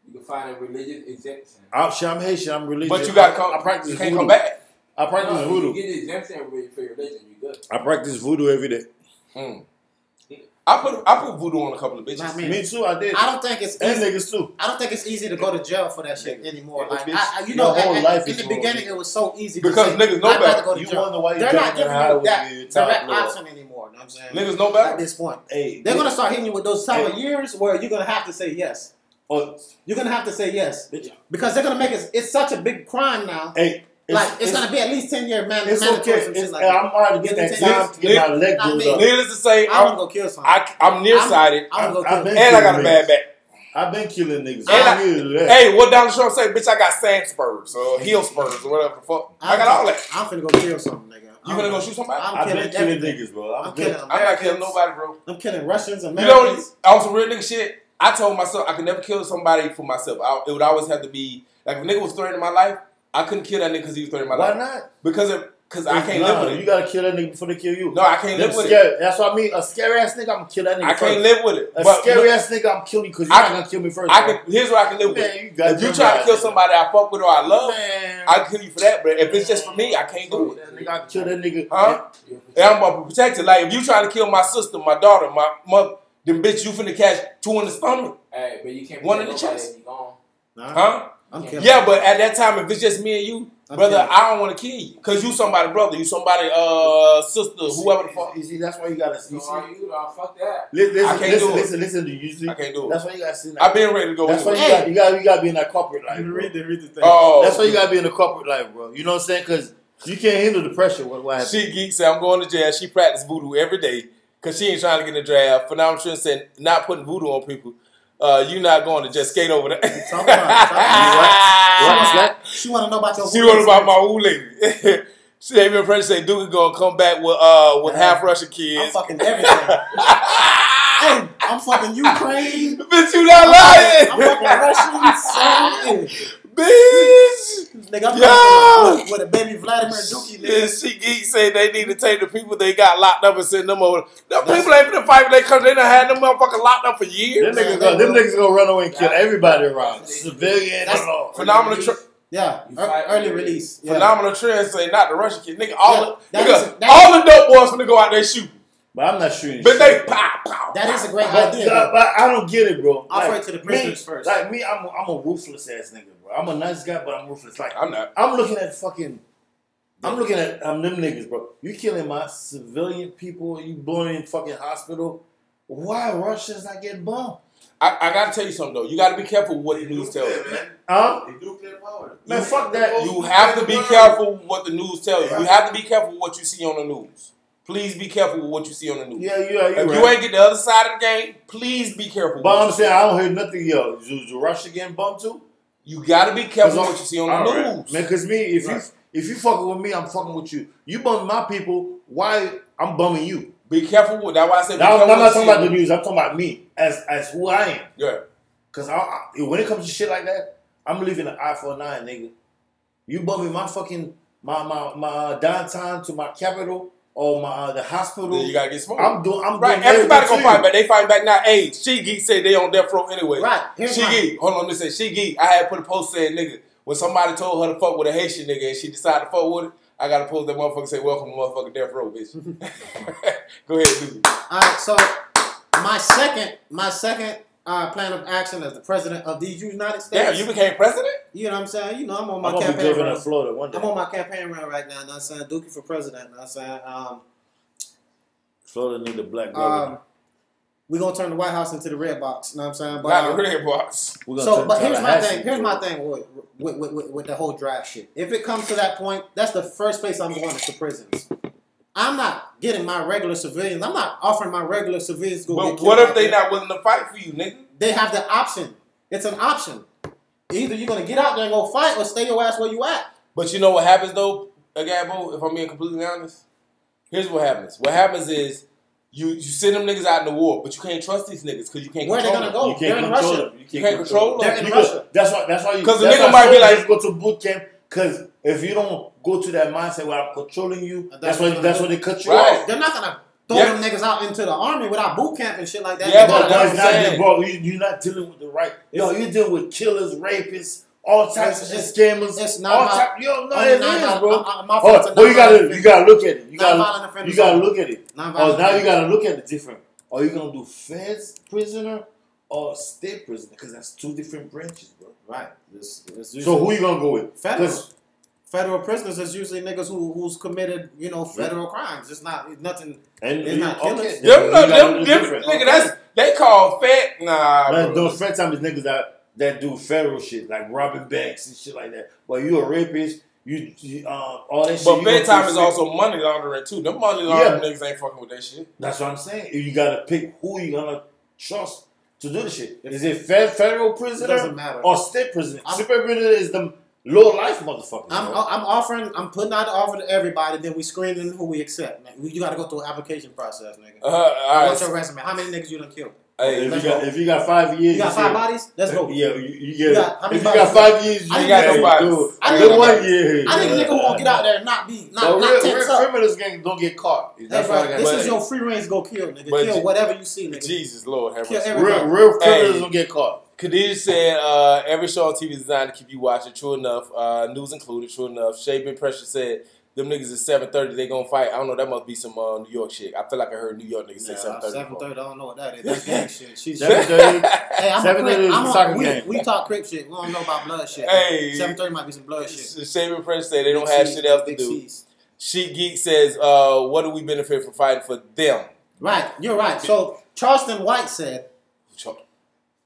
Speaker 4: You can find a religious exemption.
Speaker 3: I'm, shit, I'm Haitian. I'm religious.
Speaker 1: But you gotta come.
Speaker 3: I practice
Speaker 1: you can't
Speaker 3: voodoo.
Speaker 1: come back.
Speaker 3: I practice
Speaker 4: No,
Speaker 3: voodoo.
Speaker 4: You get an exemption for for your religion. You good.
Speaker 3: I practice voodoo every day.
Speaker 1: I put I put voodoo on a couple of bitches.
Speaker 2: Not
Speaker 3: Me too. I did.
Speaker 2: I don't think it's
Speaker 3: and
Speaker 2: easy.
Speaker 3: niggas too.
Speaker 2: I don't think it's easy to go to jail for that shit anymore. Like, I, I, you
Speaker 3: Your
Speaker 2: know, at-
Speaker 3: whole
Speaker 2: at-
Speaker 3: life
Speaker 2: in
Speaker 3: is
Speaker 2: the
Speaker 3: wrong.
Speaker 2: beginning, it was so easy to
Speaker 1: Because
Speaker 2: say,
Speaker 1: niggas know
Speaker 2: I'd rather
Speaker 1: better.
Speaker 2: go to
Speaker 3: You
Speaker 2: jail.
Speaker 3: wonder why you
Speaker 2: They're not
Speaker 3: jumping
Speaker 2: giving
Speaker 3: high
Speaker 2: you
Speaker 3: with your
Speaker 2: that
Speaker 3: top
Speaker 2: direct
Speaker 3: blow.
Speaker 2: option anymore. You know what I'm saying?
Speaker 1: Niggas know
Speaker 2: at
Speaker 1: better.
Speaker 2: this point,
Speaker 3: Hey,
Speaker 2: they're
Speaker 3: bitch.
Speaker 2: gonna start hitting you with those type of years where you're gonna have to say yes.
Speaker 3: Oh,
Speaker 2: You're gonna have to say yes
Speaker 3: bitch.
Speaker 2: because they're gonna make it. It's such a big crime now.
Speaker 3: Hey,
Speaker 2: like it's, gonna be at least ten year man.
Speaker 3: It's
Speaker 2: mandatory
Speaker 3: okay.
Speaker 2: or some shit
Speaker 3: It's,
Speaker 2: like
Speaker 3: I'm about to get that
Speaker 2: Niggas take-
Speaker 3: time to get my leg
Speaker 2: Not me.
Speaker 3: rolled up.
Speaker 1: Needless to say,
Speaker 2: that. I
Speaker 1: I'm
Speaker 2: wanna go kill someone.
Speaker 1: I, I'm nearsighted,
Speaker 2: I'm gonna go
Speaker 3: I've
Speaker 2: kill.
Speaker 3: been
Speaker 2: someone.
Speaker 1: and I got a bad back.
Speaker 3: I've been killing niggas.
Speaker 1: And
Speaker 3: I
Speaker 1: I-
Speaker 3: don't need to do that.
Speaker 1: Hey, what Donald Trump say? Bitch, I got sand spurs or heel spurs or whatever the fuck. I got all that.
Speaker 2: I'm finna go kill something, nigga.
Speaker 1: You gonna go shoot somebody? I'm,
Speaker 2: I'm
Speaker 3: I've
Speaker 2: killing
Speaker 3: been killing
Speaker 2: everything.
Speaker 3: niggas, bro. I'm,
Speaker 2: killing
Speaker 3: good.
Speaker 2: them.
Speaker 1: not killing nobody, bro.
Speaker 2: I'm killing Russians,
Speaker 1: You know,
Speaker 2: Americans.
Speaker 1: on some real nigga shit, I told myself I could never kill somebody for myself. I, it would always have to be like if a nigga was threatening my life, I couldn't kill that nigga because he was threatening my
Speaker 3: Why
Speaker 1: life.
Speaker 3: not?
Speaker 1: Because of, cause I can't
Speaker 3: Nah,
Speaker 1: live with
Speaker 3: You
Speaker 1: it.
Speaker 3: gotta kill that nigga before they kill you.
Speaker 1: No, I can't
Speaker 3: Them
Speaker 1: live with it.
Speaker 3: scary- That's what I mean. A scary ass nigga, I'm gonna kill that nigga.
Speaker 1: I can't
Speaker 3: first.
Speaker 1: live with it.
Speaker 3: A
Speaker 1: But
Speaker 3: scary
Speaker 1: look,
Speaker 3: ass nigga, I'm killing you because you're
Speaker 1: I
Speaker 3: not
Speaker 1: can-
Speaker 3: gonna kill me first.
Speaker 1: I
Speaker 3: bro.
Speaker 1: could. Here's what I can live with.
Speaker 3: Man, you got
Speaker 1: If you
Speaker 3: them
Speaker 1: try to
Speaker 3: guys.
Speaker 1: kill somebody I fuck with or I love,
Speaker 3: Man,
Speaker 1: I kill you for that. But if it's just for me, I can't do it.
Speaker 3: nigga, I kill that nigga.
Speaker 1: Huh? And I'm about to protect it. Like if you trying to kill my sister, my daughter, my mother, then bitch, you finna catch two in the stomach,
Speaker 4: Hey, but you can't.
Speaker 1: One
Speaker 4: protect
Speaker 1: in the
Speaker 4: nobody
Speaker 1: chest.
Speaker 4: if you gone.
Speaker 2: Nah,
Speaker 1: huh?
Speaker 2: I'm
Speaker 4: Yeah.
Speaker 2: killing.
Speaker 1: Yeah, but at that time, if it's just me and you,
Speaker 2: I'm
Speaker 1: brother,
Speaker 2: kidding.
Speaker 1: I don't want to kill you because you somebody, brother, you somebody, uh, sister, whoever the fuck.
Speaker 3: You see, that's why you gotta. You
Speaker 4: So
Speaker 3: see,
Speaker 4: are you? dawg? Fuck that.
Speaker 3: Listen,
Speaker 1: I
Speaker 3: listen,
Speaker 1: can't
Speaker 3: listen,
Speaker 1: do it.
Speaker 3: listen, listen to you. See,
Speaker 1: I can't do it.
Speaker 3: that's why you gotta see.
Speaker 1: I've been ready to go.
Speaker 3: That's why
Speaker 1: anyway.
Speaker 3: you got you got you got to be in that corporate life.
Speaker 2: You
Speaker 3: Bro.
Speaker 2: read the read the thing.
Speaker 1: Oh,
Speaker 3: That's why you got to be in the corporate life, bro. You know what I'm saying? Because you can't handle the pressure. What, what happened?
Speaker 1: She geek said, I'm going to jail. She practiced voodoo every day because she ain't trying to get in the draft. Phenomenal Trend said, not putting voodoo on people. Uh, you not going to just skate over there.
Speaker 2: Talk about it. Talk about it.
Speaker 3: What? What?
Speaker 2: She wanna know about your.
Speaker 1: she wrote about my woo lady. She ain't even impressed. Say Duke gonna come back with uh with
Speaker 2: Man,
Speaker 1: half Russian
Speaker 2: I'm
Speaker 1: kids.
Speaker 2: fucking everything. hey, I'm fucking Ukraine.
Speaker 1: Bitch, you not
Speaker 2: I'm fucking
Speaker 1: lying.
Speaker 2: Russians. so, hey,
Speaker 1: bitch.
Speaker 2: Nigga, I'm
Speaker 1: Yeah.
Speaker 2: with a baby Vladimir Dookie.
Speaker 1: Yeah,
Speaker 2: nigga.
Speaker 1: she geek said they need to take the people they got locked up and send them over. Them people ain't been fighting. They come. They done had them motherfuckers locked up for
Speaker 3: Them
Speaker 1: years.
Speaker 3: niggas, gonna, them niggas gonna run away and kill everybody around. Civilian.
Speaker 2: That's-
Speaker 3: all.
Speaker 1: Phenomenal, tr-
Speaker 2: Yeah,
Speaker 4: You
Speaker 2: ear-
Speaker 4: fight-
Speaker 2: early release. Yeah.
Speaker 1: phenomenal trend saying not the Russian kid. Nigga, all
Speaker 2: Yeah, that
Speaker 1: the,
Speaker 2: is-
Speaker 1: nigga,
Speaker 2: that
Speaker 1: all the dope boys finna go out there shooting,
Speaker 3: But I'm not shooting.
Speaker 1: but
Speaker 3: shit.
Speaker 1: they pow pow.
Speaker 2: That is a great
Speaker 3: But,
Speaker 2: idea.
Speaker 3: but-
Speaker 2: though.
Speaker 3: but I don't get it, bro.
Speaker 2: I'll
Speaker 3: Like,
Speaker 2: fight to the
Speaker 3: me-
Speaker 2: prisoners first.
Speaker 3: Like me, I'm a, I'm a ruthless ass nigga, bro. I'm a nice guy, but I'm ruthless. Like
Speaker 1: I'm not.
Speaker 3: I'm looking at fucking. I'm looking at um, them niggas, bro. You killing my civilian people. You blowing in fucking hospital. Why Russians not getting bombed?
Speaker 1: I, I gotta tell you something though. You gotta be careful what the news tells you.
Speaker 3: Huh?
Speaker 4: Nuclear power.
Speaker 3: Man, fuck that.
Speaker 1: You have to be careful what the news tells you. You have to be careful what you see on the news. Please be careful with what you see on the news.
Speaker 3: Yeah, you are. You
Speaker 1: if
Speaker 3: right.
Speaker 1: you ain't get the other side of the game, please be careful.
Speaker 3: but I'm
Speaker 1: with
Speaker 3: saying I don't hear nothing. Yo, is, is Russia getting bombed too?
Speaker 1: you. you gotta be careful
Speaker 3: Cause
Speaker 1: what you see on the
Speaker 3: All right.
Speaker 1: news.
Speaker 3: man. Because me, if
Speaker 4: Right.
Speaker 3: you if you fucking with me, I'm fucking with you. You bum my people. Why I'm bumming you?
Speaker 1: Be careful with that's why I said. Be
Speaker 3: Now, I'm
Speaker 1: careful
Speaker 3: not
Speaker 1: what
Speaker 3: talking
Speaker 1: you
Speaker 3: about the
Speaker 1: see
Speaker 3: news. I'm talking about me as as who I am.
Speaker 1: on the news.
Speaker 3: Cause I, I- when it comes to shit like that, I'm leaving an eye for an eye, nigga. You bumming my fucking my my my uh, downtown to my capital or my uh, the
Speaker 1: Yeah,
Speaker 3: hospital.
Speaker 1: then you gotta get smart.
Speaker 3: I'm doing. I'm
Speaker 1: right,
Speaker 3: doing everything
Speaker 1: everybody
Speaker 3: to
Speaker 1: gonna
Speaker 3: you.
Speaker 1: fight back. They fight back now. Hey, she geek said they on death row anyway.
Speaker 2: Right. Here's
Speaker 1: She
Speaker 2: my-
Speaker 1: geek. Hold on, listen. She geek. I had put a post saying nigga when somebody told her to fuck with a Haitian nigga and she decided to fuck with it. I gotta post that motherfucker and say welcome to motherfucking death row, bitch. Go ahead, dude.
Speaker 2: All right, so my second, my second uh, plan of action as the president of these United
Speaker 1: Damn,
Speaker 2: States.
Speaker 1: you became president?
Speaker 2: you, know what I'm saying? You know, I'm on my
Speaker 3: I'm gonna be
Speaker 2: campaign.
Speaker 3: living
Speaker 2: run.
Speaker 3: in Florida one day.
Speaker 2: I'm on my campaign run right now. And I'm saying Dookie for president. And I'm saying um,
Speaker 3: Florida need a black governor.
Speaker 2: um, we're gonna turn the White House into the red box. You know what I'm saying? But,
Speaker 1: Not
Speaker 2: um,
Speaker 1: the red box.
Speaker 3: We're gonna
Speaker 2: so,
Speaker 3: turn
Speaker 2: but here's my
Speaker 3: Tallahassee
Speaker 2: thing. Here's
Speaker 3: into
Speaker 2: my
Speaker 3: a-
Speaker 2: thing with with, with, with with the whole draft shit. If it comes to that point, that's the first place I'm going is to prisons. I'm not getting my regular civilians. I'm not offering my regular civilians to go. get
Speaker 1: But
Speaker 2: killed
Speaker 1: what if
Speaker 2: out
Speaker 1: they
Speaker 2: there.
Speaker 1: not willing to fight for you, nigga?
Speaker 2: They have the option. It's an option. Either you're gonna get out there and go fight, or stay your ass where you at.
Speaker 1: But you know what happens though, Agabo, if I'm being completely honest? Here's what happens. What happens is you, you send them niggas out in the war, but you can't trust these niggas because you can't
Speaker 2: Where they gonna
Speaker 1: control them.
Speaker 2: go?
Speaker 3: You can't
Speaker 2: They're in
Speaker 3: control
Speaker 2: Russia.
Speaker 3: them.
Speaker 1: You can't control them.
Speaker 2: They're in
Speaker 3: You go-
Speaker 2: Russia.
Speaker 3: That's why. That's why you.
Speaker 1: 'Cause the
Speaker 3: that's
Speaker 1: nigga
Speaker 3: why
Speaker 1: might be
Speaker 3: soldiers
Speaker 1: like-
Speaker 3: go to boot camp. Because if you don't go to that mindset where I'm controlling you,
Speaker 2: That's
Speaker 3: that's
Speaker 2: what
Speaker 3: why.
Speaker 2: I'm
Speaker 3: That's why
Speaker 2: gonna
Speaker 3: they cut you
Speaker 1: Right.
Speaker 3: off.
Speaker 2: They're not gonna throw
Speaker 1: Yeah.
Speaker 2: them niggas out into the army without boot camp and shit like that.
Speaker 1: Yeah,
Speaker 2: They
Speaker 1: but
Speaker 2: gotta
Speaker 1: that's
Speaker 2: go
Speaker 3: Bro,
Speaker 1: what
Speaker 3: it's
Speaker 1: I'm
Speaker 3: not
Speaker 1: saying.
Speaker 3: that, bro. You, you're not dealing with the right. No, you're dealing with killers, rapists, all types of
Speaker 2: It's-
Speaker 3: scammers.
Speaker 2: it's not
Speaker 3: all
Speaker 2: my-
Speaker 3: type, yo, no,
Speaker 2: I'm
Speaker 3: it
Speaker 2: not-
Speaker 3: is, bro.
Speaker 2: I'm- I'm- my
Speaker 3: Oh,
Speaker 2: friends are
Speaker 3: but you gotta,
Speaker 2: nonviolent
Speaker 3: you gotta look at it. You
Speaker 2: Nonviolent
Speaker 3: gotta,
Speaker 2: offenders
Speaker 3: you gotta
Speaker 2: only.
Speaker 3: look at it.
Speaker 2: Nonviolent
Speaker 3: Oh, now you
Speaker 2: offenders.
Speaker 3: gotta look at it different. Are you gonna do feds prisoner or state prisoner? Because that's two different branches, bro.
Speaker 2: Right. It's- it's
Speaker 3: So
Speaker 2: usually-
Speaker 3: who you gonna go with?
Speaker 2: Federal.
Speaker 3: 'Cause
Speaker 2: Federal prisoners is usually niggas who who's committed, you know, federal crimes. It's not it's nothing.
Speaker 3: And
Speaker 2: They're not killers.
Speaker 3: then
Speaker 1: Them,
Speaker 3: you
Speaker 1: no,
Speaker 3: gotta
Speaker 1: them,
Speaker 3: do
Speaker 1: them,
Speaker 3: different.
Speaker 1: nigga, that's they call fat. Nah,
Speaker 3: Man,
Speaker 1: bro.
Speaker 3: those frat time is niggas that that do federal shit like robbing banks and shit like that. But you a rapist, you, you uh, all that shit.
Speaker 1: But
Speaker 3: you gonna
Speaker 1: bedtime
Speaker 3: do
Speaker 1: is
Speaker 3: shit.
Speaker 1: also money laundering too. Them money laundering
Speaker 3: Yeah.
Speaker 1: niggas ain't fucking with that shit.
Speaker 3: That's what I'm saying. You gotta pick who you gonna trust to do the shit. Is it fed, federal prisoner
Speaker 2: doesn't matter.
Speaker 3: or state prisoner?
Speaker 2: I'm-
Speaker 3: state prisoner is the low life motherfucker.
Speaker 2: I'm I'm offering. I'm putting out an offer to everybody. Then we screening who we accept. Man, you got to go through an application process, nigga.
Speaker 1: Uh, all
Speaker 2: What's
Speaker 1: right.
Speaker 2: your resume? How many niggas you done killed?
Speaker 3: if,
Speaker 1: Hey, you
Speaker 3: you
Speaker 2: let's
Speaker 3: got,
Speaker 2: go.
Speaker 3: if you got five years,
Speaker 2: You got five
Speaker 3: yeah.
Speaker 2: bodies. Let's go.
Speaker 3: Yeah, you, you,
Speaker 2: You
Speaker 3: yeah.
Speaker 2: got- how many
Speaker 3: if you got
Speaker 2: bodies?
Speaker 3: five years, you
Speaker 2: I didn't
Speaker 1: got
Speaker 3: can't
Speaker 1: nobody.
Speaker 3: do it.
Speaker 2: I
Speaker 3: The
Speaker 2: didn't-
Speaker 3: one year.
Speaker 2: I think a nigga who gonna get out there and not be not,
Speaker 3: No,
Speaker 2: not
Speaker 3: real,
Speaker 2: tense
Speaker 3: real
Speaker 2: up.
Speaker 3: criminals gang don't get caught. Is
Speaker 2: Hey,
Speaker 3: That's
Speaker 2: bro,
Speaker 3: what I got.
Speaker 2: this
Speaker 1: but-
Speaker 2: is your free range to go kill, nigga.
Speaker 1: but-
Speaker 2: kill whatever you see, nigga.
Speaker 1: Jesus Lord have
Speaker 2: Kill
Speaker 1: mercy.
Speaker 2: every-
Speaker 3: real, real criminals
Speaker 1: Hey.
Speaker 3: don't get caught.
Speaker 1: Khadijah said, uh, every show on TV is designed to keep you watching. True enough. Uh, news included. True enough. Shea Big Pressure said, them niggas is 7.30. They gonna fight. I don't know. That must be some uh, New York shit. I feel like I heard New York niggas say
Speaker 2: Nah,
Speaker 1: 7.30.
Speaker 2: Seven thirty. I don't know what that is. That's gang shit. She's
Speaker 3: Seven thirty.
Speaker 2: Hey, I'm
Speaker 3: Seven
Speaker 2: a
Speaker 3: thirty
Speaker 2: crip.
Speaker 3: is
Speaker 2: I'm
Speaker 3: a
Speaker 2: a,
Speaker 3: soccer
Speaker 2: we,
Speaker 3: game.
Speaker 2: we talk crip shit. We don't know about blood shit.
Speaker 1: Hey.
Speaker 2: seven thirty might be some blood shit.
Speaker 1: Shaving Press said they don't
Speaker 2: Big
Speaker 1: have
Speaker 2: C's,
Speaker 1: shit else to
Speaker 2: big
Speaker 1: do.
Speaker 2: C's.
Speaker 1: Sheet Geek says, uh, what do we benefit from fighting for them?
Speaker 2: Right, you're right. So Charleston White said,
Speaker 1: Cho-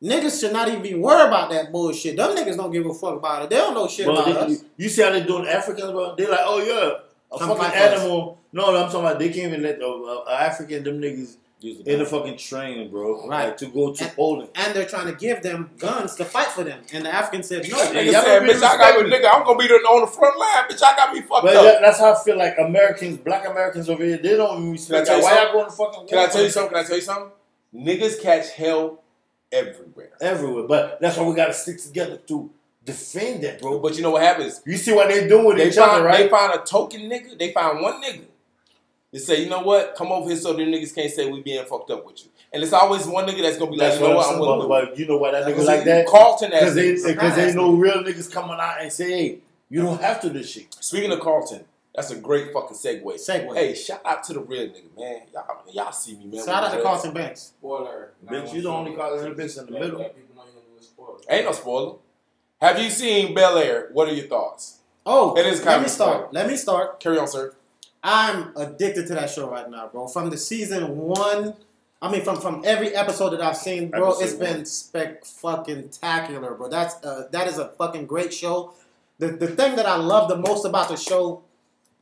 Speaker 2: niggas should not even be worried about that bullshit. Them niggas don't give a fuck about it. They don't know shit
Speaker 3: Bro,
Speaker 2: about
Speaker 3: they-
Speaker 2: us.
Speaker 3: you, you see how they doing Africans, bro? They like, oh yeah, a
Speaker 2: Come
Speaker 3: fucking
Speaker 2: fight for us.
Speaker 3: animal. No, no, I'm talking about they can't even let a, a, a African them niggas in the
Speaker 1: Use
Speaker 3: fucking train, bro.
Speaker 2: Right.
Speaker 3: Like, to go to
Speaker 2: And-
Speaker 3: Poland.
Speaker 2: And they're trying to give them guns to fight for them. And the African said, no.
Speaker 1: Nigga
Speaker 3: y'all
Speaker 1: said,
Speaker 3: don't be
Speaker 1: bitch, I got
Speaker 3: respecting
Speaker 1: nigga, I'm gonna be the- on the front line, bitch. I got me fucked
Speaker 3: But
Speaker 1: up.
Speaker 3: that, that's how I feel like Americans, black Americans over here, they don't even respect.
Speaker 1: Can
Speaker 3: that.
Speaker 1: I tell
Speaker 3: Why
Speaker 1: you
Speaker 3: y'all going to fucking?
Speaker 1: Can I
Speaker 3: war?
Speaker 1: tell you something? Can I tell you something? Niggas catch hell everywhere.
Speaker 3: Everywhere, but that's why we gotta stick together to defend that, bro.
Speaker 1: But you know what happens?
Speaker 3: You see what they doing with
Speaker 1: They
Speaker 3: each other,
Speaker 1: find,
Speaker 3: right?
Speaker 1: they find a token nigga. They find one nigga. They say, you know what? Come over here so the niggas can't say we being fucked up with you. And it's always one nigga that's gonna be like,
Speaker 3: That's
Speaker 1: you
Speaker 3: what
Speaker 1: know what?
Speaker 3: I'm
Speaker 1: I'm
Speaker 3: saying.
Speaker 1: gonna
Speaker 3: But,
Speaker 1: do. it."
Speaker 3: but you know why that
Speaker 1: Like,
Speaker 3: nigga like that?
Speaker 1: Carlton ass
Speaker 3: Because they,
Speaker 1: niggas.
Speaker 3: because they know real niggas coming out and say, hey, you don't have to do this shit.
Speaker 1: Speaking of Carlton, that's a great fucking segue.
Speaker 2: Segue.
Speaker 1: Hey, shout out to the real nigga, man. Y'all, y'all see me, man.
Speaker 2: Shout out to Carlton Banks.
Speaker 4: Spoiler.
Speaker 3: Bitch, you the only call in the bitch in the middle.
Speaker 4: Let people know you're gonna do a spoiler.
Speaker 1: Ain't no spoiler. Have you seen Bel Air? What are your thoughts?
Speaker 2: Oh,
Speaker 1: It is
Speaker 2: let
Speaker 1: kinda
Speaker 2: me
Speaker 1: smart.
Speaker 2: start. Let me start.
Speaker 1: Carry on, sir.
Speaker 2: I'm addicted to that show right now, bro. From the season one, I mean, from from every episode that I've seen, bro,
Speaker 3: Episode
Speaker 2: it's been spec fucking tacular, bro. That's uh, that is a fucking great show. The the thing that I love the most about the show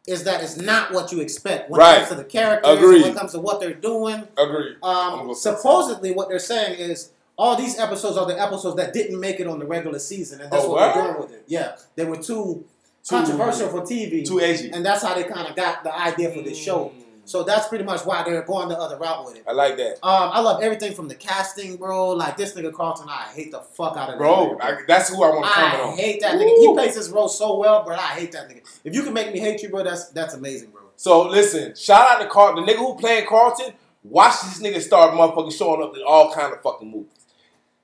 Speaker 2: is that it's not what you expect when
Speaker 1: Right.
Speaker 2: it comes to the characters, and
Speaker 1: Agreed.
Speaker 2: when it comes to what they're doing.
Speaker 1: Agree. I'm
Speaker 2: Um,
Speaker 1: with
Speaker 2: supposedly, what they're saying is all these episodes are the episodes that didn't make it on the regular season, and that's
Speaker 1: Oh,
Speaker 2: what
Speaker 1: word?
Speaker 2: they're doing with it. Yeah, they were too, controversial for TV
Speaker 1: Too edgy. Mm.
Speaker 2: and that's how they kind of got the idea for this show. So that's pretty much why they're going the other route with it.
Speaker 1: I like that,
Speaker 2: Um, I love everything from the casting, bro. Like this nigga Carlton, I hate the fuck out of that
Speaker 1: bro.
Speaker 2: nigga.
Speaker 1: I, that's who I want to comment
Speaker 2: I
Speaker 1: on.
Speaker 2: hate that nigga. He plays his role so well, but I hate that nigga. If you can make me hate you, bro, that's that's amazing, bro.
Speaker 1: So listen, shout out to Carlton. The nigga who playing Carlton, watch this nigga start motherfucking showing up in all kind of fucking movies.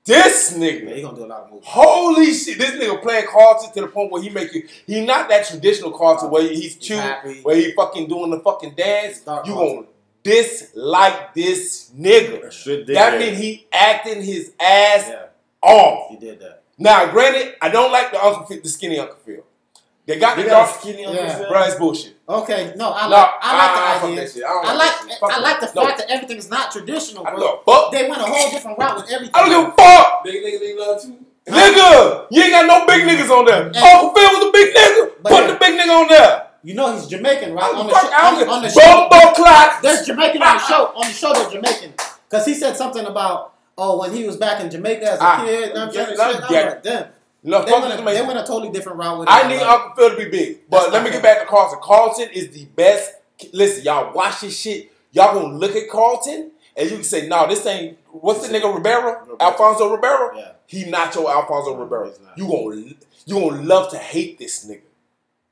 Speaker 1: This
Speaker 2: Yeah,
Speaker 1: nigga,
Speaker 2: he gonna do a lot of movies.
Speaker 1: holy shit, this nigga playing Carlton to the point where he make you. He not that traditional Carlton where he's
Speaker 2: He's
Speaker 1: cute,
Speaker 2: happy.
Speaker 1: where he fucking doing the fucking dance.
Speaker 2: He's dark
Speaker 1: You
Speaker 2: Carlton.
Speaker 1: gonna dislike this nigga?
Speaker 3: Shit
Speaker 1: That mean he acting his ass
Speaker 2: Yeah,
Speaker 1: off.
Speaker 2: he did that.
Speaker 1: Now, granted, I don't like the Uncle Phil, the skinny Uncle Phil. They got
Speaker 3: They
Speaker 1: the
Speaker 3: got
Speaker 1: dark
Speaker 3: skinny
Speaker 2: on
Speaker 3: on
Speaker 2: Yeah. this
Speaker 3: this
Speaker 1: Bro, it's bullshit.
Speaker 2: Okay, no, I
Speaker 1: No,
Speaker 2: like I like
Speaker 1: fuck
Speaker 2: the idea.
Speaker 1: that shit. I don't
Speaker 2: I
Speaker 1: like that shit.
Speaker 2: like
Speaker 1: Fuck
Speaker 2: I like the
Speaker 1: that. No.
Speaker 2: fact that everything's not traditional,
Speaker 1: I don't
Speaker 2: bro.
Speaker 1: give a fuck.
Speaker 2: They went a whole different route with everything.
Speaker 1: I don't give a fuck.
Speaker 4: Big nigga, they love too.
Speaker 1: Nigga, you ain't got no big niggas on there.
Speaker 2: And-
Speaker 1: Uncle Phil was a big nigga.
Speaker 2: Mm. But
Speaker 1: Put
Speaker 2: yeah.
Speaker 1: the big nigga on there.
Speaker 2: You know he's Jamaican, right?
Speaker 1: I
Speaker 2: On
Speaker 1: don't
Speaker 2: the
Speaker 1: fuck,
Speaker 2: sho-
Speaker 1: I
Speaker 2: on
Speaker 1: don't
Speaker 2: the- on the
Speaker 1: give-
Speaker 2: show.
Speaker 1: Bumbo clock.
Speaker 2: There's Jamaican on the show. On the show, there's Jamaican. Because he said something about, oh, when he was back in Jamaica as a
Speaker 1: Ah,
Speaker 2: kid. And I'm
Speaker 1: yeah,
Speaker 2: trying to
Speaker 1: like
Speaker 2: shit.
Speaker 1: that.
Speaker 2: I'm like, damn.
Speaker 1: No,
Speaker 2: They
Speaker 1: fuck
Speaker 2: went,
Speaker 1: with
Speaker 2: a, they
Speaker 1: Jamaica.
Speaker 2: went a totally different route with it.
Speaker 1: I need
Speaker 2: Like,
Speaker 1: Uncle Phil to be big. But
Speaker 2: That's
Speaker 1: let
Speaker 2: not
Speaker 1: me get
Speaker 2: fair.
Speaker 1: back to Carlton. Carlton is the best. Listen, y'all watch this shit. Y'all gonna look at Carlton and you can say, no, this ain't what's the nigga Rivera?
Speaker 3: Ribeiro.
Speaker 1: Alfonso Rivera?
Speaker 2: Yeah.
Speaker 1: He not your Alfonso
Speaker 3: No,
Speaker 1: Rivera.
Speaker 3: he's not.
Speaker 1: You gonna you gonna love to hate this nigga.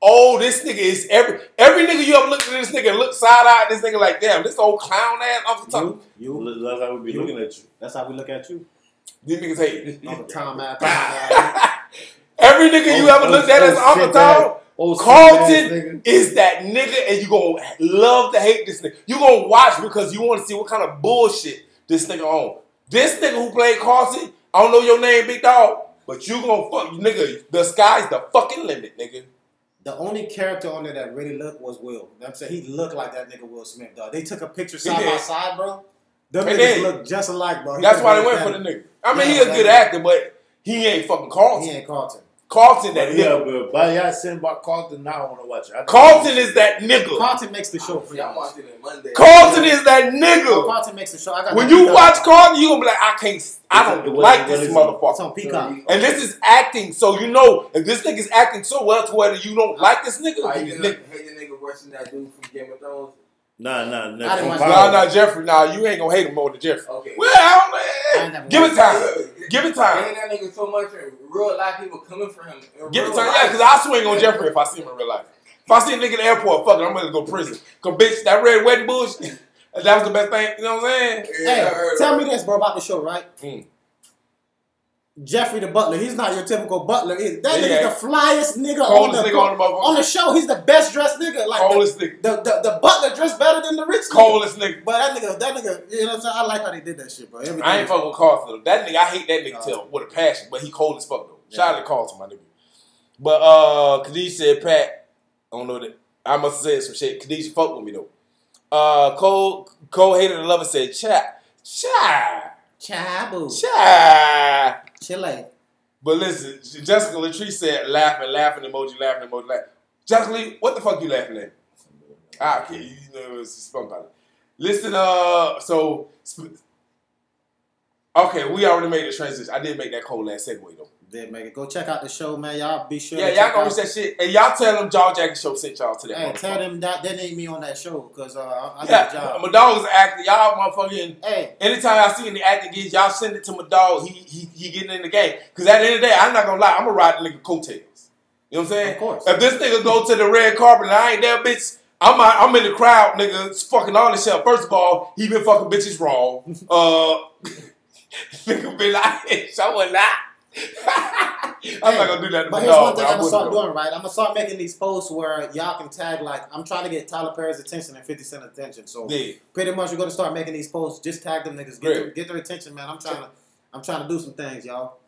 Speaker 1: Oh, this nigga is every every nigga you ever looked at this nigga and look side eye at this nigga like damn, this old clown ass Uncle Tom.
Speaker 2: you, you,
Speaker 3: That's how we be
Speaker 2: You-
Speaker 3: looking at you.
Speaker 2: that's how we look at you. Oh,
Speaker 1: These niggas hate.
Speaker 2: Uncle Tom, man. Tom,
Speaker 1: Every nigga you
Speaker 3: Oh,
Speaker 1: ever
Speaker 3: oh,
Speaker 1: looked at
Speaker 3: oh,
Speaker 1: as Uncle
Speaker 3: shit, man.
Speaker 1: Tom,
Speaker 3: Oh, sick ass
Speaker 1: Carlton
Speaker 3: nigga.
Speaker 1: is that nigga, and you gonna love to hate this nigga. You gonna watch because you want to see what kind of bullshit this nigga on. This nigga who played Carlton, I don't know your name, big dog, but you gonna fuck nigga. The sky's the fucking limit, nigga.
Speaker 2: The only character on there that really looked was Will. You know what I'm saying he looked like that nigga Will Smith, dog. They took a picture side by
Speaker 1: did.
Speaker 2: side, bro. Them
Speaker 1: He
Speaker 2: niggas
Speaker 1: did.
Speaker 2: look just alike, bro. He
Speaker 1: That's
Speaker 2: looked
Speaker 1: why they
Speaker 2: like
Speaker 1: went for
Speaker 2: that.
Speaker 1: the nigga. I mean,
Speaker 2: Yeah,
Speaker 1: he a
Speaker 2: that
Speaker 1: good
Speaker 2: nigga.
Speaker 1: actor, but he ain't fucking Carlton.
Speaker 2: He ain't Carlton.
Speaker 1: Carlton that
Speaker 3: But yeah,
Speaker 1: nigga.
Speaker 3: but by y'all saying about Carlton, now I want to watch it. I think-
Speaker 1: Carlton is that nigga.
Speaker 2: Carlton makes the show for you.
Speaker 4: Y'all watching it Monday.
Speaker 1: Carlton is that
Speaker 2: Oh,
Speaker 1: nigga.
Speaker 2: Carlton makes the show. I got
Speaker 1: When
Speaker 2: that
Speaker 1: you
Speaker 2: beat
Speaker 1: watch
Speaker 2: up.
Speaker 1: Carlton, you gonna be like, I can't, I
Speaker 3: What is
Speaker 1: don't
Speaker 3: it?
Speaker 1: like
Speaker 3: What
Speaker 1: this
Speaker 3: is it?
Speaker 2: it's
Speaker 1: motherfucker.
Speaker 2: on Peacock.
Speaker 1: And this is acting, so you know if this nigga's acting so well to whether you don't like this nigga,
Speaker 4: I
Speaker 1: then you
Speaker 4: hate
Speaker 1: nigga.
Speaker 4: the nigga worse than that dude from Game of Thrones.
Speaker 3: Nah, nah, nah.
Speaker 2: I didn't
Speaker 3: from
Speaker 2: watch
Speaker 1: Nah,
Speaker 3: Power.
Speaker 1: nah, Jeffrey, nah, you ain't gonna hate him more than Jeffrey.
Speaker 4: Okay.
Speaker 1: Well, I
Speaker 2: I
Speaker 1: don't, eh,
Speaker 2: never
Speaker 1: give it
Speaker 2: watched
Speaker 1: time, give it time,
Speaker 4: Hating that nigga so much, and real life people coming for him. In
Speaker 1: give it
Speaker 4: real
Speaker 1: time.
Speaker 4: life.
Speaker 1: Yeah, because I swing on Jeffrey if I see him in real life. If I see a nigga in the airport, fuck it, I'm gonna go to prison. Cause bitch, that red wedding bullshit, that was the best thing. You know what I'm saying?
Speaker 2: Hey,
Speaker 4: Yeah,
Speaker 2: tell me this, bro, about the show, right?
Speaker 1: Mm.
Speaker 2: Jeffrey the Butler. He's not your typical butler. Either. That
Speaker 1: Yeah, yeah.
Speaker 2: nigga's the flyest nigga on the,
Speaker 1: Coldest nigga on the motherfucker.
Speaker 2: on the show. He's the best dressed nigga. Like
Speaker 1: Coldest nigga,
Speaker 2: The, the, the, the butler dressed better than the rich nigga.
Speaker 1: coldest nigga.
Speaker 2: But that nigga, that nigga, you know what I'm saying? I like how they did that shit, bro. Everything.
Speaker 1: I ain't fuck with Carlton. though. That nigga, I hate that nigga
Speaker 2: Nah.
Speaker 1: till with a passion, but he cold as fuck though. Shout out to Carlton, my nigga. But uh Khadijah said, Pat, I don't know that I must have said some shit. Khadijah fucked with me though. Uh Cole Cole hated the lover said, Cha, cha,
Speaker 2: Chabu.
Speaker 1: cha.
Speaker 2: Chile.
Speaker 1: But listen, Jessica Latrice said laughing, laughing emoji, laughing emoji, laughing. Jessica Lee, what the fuck you laughing at? Ah, okay, you know it's spunk about it. Listen, uh, so sp- okay, we already made the transition. I did make that cold ass segue though.
Speaker 2: did make it. Go check out the show, man. Y'all be sure.
Speaker 1: Yeah,
Speaker 2: to
Speaker 1: y'all
Speaker 2: check
Speaker 1: gonna
Speaker 2: out-
Speaker 1: reach that shit. And y'all tell them Jaw Jackson Show sent y'all to that
Speaker 2: Hey,
Speaker 1: motherfucker.
Speaker 2: tell them that they need me on that show because uh, I, I need a
Speaker 1: Yeah,
Speaker 2: job.
Speaker 1: my dog is acting. Y'all motherfucking.
Speaker 2: Hey,
Speaker 1: Anytime I see any acting gigs, y'all send it to my dog. He he, he getting in the game. Cause at the end of the day, I'm not gonna lie, I'm gonna ride the nigga coattails. You know what I'm saying?
Speaker 2: Of course.
Speaker 1: If this nigga go to the red carpet and I ain't there, bitch, I'm out, I'm in the crowd, nigga, fucking all this shit. First of all, he been fucking bitches wrong. Uh, nigga been like, I would not. I'm not gonna do that to
Speaker 2: but
Speaker 1: my
Speaker 2: here's one
Speaker 1: dog.
Speaker 2: thing
Speaker 1: bro.
Speaker 2: I'm
Speaker 1: I
Speaker 2: gonna start
Speaker 1: wouldn't, bro.
Speaker 2: doing, right? I'm gonna start making these posts where y'all can tag like I'm trying to get Tyler Perry's attention and 50 Cent attention. So
Speaker 1: Yeah.
Speaker 2: pretty much we're gonna start making these posts. Just tag them niggas, get
Speaker 1: Great.
Speaker 2: their, get their attention, man. I'm trying to, I'm trying to do some things, y'all.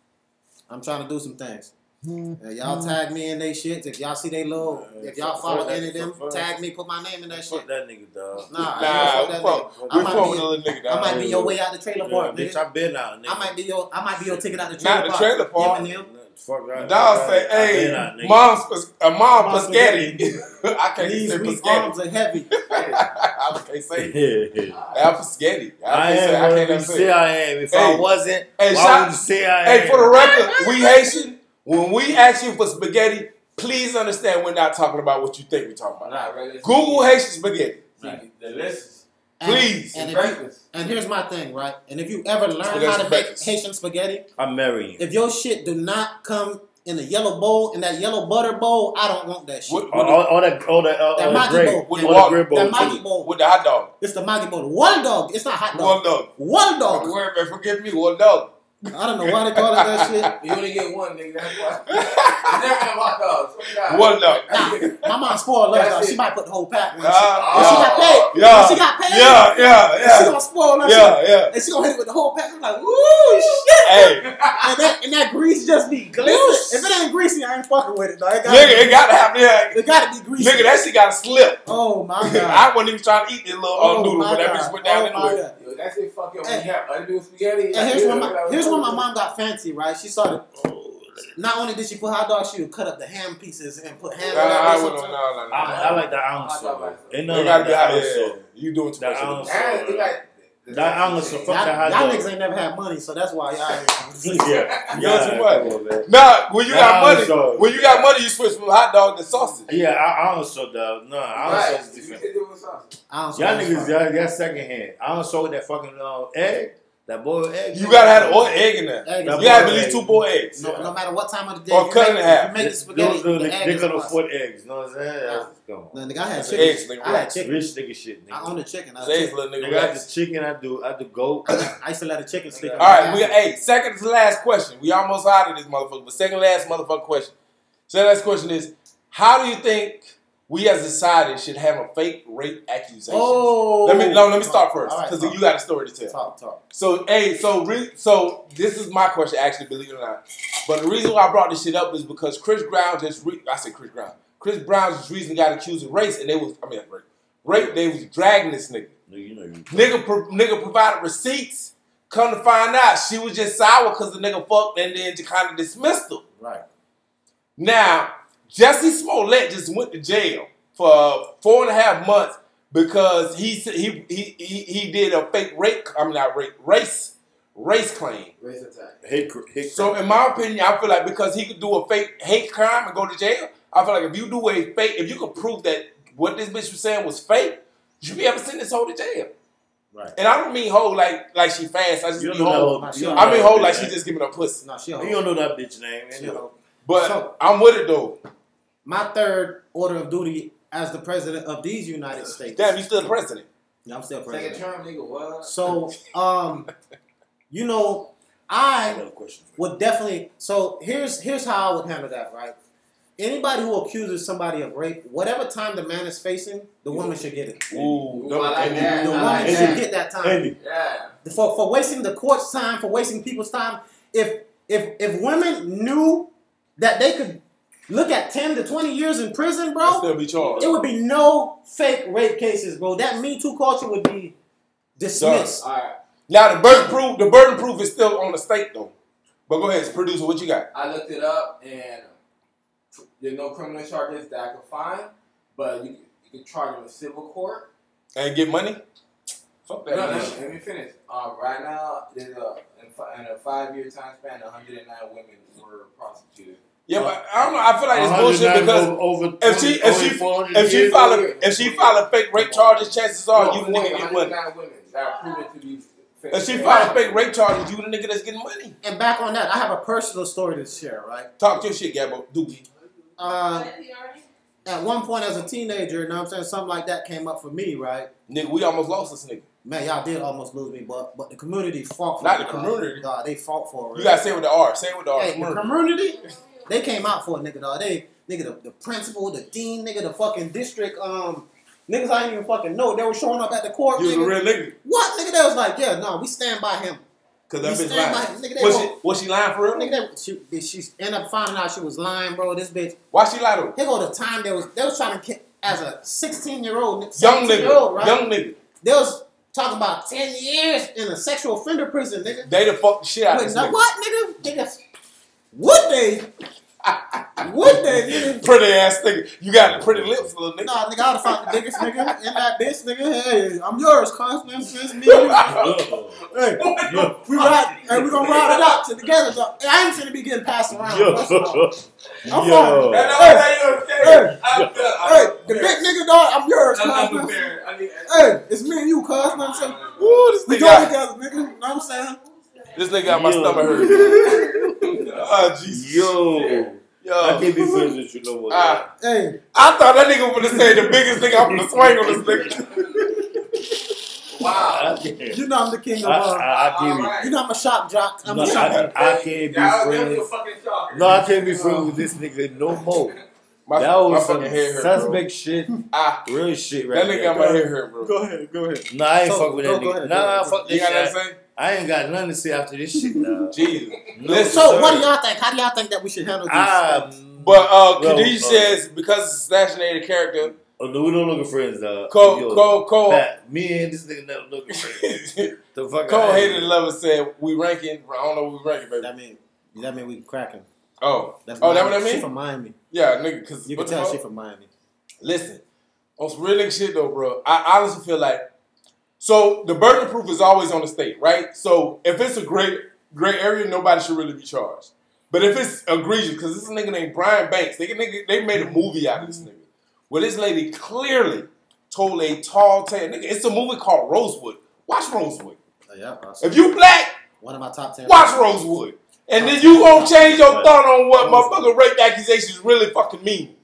Speaker 2: I'm trying to do some things. Yeah, y'all tag me in they shit. If y'all see they little,
Speaker 3: Man,
Speaker 2: if y'all
Speaker 3: fuck
Speaker 2: follow
Speaker 3: that,
Speaker 2: any of them,
Speaker 3: fuck that.
Speaker 2: tag me, put my name in that shit.
Speaker 3: Fuck that nigga, dog.
Speaker 2: Nah, I
Speaker 1: Nah,
Speaker 2: ain't
Speaker 1: we
Speaker 2: gonna
Speaker 1: fuck,
Speaker 2: fuck that
Speaker 1: we
Speaker 2: nigga. I
Speaker 1: fuck
Speaker 2: might
Speaker 1: with
Speaker 2: be,
Speaker 1: the little nigga.
Speaker 2: I
Speaker 1: dog.
Speaker 2: might be your way out the trailer
Speaker 3: Yeah,
Speaker 2: park,
Speaker 3: bitch,
Speaker 2: nigga.
Speaker 3: I've been out, nigga.
Speaker 2: I might be your, I might be your ticket out the trailer
Speaker 1: Not
Speaker 2: park.
Speaker 1: the trailer park.
Speaker 2: Him and him.
Speaker 3: Fuck out.
Speaker 1: Dog say,
Speaker 3: I've been
Speaker 1: "Hey,
Speaker 3: out, nigga.
Speaker 1: mom's pus- a mom
Speaker 2: Mom's
Speaker 1: Pasquetti." I can't
Speaker 2: These
Speaker 1: say
Speaker 2: weak
Speaker 1: Pasquetti.
Speaker 2: arms are heavy.
Speaker 1: I can't say it.
Speaker 3: Yeah.
Speaker 1: Al Pasquetti.
Speaker 3: I
Speaker 1: I can't say.
Speaker 3: am
Speaker 1: I can't
Speaker 3: what you
Speaker 1: even
Speaker 3: say
Speaker 1: say. it.
Speaker 3: I am. If
Speaker 1: Hey.
Speaker 3: I wasn't,
Speaker 1: Hey,
Speaker 3: why
Speaker 1: shout-
Speaker 3: would you say I am?
Speaker 1: Hey, for the record, we Haitian. When we ask you for spaghetti, please understand we're not talking about what you think we're talking about.
Speaker 4: Nah, regular.
Speaker 1: Google Haitian spaghetti.
Speaker 4: See, The list is
Speaker 2: And-
Speaker 1: Please.
Speaker 2: And, if you-
Speaker 4: breakfast.
Speaker 2: and here's my thing, right? And if you ever learn
Speaker 1: Spaghetti
Speaker 2: how to make
Speaker 1: breakfast.
Speaker 2: Haitian spaghetti,
Speaker 3: I'm marrying you.
Speaker 2: if your shit do not come in a yellow bowl, in that yellow butter bowl, I don't want that shit.
Speaker 1: With, with,
Speaker 3: All, all, all that, all that, uh,
Speaker 2: That
Speaker 3: all
Speaker 2: Maggi
Speaker 3: that grape,
Speaker 2: bowl.
Speaker 1: With
Speaker 3: all
Speaker 1: the
Speaker 3: that grape
Speaker 2: that
Speaker 3: bowl.
Speaker 2: Maggi
Speaker 3: too.
Speaker 1: the,
Speaker 2: bowl.
Speaker 1: with the hot dog.
Speaker 2: It's the Maggi bowl. One dog. It's not hot
Speaker 1: One
Speaker 2: dog.
Speaker 1: dog.
Speaker 2: One
Speaker 1: Don't
Speaker 2: dog.
Speaker 1: worry, man. Forgive me. One dog.
Speaker 2: I don't know why they call it that shit.
Speaker 4: You only get one, nigga. That's why. You never had hot dogs. Fuck God.
Speaker 1: One dog.
Speaker 2: Nah, my mom spoiled us.
Speaker 4: That's
Speaker 2: dog.
Speaker 4: it.
Speaker 2: She might put the whole pack. When she,
Speaker 1: Ah,
Speaker 2: when she got paid.
Speaker 1: yeah.
Speaker 2: When she got paid.
Speaker 1: Yeah, yeah,
Speaker 2: She
Speaker 1: yeah,
Speaker 2: gonna spoil us.
Speaker 1: yeah, yeah.
Speaker 2: And she gonna hit it with the whole pack. I'm like, woo, shit.
Speaker 1: Hey,
Speaker 2: And that, and that grease just be greasy. If it ain't greasy, I ain't fucking with it, dog. It gotta,
Speaker 1: nigga, it gotta happen. Yeah,
Speaker 2: it gotta be greasy.
Speaker 1: nigga, that shit gotta slip.
Speaker 2: oh my god.
Speaker 1: I wasn't even trying to eat this little uh,
Speaker 2: oh
Speaker 1: noodle,
Speaker 2: my
Speaker 1: but that
Speaker 2: God.
Speaker 1: bitch went down
Speaker 2: oh my
Speaker 1: anyway.
Speaker 2: God.
Speaker 4: Yo, that's it. Fucking
Speaker 2: Hey.
Speaker 4: when you have other people's spaghetti.
Speaker 2: And here's when my
Speaker 4: like,
Speaker 2: here's when my mom got fancy, right? She started.
Speaker 1: Oh,
Speaker 2: Not only did she put hot dogs, she would cut up the ham pieces and put ham.
Speaker 1: Nah,
Speaker 2: on
Speaker 1: I
Speaker 2: that
Speaker 1: wouldn't.
Speaker 2: bitch
Speaker 1: No,
Speaker 2: sometimes.
Speaker 1: no, no.
Speaker 3: I, I like the ounce.
Speaker 4: Hot dog
Speaker 3: of
Speaker 4: bites.
Speaker 3: it. Ain't
Speaker 1: It
Speaker 3: nothing
Speaker 1: gotta
Speaker 3: like
Speaker 1: be
Speaker 3: the
Speaker 1: out
Speaker 3: ounce.
Speaker 1: there.
Speaker 3: of it.
Speaker 1: You doing too
Speaker 3: That
Speaker 1: much. of
Speaker 3: ounce.
Speaker 1: this.
Speaker 4: And it like
Speaker 3: That ounce of fuck
Speaker 2: Y'all,
Speaker 3: that hot
Speaker 2: y'all
Speaker 3: dog.
Speaker 2: niggas ain't never had money, so that's why y'all.
Speaker 3: Yeah,
Speaker 1: You
Speaker 3: yeah,
Speaker 1: know too much.
Speaker 3: come on, man.
Speaker 1: Nah, when you
Speaker 3: That
Speaker 1: got
Speaker 3: ounce
Speaker 1: money,
Speaker 3: of-
Speaker 1: when you got money, you switch from hot dog to sausage.
Speaker 3: Yeah, I, I also dog. No, I
Speaker 4: Right.
Speaker 3: also is
Speaker 4: You
Speaker 3: different.
Speaker 4: should do it with sauce.
Speaker 2: I don't
Speaker 3: Y'all
Speaker 2: smoke.
Speaker 3: niggas, y'all, y'all second hand. I don't saw that fucking uh, egg, that boiled egg.
Speaker 1: You gotta have an oil egg in there.
Speaker 2: Egg is
Speaker 3: That
Speaker 1: You gotta have at
Speaker 3: boiled
Speaker 1: least
Speaker 3: egg.
Speaker 1: two boiled eggs.
Speaker 2: No, no matter what time of the day.
Speaker 1: Or
Speaker 2: you make-
Speaker 1: cut it in half.
Speaker 2: You make the
Speaker 3: Those
Speaker 2: spaghetti.
Speaker 3: little
Speaker 2: the
Speaker 3: niggas,
Speaker 2: egg
Speaker 3: they
Speaker 2: is
Speaker 3: couldn't
Speaker 2: crust.
Speaker 3: afford eggs. You know what I'm saying? That's- come on.
Speaker 2: Nah, nigga, I had
Speaker 1: That's
Speaker 2: chicken.
Speaker 1: eggs, nigga.
Speaker 2: I had chicken.
Speaker 3: Rich nigga shit. Nigga.
Speaker 2: I own the chicken. I, had
Speaker 1: Eggs,
Speaker 2: chicken.
Speaker 1: little
Speaker 3: Nigga,
Speaker 1: nigga.
Speaker 3: I do
Speaker 1: racks.
Speaker 3: the chicken. I do. I do goat.
Speaker 2: I used to let a chicken stick.
Speaker 1: All right, we hey, second to last question. We almost out of this motherfucker, but second last motherfucker question. Second last question is: How do you think we as a society should have a fake rape accusation?
Speaker 2: Oh.
Speaker 1: Let me no, let me start first
Speaker 2: All right,
Speaker 1: because
Speaker 2: talk.
Speaker 1: you got a story to tell.
Speaker 2: Talk, talk.
Speaker 1: So hey, so re- so this is my question actually, believe it or not. But the reason why I brought this shit up is because Chris Brown just re- I said Chris Brown. Chris Brown just recently got accused of race, and they was I mean rape. Rape. They was dragging this nigga.
Speaker 3: Nigga, you know you.
Speaker 1: Nigga, pro- nigga provided receipts. Come to find out, she was just sour because the nigga fucked and then just kind of dismissed him.
Speaker 2: Right.
Speaker 1: Now, Jesse Smollett just went to jail for four and a half months because he s- he he he, he did a fake rape. I'm mean, not rape race race claim.
Speaker 4: Race attack.
Speaker 3: Hate, cr- hate.
Speaker 1: So,
Speaker 3: crime.
Speaker 1: in my opinion, I feel like because he could do a fake hate crime and go to jail, I feel like if you do a fake, if you could prove that what this bitch was saying was fake, you should be able to send this hoe to jail.
Speaker 2: Right.
Speaker 1: And I don't mean hoe like like she fast. I just
Speaker 3: you
Speaker 1: mean
Speaker 3: don't know. that
Speaker 1: hoe.
Speaker 2: Nah,
Speaker 3: hoe-
Speaker 2: she
Speaker 3: you
Speaker 2: don't
Speaker 3: don't
Speaker 1: I mean
Speaker 3: know
Speaker 1: hoe
Speaker 3: that
Speaker 1: like
Speaker 3: bitch
Speaker 1: she
Speaker 3: name.
Speaker 1: just giving her pussy.
Speaker 2: No, she a
Speaker 3: You
Speaker 2: hoe.
Speaker 3: don't know that bitch name.
Speaker 2: She a
Speaker 3: anyway.
Speaker 2: hoe.
Speaker 1: But
Speaker 2: So-
Speaker 1: I'm with it though.
Speaker 2: My third order of duty as the president of these United States.
Speaker 1: Damn, you still the president.
Speaker 2: Yeah, I'm still
Speaker 4: Take a
Speaker 2: president.
Speaker 4: term, nigga. What?
Speaker 2: So, um, you know,
Speaker 3: I
Speaker 2: I
Speaker 3: got a question for you.
Speaker 2: would definitely. So here's here's how I would handle that, right? Anybody who accuses somebody of rape, whatever time the man is facing, the woman should get it.
Speaker 1: Ooh,
Speaker 4: Ooh,
Speaker 1: don't
Speaker 4: I like
Speaker 1: and-
Speaker 4: that.
Speaker 2: The
Speaker 4: I
Speaker 2: woman
Speaker 4: like
Speaker 2: should
Speaker 4: that.
Speaker 2: get that time.
Speaker 3: Andy,
Speaker 4: Yeah.
Speaker 2: for for wasting the court's time, for wasting people's time. If if if women knew that they could look at ten to twenty years in prison,
Speaker 1: I'll
Speaker 2: bro,
Speaker 1: still be charged.
Speaker 2: it would be no fake rape cases, bro. That Me Too culture would be dismissed.
Speaker 4: All right.
Speaker 1: Now the burden proof, the burden proof is still on the state though. But go ahead, producer, what you got?
Speaker 4: I looked it up and there's no criminal charges that I could find, but you, you can charge them in civil court.
Speaker 1: And get money? Fuck that.
Speaker 4: No, no,
Speaker 1: bullshit.
Speaker 4: let me finish. Uh, right now, there's a in, fi- in a five-year time span, 109 women were prostituted.
Speaker 1: Yeah, but I don't know. I feel like it's
Speaker 3: 109
Speaker 1: bullshit because
Speaker 3: over, over
Speaker 1: if she- if
Speaker 3: 20,
Speaker 1: she-
Speaker 3: over 400
Speaker 1: if she
Speaker 3: years
Speaker 1: file
Speaker 4: yeah.
Speaker 1: if she file a fake rape charges, chances are you the nigga get money.
Speaker 4: 109 women that are proven to be. fake.
Speaker 1: If she file a fake rape charges, you the nigga that's getting money.
Speaker 2: And back on that, I have a personal story to share, right?
Speaker 1: Talk your shit, Gabbo. Doogie.
Speaker 2: Um, at one point as a teenager, you know what I'm saying, something like that came up for me, right?
Speaker 1: Nigga, we almost lost this nigga.
Speaker 2: Man, y'all did almost lose me, but but the community fought for
Speaker 1: Not
Speaker 2: it,
Speaker 1: the
Speaker 2: dog.
Speaker 1: community.
Speaker 2: Dog, they fought for it.
Speaker 1: You gotta say it with the R. Say it with the R.
Speaker 2: Hey, the
Speaker 1: Murder.
Speaker 2: community, they came out for a nigga, dog. They nigga the, the principal, the dean, nigga, the fucking district, um, niggas I didn't even fucking know. They were showing up at the court.
Speaker 1: You was a
Speaker 2: nigga.
Speaker 1: real nigga.
Speaker 2: What nigga? They was like, yeah, no, we stand by him.
Speaker 1: Cause
Speaker 2: We
Speaker 1: that bitch
Speaker 2: stand by
Speaker 1: lying.
Speaker 2: him. Nigga, they
Speaker 1: Was
Speaker 2: won't-
Speaker 1: she, was she lying for real?
Speaker 2: Nigga, they, she, she ended up finding out she was lying, bro. This bitch.
Speaker 1: Why she lied to him?
Speaker 2: Here go the time they was they was trying to ki- as a sixteen year old,
Speaker 1: Young
Speaker 2: year old,
Speaker 1: nigga.
Speaker 2: right?
Speaker 1: Young nigga.
Speaker 2: They was talking about ten years in a sexual offender prison, nigga.
Speaker 1: They the fuck shit out of
Speaker 2: Wait,
Speaker 1: this
Speaker 2: now
Speaker 1: nigga.
Speaker 2: what, nigga? Nigga, would they? would they? Nigga?
Speaker 1: Pretty ass nigga. You got pretty lips, little nigga.
Speaker 2: Nah, nigga, I'd have found the biggest nigga in that bitch, nigga. Hey, I'm yours, cuz. man. It's just me. and you.
Speaker 3: Yo,
Speaker 2: Hey,
Speaker 3: yo,
Speaker 2: we ride, hey, we gonna ride it out to together. Though. Hey, I ain't finna be getting passed around. first of all.
Speaker 3: yo,
Speaker 2: I'm
Speaker 3: yo.
Speaker 2: fine.
Speaker 4: And I'm like,
Speaker 2: Hey,
Speaker 4: I'm good.
Speaker 2: Hey,
Speaker 4: I'm
Speaker 1: Oh,
Speaker 2: the
Speaker 4: prepared.
Speaker 2: big nigga, dog. I'm yours, cuz.
Speaker 4: I'm
Speaker 2: man.
Speaker 4: prepared. I need.
Speaker 2: Hey, it's me and you, cuz. man. I'm saying,
Speaker 1: Ooh, this
Speaker 2: we
Speaker 1: nigga,
Speaker 2: go
Speaker 1: got,
Speaker 2: together, nigga. You know what I'm saying?
Speaker 1: this nigga got my
Speaker 3: Yo.
Speaker 1: stomach hurt. oh, Jesus.
Speaker 3: yo. I
Speaker 1: Yo.
Speaker 3: can't be friends with you no more.
Speaker 1: Ah.
Speaker 2: Hey,
Speaker 1: I thought that nigga was gonna say the biggest thing I'm gonna swing on this nigga.
Speaker 4: Wow.
Speaker 3: I can't.
Speaker 2: you know I'm the king
Speaker 3: I,
Speaker 2: of uh,
Speaker 3: I, I can't be.
Speaker 2: you know I'm a shop jock. I'm
Speaker 3: No,
Speaker 2: a shop jock.
Speaker 3: I, I can't be
Speaker 4: Y'all give me a
Speaker 3: friends.
Speaker 4: fucking shocker.
Speaker 3: No, I can't be friends with this nigga no more.
Speaker 1: My,
Speaker 3: that was
Speaker 1: my
Speaker 3: some
Speaker 1: fucking hair hurt. bro.
Speaker 3: suspect shit,
Speaker 1: Ah,
Speaker 3: real shit right
Speaker 1: that nigga got my hair hurt, bro.
Speaker 2: Go ahead, go ahead.
Speaker 3: Nah, I ain't
Speaker 2: Go-
Speaker 3: fuck with
Speaker 2: go-
Speaker 3: that
Speaker 2: go ahead,
Speaker 3: nigga.
Speaker 2: go
Speaker 3: Nah,
Speaker 2: ahead.
Speaker 3: fuck
Speaker 1: You
Speaker 3: this
Speaker 1: got what I'm
Speaker 3: shit.
Speaker 1: saying?
Speaker 3: I ain't got nothing to say after this shit. Nah.
Speaker 1: Jesus.
Speaker 3: No,
Speaker 1: Listen,
Speaker 2: So,
Speaker 3: sir.
Speaker 2: what do y'all think? How do y'all think that we should handle this?
Speaker 3: Ah,
Speaker 1: But uh,
Speaker 3: Bro,
Speaker 1: Khadijah
Speaker 3: uh,
Speaker 1: says because it's a assassinated character,
Speaker 3: oh, no, we don't look at friends, dog.
Speaker 1: Cole,
Speaker 3: Yo,
Speaker 1: Cole, Cole,
Speaker 3: Pat, me and this nigga never look at friends.
Speaker 1: Cole
Speaker 3: the fuck I
Speaker 1: hated lover said we ranking. I don't know what we ranking, baby.
Speaker 2: That mean that mean we cracking.
Speaker 1: Oh,
Speaker 2: That's
Speaker 1: mm. oh, that
Speaker 2: Miami.
Speaker 1: what I
Speaker 2: She
Speaker 1: mean?
Speaker 2: from Miami.
Speaker 1: Yeah, nigga, because
Speaker 2: You can tell she from Miami.
Speaker 1: Listen, on some real nigga shit though, bro. I honestly feel like so the burden of proof is always on the state, right? So if it's a great great area, nobody should really be charged. But if it's egregious, because this is a nigga named Brian Banks, they nigga, they made a movie out of this nigga. Well, this lady clearly told a tall tale nigga. It's a movie called Rosewood. Watch Rosewood.
Speaker 2: Oh, yeah, I see.
Speaker 1: If you black,
Speaker 2: one of my top ten.
Speaker 1: watch Rosewood. And then you gonna change your thought on what motherfucking rape accusations really fucking mean.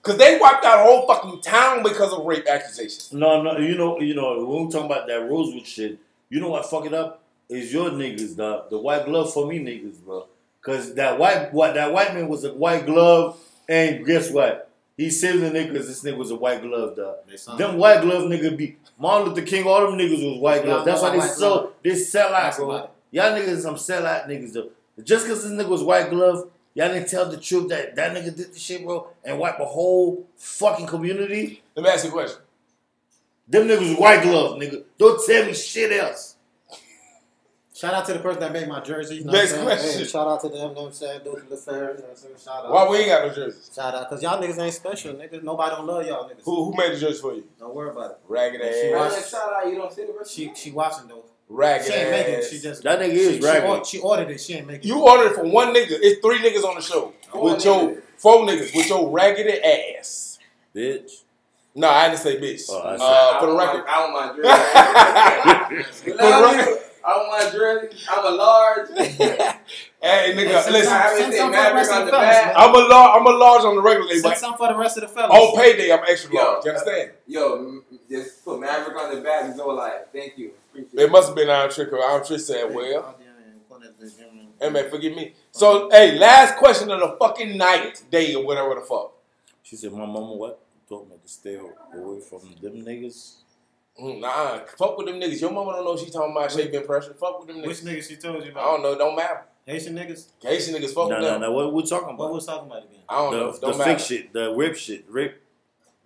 Speaker 1: Cause they wiped out a whole fucking town because of rape accusations.
Speaker 3: No, no, you know, you know, when we talking about that Rosewood shit, you know what fuck it up is your niggas, dog. The white glove for me niggas, bro. Cause that white what that white man was a white glove, and guess what? He saved the niggas. This nigga was a white glove, dog.
Speaker 2: They sound-
Speaker 3: Them white glove nigga be Martin Luther King. All them niggas was white glove.
Speaker 2: Yeah,
Speaker 3: That's why they
Speaker 2: white glove.
Speaker 3: so they sell out,
Speaker 2: That's
Speaker 3: bro.
Speaker 2: right.
Speaker 3: Y'all niggas some sell out niggas though. Just cause this nigga was white glove, y'all didn't tell the truth that that nigga did the shit, bro, and wipe a whole fucking community.
Speaker 1: Let me ask you a question.
Speaker 3: Them niggas white glove, nigga. Don't tell me shit else.
Speaker 2: Shout out to the person that made my jersey. You know
Speaker 1: Next
Speaker 2: what I'm saying?
Speaker 1: question.
Speaker 2: Hey, shout out to them. You know what I'm saying? Those the fair. You know what I'm saying? Shout out.
Speaker 1: Why we ain't got no jerseys?
Speaker 2: Shout out, cause y'all niggas ain't special, nigga. Nobody don't love y'all niggas.
Speaker 1: Who who made the jerseys for you?
Speaker 2: Don't worry about it.
Speaker 1: Ragged
Speaker 2: She
Speaker 1: ass.
Speaker 2: watched-
Speaker 4: Shout out, you don't see the rest
Speaker 2: She
Speaker 4: of it.
Speaker 2: she watching though.
Speaker 1: Ragged
Speaker 2: She ain't making it.
Speaker 1: ass.
Speaker 2: She just
Speaker 3: That nigga is
Speaker 2: she,
Speaker 3: raggedy.
Speaker 2: She, or- she ordered it. She ain't making
Speaker 1: You ordered it for one nigga. It's three niggas on the show.
Speaker 4: Four
Speaker 1: with your
Speaker 4: niggas.
Speaker 1: four niggas with your raggedy ass.
Speaker 3: Bitch.
Speaker 1: No, I didn't say bitch.
Speaker 3: Oh, I see.
Speaker 1: uh, for the
Speaker 4: I
Speaker 1: record.
Speaker 4: want my- I want my jersey.
Speaker 1: For the record.
Speaker 4: I want my jersey. I'm a large.
Speaker 1: hey nigga, listen.
Speaker 4: I haven't
Speaker 2: Send some
Speaker 4: seen
Speaker 2: for the rest
Speaker 4: Maverick
Speaker 2: of the
Speaker 4: on
Speaker 2: fellas, man.
Speaker 4: the back.
Speaker 1: I'm a large I'm a large on the regular day,
Speaker 2: it. Send
Speaker 1: but
Speaker 2: some for the rest of the fellas.
Speaker 1: on payday I'm extra
Speaker 4: Yo.
Speaker 1: large. You understand?
Speaker 4: Yo, m- just put Maverick on the back and go like, thank you. Appreciate
Speaker 1: It must have been Iron Trick or Iron Trick said, well.
Speaker 2: Oh,
Speaker 1: Hey man, forgive me. So hey, last question of the fucking night, day or whatever the fuck.
Speaker 3: She said, my mama what? Told me to stay away from them niggas.
Speaker 1: Mm, Nah, fuck with them niggas. Your mama don't know she talking about shape and pressure. Fuck with them
Speaker 2: Which
Speaker 1: niggas.
Speaker 2: niggas she told you
Speaker 1: I
Speaker 2: about?
Speaker 1: don't know. Don't matter.
Speaker 2: Haitian niggas.
Speaker 1: Haitian niggas fuck
Speaker 3: No,
Speaker 1: with
Speaker 3: no,
Speaker 1: them.
Speaker 3: no. What we talking
Speaker 2: What we
Speaker 3: about?
Speaker 2: was talking about again?
Speaker 1: I don't
Speaker 3: The,
Speaker 1: know.
Speaker 3: the
Speaker 1: Don't
Speaker 3: fake
Speaker 1: matter.
Speaker 3: shit. The rip shit. Rip.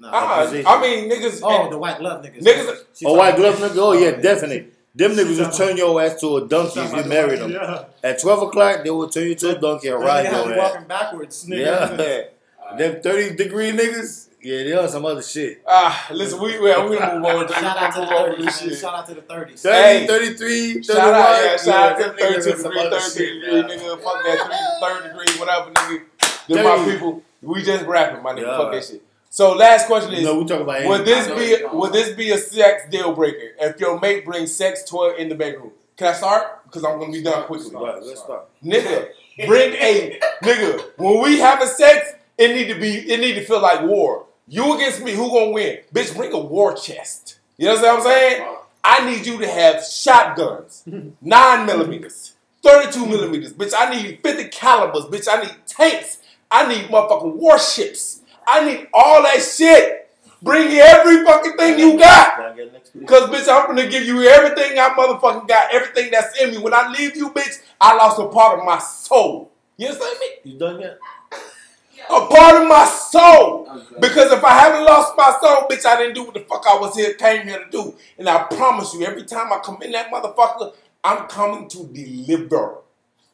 Speaker 2: Nah.
Speaker 1: Ah,
Speaker 3: Opposition.
Speaker 1: I mean niggas.
Speaker 2: oh, the white glove niggas.
Speaker 1: Niggas-
Speaker 2: She
Speaker 3: Oh,
Speaker 2: talking-
Speaker 3: white glove nigga? Oh, yeah,
Speaker 2: She-
Speaker 3: definitely. Them niggas will turn your ass to a
Speaker 2: she
Speaker 3: donkey
Speaker 2: talking
Speaker 3: if you
Speaker 2: about the
Speaker 3: marry
Speaker 2: white-
Speaker 3: them.
Speaker 2: Yeah.
Speaker 3: At 12 o'clock, they will turn you to a donkey and
Speaker 2: That
Speaker 3: ride
Speaker 2: nigga
Speaker 3: your
Speaker 2: had you
Speaker 3: ass.
Speaker 2: walking backwards, nigga.
Speaker 3: Yeah. Them 30 degree niggas? Yeah, they on some other shit.
Speaker 1: Ah, listen, we well, we gonna move on. To,
Speaker 2: Shout out to the
Speaker 1: move on from this
Speaker 2: 30s. man.
Speaker 1: shit.
Speaker 2: Shout out to the 30s.
Speaker 1: That-
Speaker 3: 30,
Speaker 1: Hey.
Speaker 3: 33, 31.
Speaker 1: Shout out, yeah, shout
Speaker 3: yeah,
Speaker 1: out to
Speaker 3: them niggas
Speaker 1: 32
Speaker 3: on some
Speaker 1: degree,
Speaker 3: other
Speaker 1: 13
Speaker 3: shit,
Speaker 1: degree,
Speaker 3: yeah.
Speaker 1: nigga. Fuck that three, third degree, whatever, nigga. Them my
Speaker 3: Damn.
Speaker 1: people. We just rapping, my nigga.
Speaker 3: Yeah.
Speaker 1: Fuck that shit. So last question is:
Speaker 3: No, we talking about
Speaker 1: Would
Speaker 3: anything.
Speaker 1: this be would this be a sex deal breaker if your mate brings sex toy in the bedroom? Can I start? Because I'm gonna be done quickly.
Speaker 3: Right, let's start.
Speaker 1: Nigga, bring a nigga. When we having sex, it need to be it need to feel like war. You against me, who gonna win? Bitch, bring a war chest. You know what I'm saying? I need you to have shotguns, nine millimeters, 32 millimeters, bitch. I need 50 calibers, bitch. I need tanks. I need motherfucking warships. I need all that shit. Bring every fucking thing you got.
Speaker 3: Can I get next week?
Speaker 1: Cause bitch, I'm gonna give you everything I motherfucking got, everything that's in me. When I leave you, bitch, I lost a part of my soul. You understand me?
Speaker 3: You done yet?
Speaker 1: A part of my soul.
Speaker 4: I'm done.
Speaker 1: Because if I haven't lost my soul, bitch, I didn't do what the fuck I was here came here to do. And I promise you, every time I come in that motherfucker, I'm coming to deliver.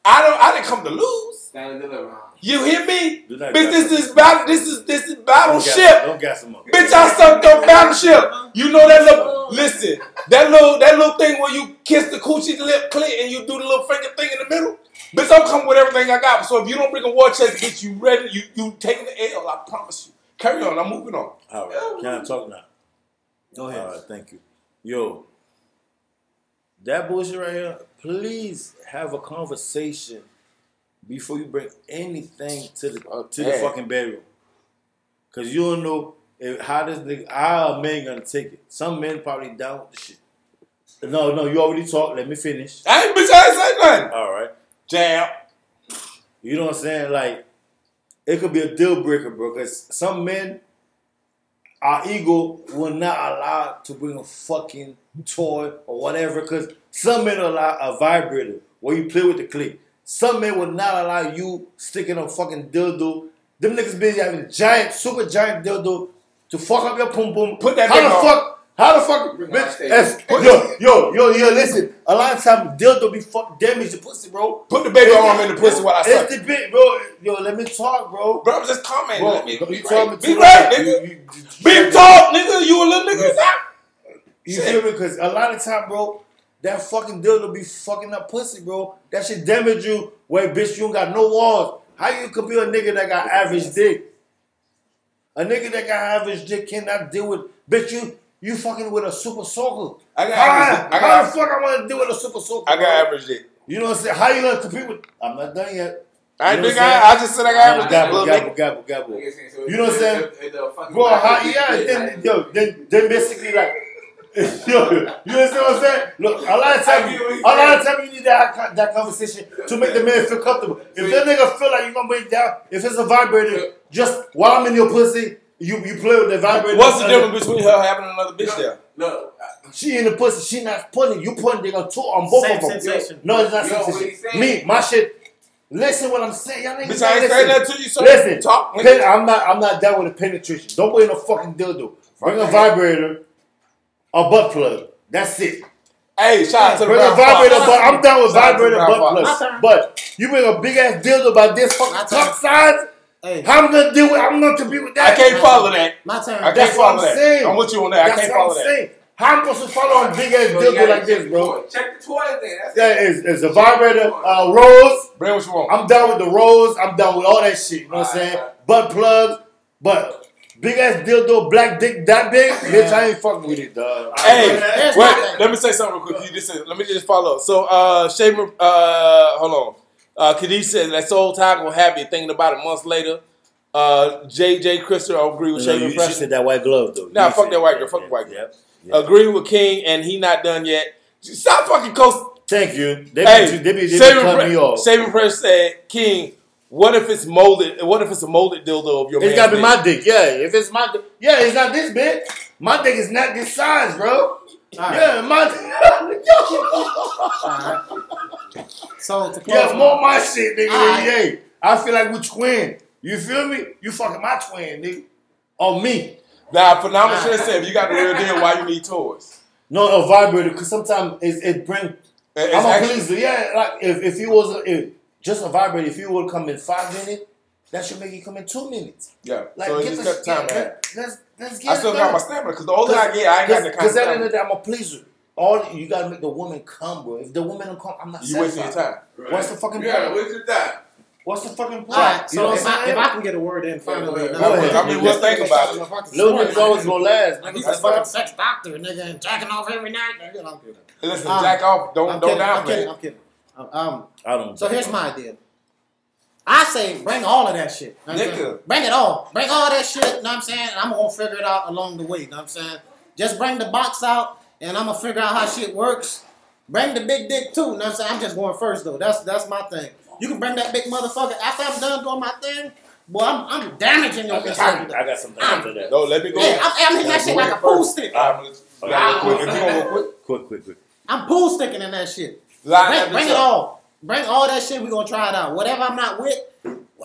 Speaker 1: I don't. I didn't come to lose.
Speaker 4: Stand and deliver.
Speaker 1: You hear me?
Speaker 3: Do not
Speaker 1: Bitch,
Speaker 3: got
Speaker 1: this
Speaker 3: some-
Speaker 1: is battle. This is this is
Speaker 3: Don't gas-
Speaker 1: battleship.
Speaker 3: Don't gas them up.
Speaker 1: Bitch, I sucked on battleship. You know that little listen, that little that little thing where you kiss the coochie lip clit and you do the little finger thing in the middle. Bitch, I'm coming with everything I got. So if you don't bring a war chest, bitch, you ready? You you taking the L? I promise you. Carry on. I'm moving on.
Speaker 3: All right. Can I talk now?
Speaker 2: Go ahead.
Speaker 3: All right, thank you. Yo, that bullshit right here, please have a conversation before you bring anything to the uh, to the
Speaker 1: Okay.
Speaker 3: fucking bedroom. Cause you don't know if, how this nigga how a man gonna take it. Some men probably down with the shit. No, no, you already talked, let me finish.
Speaker 1: I ain't bitch. I ain't say nothing.
Speaker 3: All right.
Speaker 1: Jab.
Speaker 3: You know what I'm saying? Like, it could be a deal breaker, bro. Because some men, our ego will not allow to bring a fucking toy or whatever. Because some men allow a vibrator where you play with the click. Some men will not allow you sticking a fucking dildo. Them niggas busy having giant, super giant dildo to fuck up your pum pum.
Speaker 1: Put that
Speaker 3: how
Speaker 1: thing
Speaker 3: the
Speaker 1: on.
Speaker 3: fuck? How the fuck,
Speaker 4: Bring my
Speaker 3: bitch?
Speaker 4: steak.
Speaker 3: If,
Speaker 1: Put-
Speaker 3: yo, yo, yo, yo, listen. A lot of times dildo be fuck damage the pussy, bro.
Speaker 1: Put the baby arm in the pussy while I
Speaker 3: It's
Speaker 1: suck.
Speaker 3: the bit, bro. Yo, let me talk, bro.
Speaker 1: Bro, I'm just comment.
Speaker 3: Bro,
Speaker 1: Let me, be
Speaker 3: you told me
Speaker 1: right.
Speaker 3: to
Speaker 1: Be right,
Speaker 3: You-
Speaker 1: nigga.
Speaker 3: you- you-
Speaker 1: Be tall, nigga. You a little nigga.
Speaker 3: You feel me? Because a lot of time, bro, that fucking dildo be fucking up pussy, bro. That shit damage you. Wait, bitch, you don't got no walls. How you could be a nigga that got average dick? A nigga that got average dick cannot deal with bitch. You you fucking with a super soaker.
Speaker 1: I got average
Speaker 3: how,
Speaker 1: dick. I
Speaker 3: how
Speaker 1: got-
Speaker 3: the fuck I want to deal with a super soaker?
Speaker 1: I got
Speaker 3: bro?
Speaker 1: average dick.
Speaker 3: You know what I'm saying? How you gonna compete with? I'm not done yet.
Speaker 1: I
Speaker 3: You
Speaker 1: ain't
Speaker 3: know
Speaker 1: think
Speaker 3: what I'm
Speaker 1: I. I just said I got average dick.
Speaker 3: Gabble,
Speaker 1: Little
Speaker 3: gabble,
Speaker 1: nigga.
Speaker 3: gabble, gabble.
Speaker 4: Nigga saying, so
Speaker 3: You know what I'm saying?
Speaker 4: if- if the fucking
Speaker 3: Bro, how,
Speaker 4: black
Speaker 3: yeah,
Speaker 4: bitch
Speaker 3: then,
Speaker 4: did that,
Speaker 3: yo, then, then basically like, yo, you understand what I'm saying? Look, a lot of
Speaker 4: I
Speaker 3: time,
Speaker 4: get
Speaker 3: you,
Speaker 4: what
Speaker 3: a
Speaker 4: you
Speaker 3: lot of time you need that con- that conversation to make the man feel comfortable. If that nigga feel like you gonna break down, if it's a vibrator, just while I'm in your pussy, you you play with the vibrator. Uh,
Speaker 1: What's the difference between her having another bitch there?
Speaker 4: Look,
Speaker 3: She in the pussy, she not putting. You putting they gonna two on both
Speaker 2: Same
Speaker 3: of them.
Speaker 2: sensation.
Speaker 3: No, it's not
Speaker 4: Yo, what he
Speaker 3: sensation.
Speaker 4: saying?
Speaker 3: Me, my shit. Listen what I'm saying, y'all niggas.
Speaker 1: Bitch, I ain't
Speaker 3: listen.
Speaker 1: saying that to you. So
Speaker 3: Listen,
Speaker 1: talk. nigga.
Speaker 3: pen- I'm not. I'm not down with the penetration. Don't bring no fucking dildo. Bring a vibrator, a butt plug. That's it.
Speaker 1: Hey, shout out to the
Speaker 3: Bring a
Speaker 1: brown
Speaker 3: vibrator,
Speaker 1: fox.
Speaker 3: but I'm down with
Speaker 1: Shout out to the
Speaker 3: vibrator, butt
Speaker 1: brown fox.
Speaker 2: My
Speaker 3: plug.
Speaker 2: turn.
Speaker 3: But you bring a big ass dildo by this
Speaker 2: My
Speaker 3: fucking
Speaker 2: turn.
Speaker 3: top size.
Speaker 2: Hey,
Speaker 3: How I'm gonna deal with? I'm gonna compete with that.
Speaker 1: I can't follow that.
Speaker 2: my turn.
Speaker 1: I can't
Speaker 3: That's what
Speaker 1: follow
Speaker 3: I'm
Speaker 1: that.
Speaker 3: saying.
Speaker 1: I'm with you on that.
Speaker 3: That's
Speaker 1: I can't
Speaker 3: what
Speaker 1: follow
Speaker 3: I'm
Speaker 1: that.
Speaker 3: saying. How I'm supposed to follow a big ass
Speaker 4: so you
Speaker 3: dildo
Speaker 4: gotta
Speaker 3: like this,
Speaker 4: check
Speaker 3: bro?
Speaker 4: the toy. Check the toy then. That's
Speaker 3: Yeah,
Speaker 4: it.
Speaker 3: it's, it's a vibrator, uh, rose.
Speaker 1: Bring what you want.
Speaker 3: I'm down with the rolls. I'm down with all that shit. You know what I'm saying?
Speaker 4: Alright.
Speaker 3: Butt plugs, but big ass dildo, black dick that big, bitch. I ain't fucking with it, dog.
Speaker 1: hey,
Speaker 2: Here's my
Speaker 1: wait.
Speaker 2: thing.
Speaker 1: Let me say something real quick. You just let me just follow. up. So, uh, Shamer, uh, hold on. Uh, Khadijah said that soul tie gonna have you thinking about it months later. Uh, JJ Christer, I agree with Shamer. Preston.
Speaker 3: that white glove though.
Speaker 1: Nah, You fuck said- that white girl, fuck the white girl.
Speaker 3: Yep.
Speaker 1: Agree with King, and he not done yet. Stop fucking coasting.
Speaker 3: Thank you. They
Speaker 1: Hey,
Speaker 3: be, they be, they be
Speaker 1: Saving
Speaker 3: cutting me
Speaker 1: Pri-
Speaker 3: off.
Speaker 1: Saving Press said, King, what if it's molded? What if it's a molded dildo of your
Speaker 3: It's
Speaker 1: man's
Speaker 3: gotta be
Speaker 1: dick?
Speaker 3: my dick. Yeah, if it's my dick, yeah, it's not this big. My dick is not this size, bro.
Speaker 2: All right.
Speaker 3: Yeah, my
Speaker 2: All right. So to close,
Speaker 3: yeah,
Speaker 2: my-
Speaker 3: more my shit, nigga.
Speaker 2: Alright.
Speaker 3: Yeah, I feel like we twin. You feel me? You fucking my twin, nigga, or me.
Speaker 1: Nah, phenomenal should said, if you got the real deal, why you need toys?
Speaker 3: No, a vibrator, because sometimes it, it bring.
Speaker 1: It- it's
Speaker 3: I'm a
Speaker 1: actually-
Speaker 3: pleaser. Yeah, like if, if he was a, if, just a vibrator, if he would come in five minutes, That should make you come in two minutes.
Speaker 1: Yeah.
Speaker 3: Like,
Speaker 1: so it
Speaker 3: get
Speaker 1: just
Speaker 3: the
Speaker 1: cut time
Speaker 3: yeah, let-
Speaker 1: back.
Speaker 3: Let's let's get
Speaker 1: I
Speaker 3: it
Speaker 1: still
Speaker 3: done.
Speaker 1: got my stamina because the older I get, I ain't got the kind of
Speaker 3: Because at the end of the
Speaker 1: stamina.
Speaker 3: day, I'm a pleaser. All you gotta make the woman come, bro. If the woman don't come, I'm not.
Speaker 1: You wasting your
Speaker 3: satisfied.
Speaker 1: time.
Speaker 3: What's the fucking
Speaker 1: Yeah,
Speaker 3: point?
Speaker 1: wasting your time.
Speaker 3: What's the fucking point?
Speaker 2: All right,
Speaker 3: You
Speaker 2: so
Speaker 3: know
Speaker 2: if
Speaker 3: what I'm
Speaker 2: I, if
Speaker 3: saying?
Speaker 2: I can get a word in finally,
Speaker 4: Yeah,
Speaker 2: now-
Speaker 1: go ahead. I mean, we'll think about it.
Speaker 3: Little niggas always gonna last.
Speaker 2: Like,
Speaker 3: Niggas
Speaker 2: he's
Speaker 3: that's
Speaker 2: a fucking
Speaker 3: fucking
Speaker 2: sex doctor, nigga, and jacking off every night. Nigga, I'm kidding.
Speaker 1: Listen,
Speaker 2: Um,
Speaker 1: jack off. Don't
Speaker 2: I'm
Speaker 1: don't
Speaker 2: kidding. I'm
Speaker 1: downplay.
Speaker 2: kidding.
Speaker 1: it.
Speaker 2: I'm kidding. Um, um,
Speaker 3: I don't.
Speaker 2: so here's my idea. I say bring all of that shit. know what I'm
Speaker 1: Nigga.
Speaker 2: saying? Bring it all. Bring all that shit, you know what I'm saying? And I'm gonna figure it out along the way, you know what I'm saying? Just bring the box out and I'm gonna figure out how shit works. Bring the big dick too, you know what I'm saying? I'm just going first though. That's that's my thing. You can bring that big motherfucker after I'm done doing my thing, boy, I'm, I'm damaging your
Speaker 3: I got
Speaker 2: vagina.
Speaker 3: something.
Speaker 2: though.
Speaker 3: I got something after that.
Speaker 1: No, let me go.
Speaker 2: Yeah, I'm, I'm hitting that shit like a pool stick.
Speaker 1: All right, let's-
Speaker 3: Okay.
Speaker 1: now, real quick, if you want real quick.
Speaker 3: Quick, quick, quick.
Speaker 2: I'm pool sticking in that shit.
Speaker 1: Line
Speaker 2: Bring,
Speaker 1: up
Speaker 2: bring it
Speaker 1: yourself.
Speaker 2: all. Bring all that shit. We're gonna try it out. Whatever I'm not with,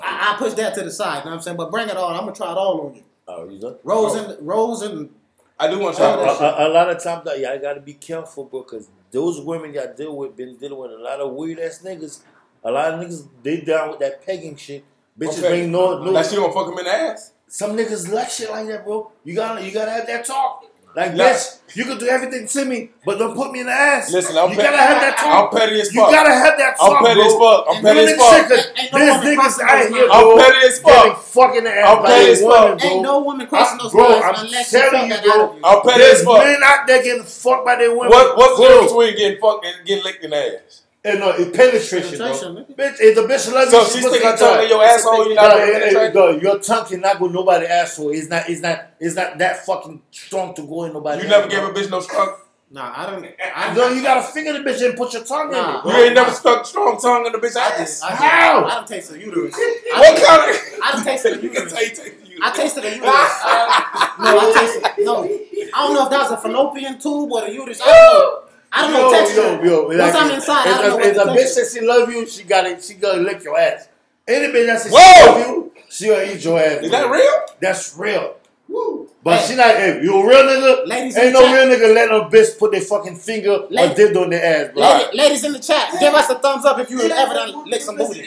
Speaker 2: I, I push that to the side. You know what I'm saying? But bring it all. I'm gonna try it all on you.
Speaker 3: Oh, you done?
Speaker 2: Rose and Rose and
Speaker 1: I do want to
Speaker 3: A,
Speaker 1: try
Speaker 2: Oh,
Speaker 1: all
Speaker 2: that
Speaker 3: a, a lot of times, though, y'all gotta be careful because those women y'all deal with been dealing with a lot of weird ass niggas. A lot of niggas they down with that pegging shit. Bitches
Speaker 1: Okay.
Speaker 3: ain't no no.
Speaker 2: uh,
Speaker 1: That shit gonna fuck him in the ass.
Speaker 3: Some niggas like shit like that, bro. You gotta you gotta have that talk. Like,
Speaker 1: Yeah.
Speaker 3: bitch, you can do everything to me, but don't put me in the ass.
Speaker 1: Listen, I'm
Speaker 3: you
Speaker 1: pe-
Speaker 3: gotta have that
Speaker 1: I'm
Speaker 3: talk.
Speaker 1: petty as
Speaker 3: You
Speaker 1: fuck.
Speaker 3: gotta have that talk,
Speaker 1: I'm petty
Speaker 3: bro.
Speaker 1: as fuck. I'm
Speaker 2: And
Speaker 1: petty as
Speaker 3: Real niggas sick
Speaker 1: fuck.
Speaker 3: of-
Speaker 2: Ain't no
Speaker 3: There's
Speaker 2: woman
Speaker 3: niggas
Speaker 2: crossing
Speaker 3: out here,
Speaker 2: those lines.
Speaker 3: bro.
Speaker 1: I'm petty as fuck.
Speaker 3: getting Fucking ass
Speaker 1: I'm
Speaker 3: by
Speaker 1: petty as
Speaker 3: a woman,
Speaker 1: fuck.
Speaker 3: bro.
Speaker 2: ain't no woman crossing
Speaker 3: I-
Speaker 2: those
Speaker 3: bro,
Speaker 2: lines
Speaker 3: I'm
Speaker 2: unless you
Speaker 3: telling
Speaker 2: fuck
Speaker 3: you,
Speaker 2: that
Speaker 3: bro.
Speaker 2: out of you.
Speaker 1: I'm petty as
Speaker 3: There's
Speaker 1: fuck.
Speaker 3: men out there getting fucked by their women.
Speaker 1: What what's the
Speaker 3: Bro.
Speaker 1: difference between getting fucked and getting licked in the ass?
Speaker 3: And no, it penetration, bro.
Speaker 2: Penetration, nigga.
Speaker 3: Bitch, if the bitch loves
Speaker 1: So
Speaker 3: you,
Speaker 1: if
Speaker 3: she
Speaker 1: she's
Speaker 3: pussy
Speaker 1: sticking her
Speaker 3: good.
Speaker 1: tongue in your asshole,
Speaker 3: No,
Speaker 1: you're not gonna
Speaker 3: it- it-
Speaker 1: penetrate.
Speaker 3: no, your tongue cannot go nobody asshole. It's not. It's not. It's not that fucking strong to go in nobody.
Speaker 1: You never
Speaker 3: asshole.
Speaker 1: gave a bitch no strong.
Speaker 2: Nah, I don't.
Speaker 3: I
Speaker 2: I,
Speaker 3: know you gotta finger the bitch and put your tongue
Speaker 2: Nah.
Speaker 1: You
Speaker 3: in it.
Speaker 1: ain't never stuck strong tongue in the bitch
Speaker 2: I did.
Speaker 1: ass.
Speaker 2: I did.
Speaker 3: How?
Speaker 2: I don't taste the uterus.
Speaker 1: What
Speaker 2: I,
Speaker 1: kind of?
Speaker 2: I done tasted the
Speaker 1: You can
Speaker 2: uterus.
Speaker 1: say take you.
Speaker 2: I tasted the uterus. I- no, I tasted no. I don't know if that was a fallopian tube or the uterus. I don't know. I don't know texture. Once I'm inside, I don't know what
Speaker 3: If a
Speaker 2: the
Speaker 3: bitch
Speaker 2: texture-
Speaker 3: says she love you, she gotta she gonna lick your ass. Any bitch that says she
Speaker 1: Whoa!
Speaker 3: love you, she gonna eat your ass.
Speaker 1: Is
Speaker 3: bro.
Speaker 1: that real?
Speaker 3: That's real.
Speaker 2: Woo.
Speaker 3: But
Speaker 2: Hey.
Speaker 3: she not. If you a real nigga,
Speaker 2: Ladies in
Speaker 3: ain't no
Speaker 2: the chat.
Speaker 3: real nigga let no bitch put their fucking finger
Speaker 2: Ladies-
Speaker 3: or dildo in their ass, bro.
Speaker 1: Ladies-
Speaker 2: Lady- Ladies in the chat, give us a thumbs up if you have ever done lick some booty.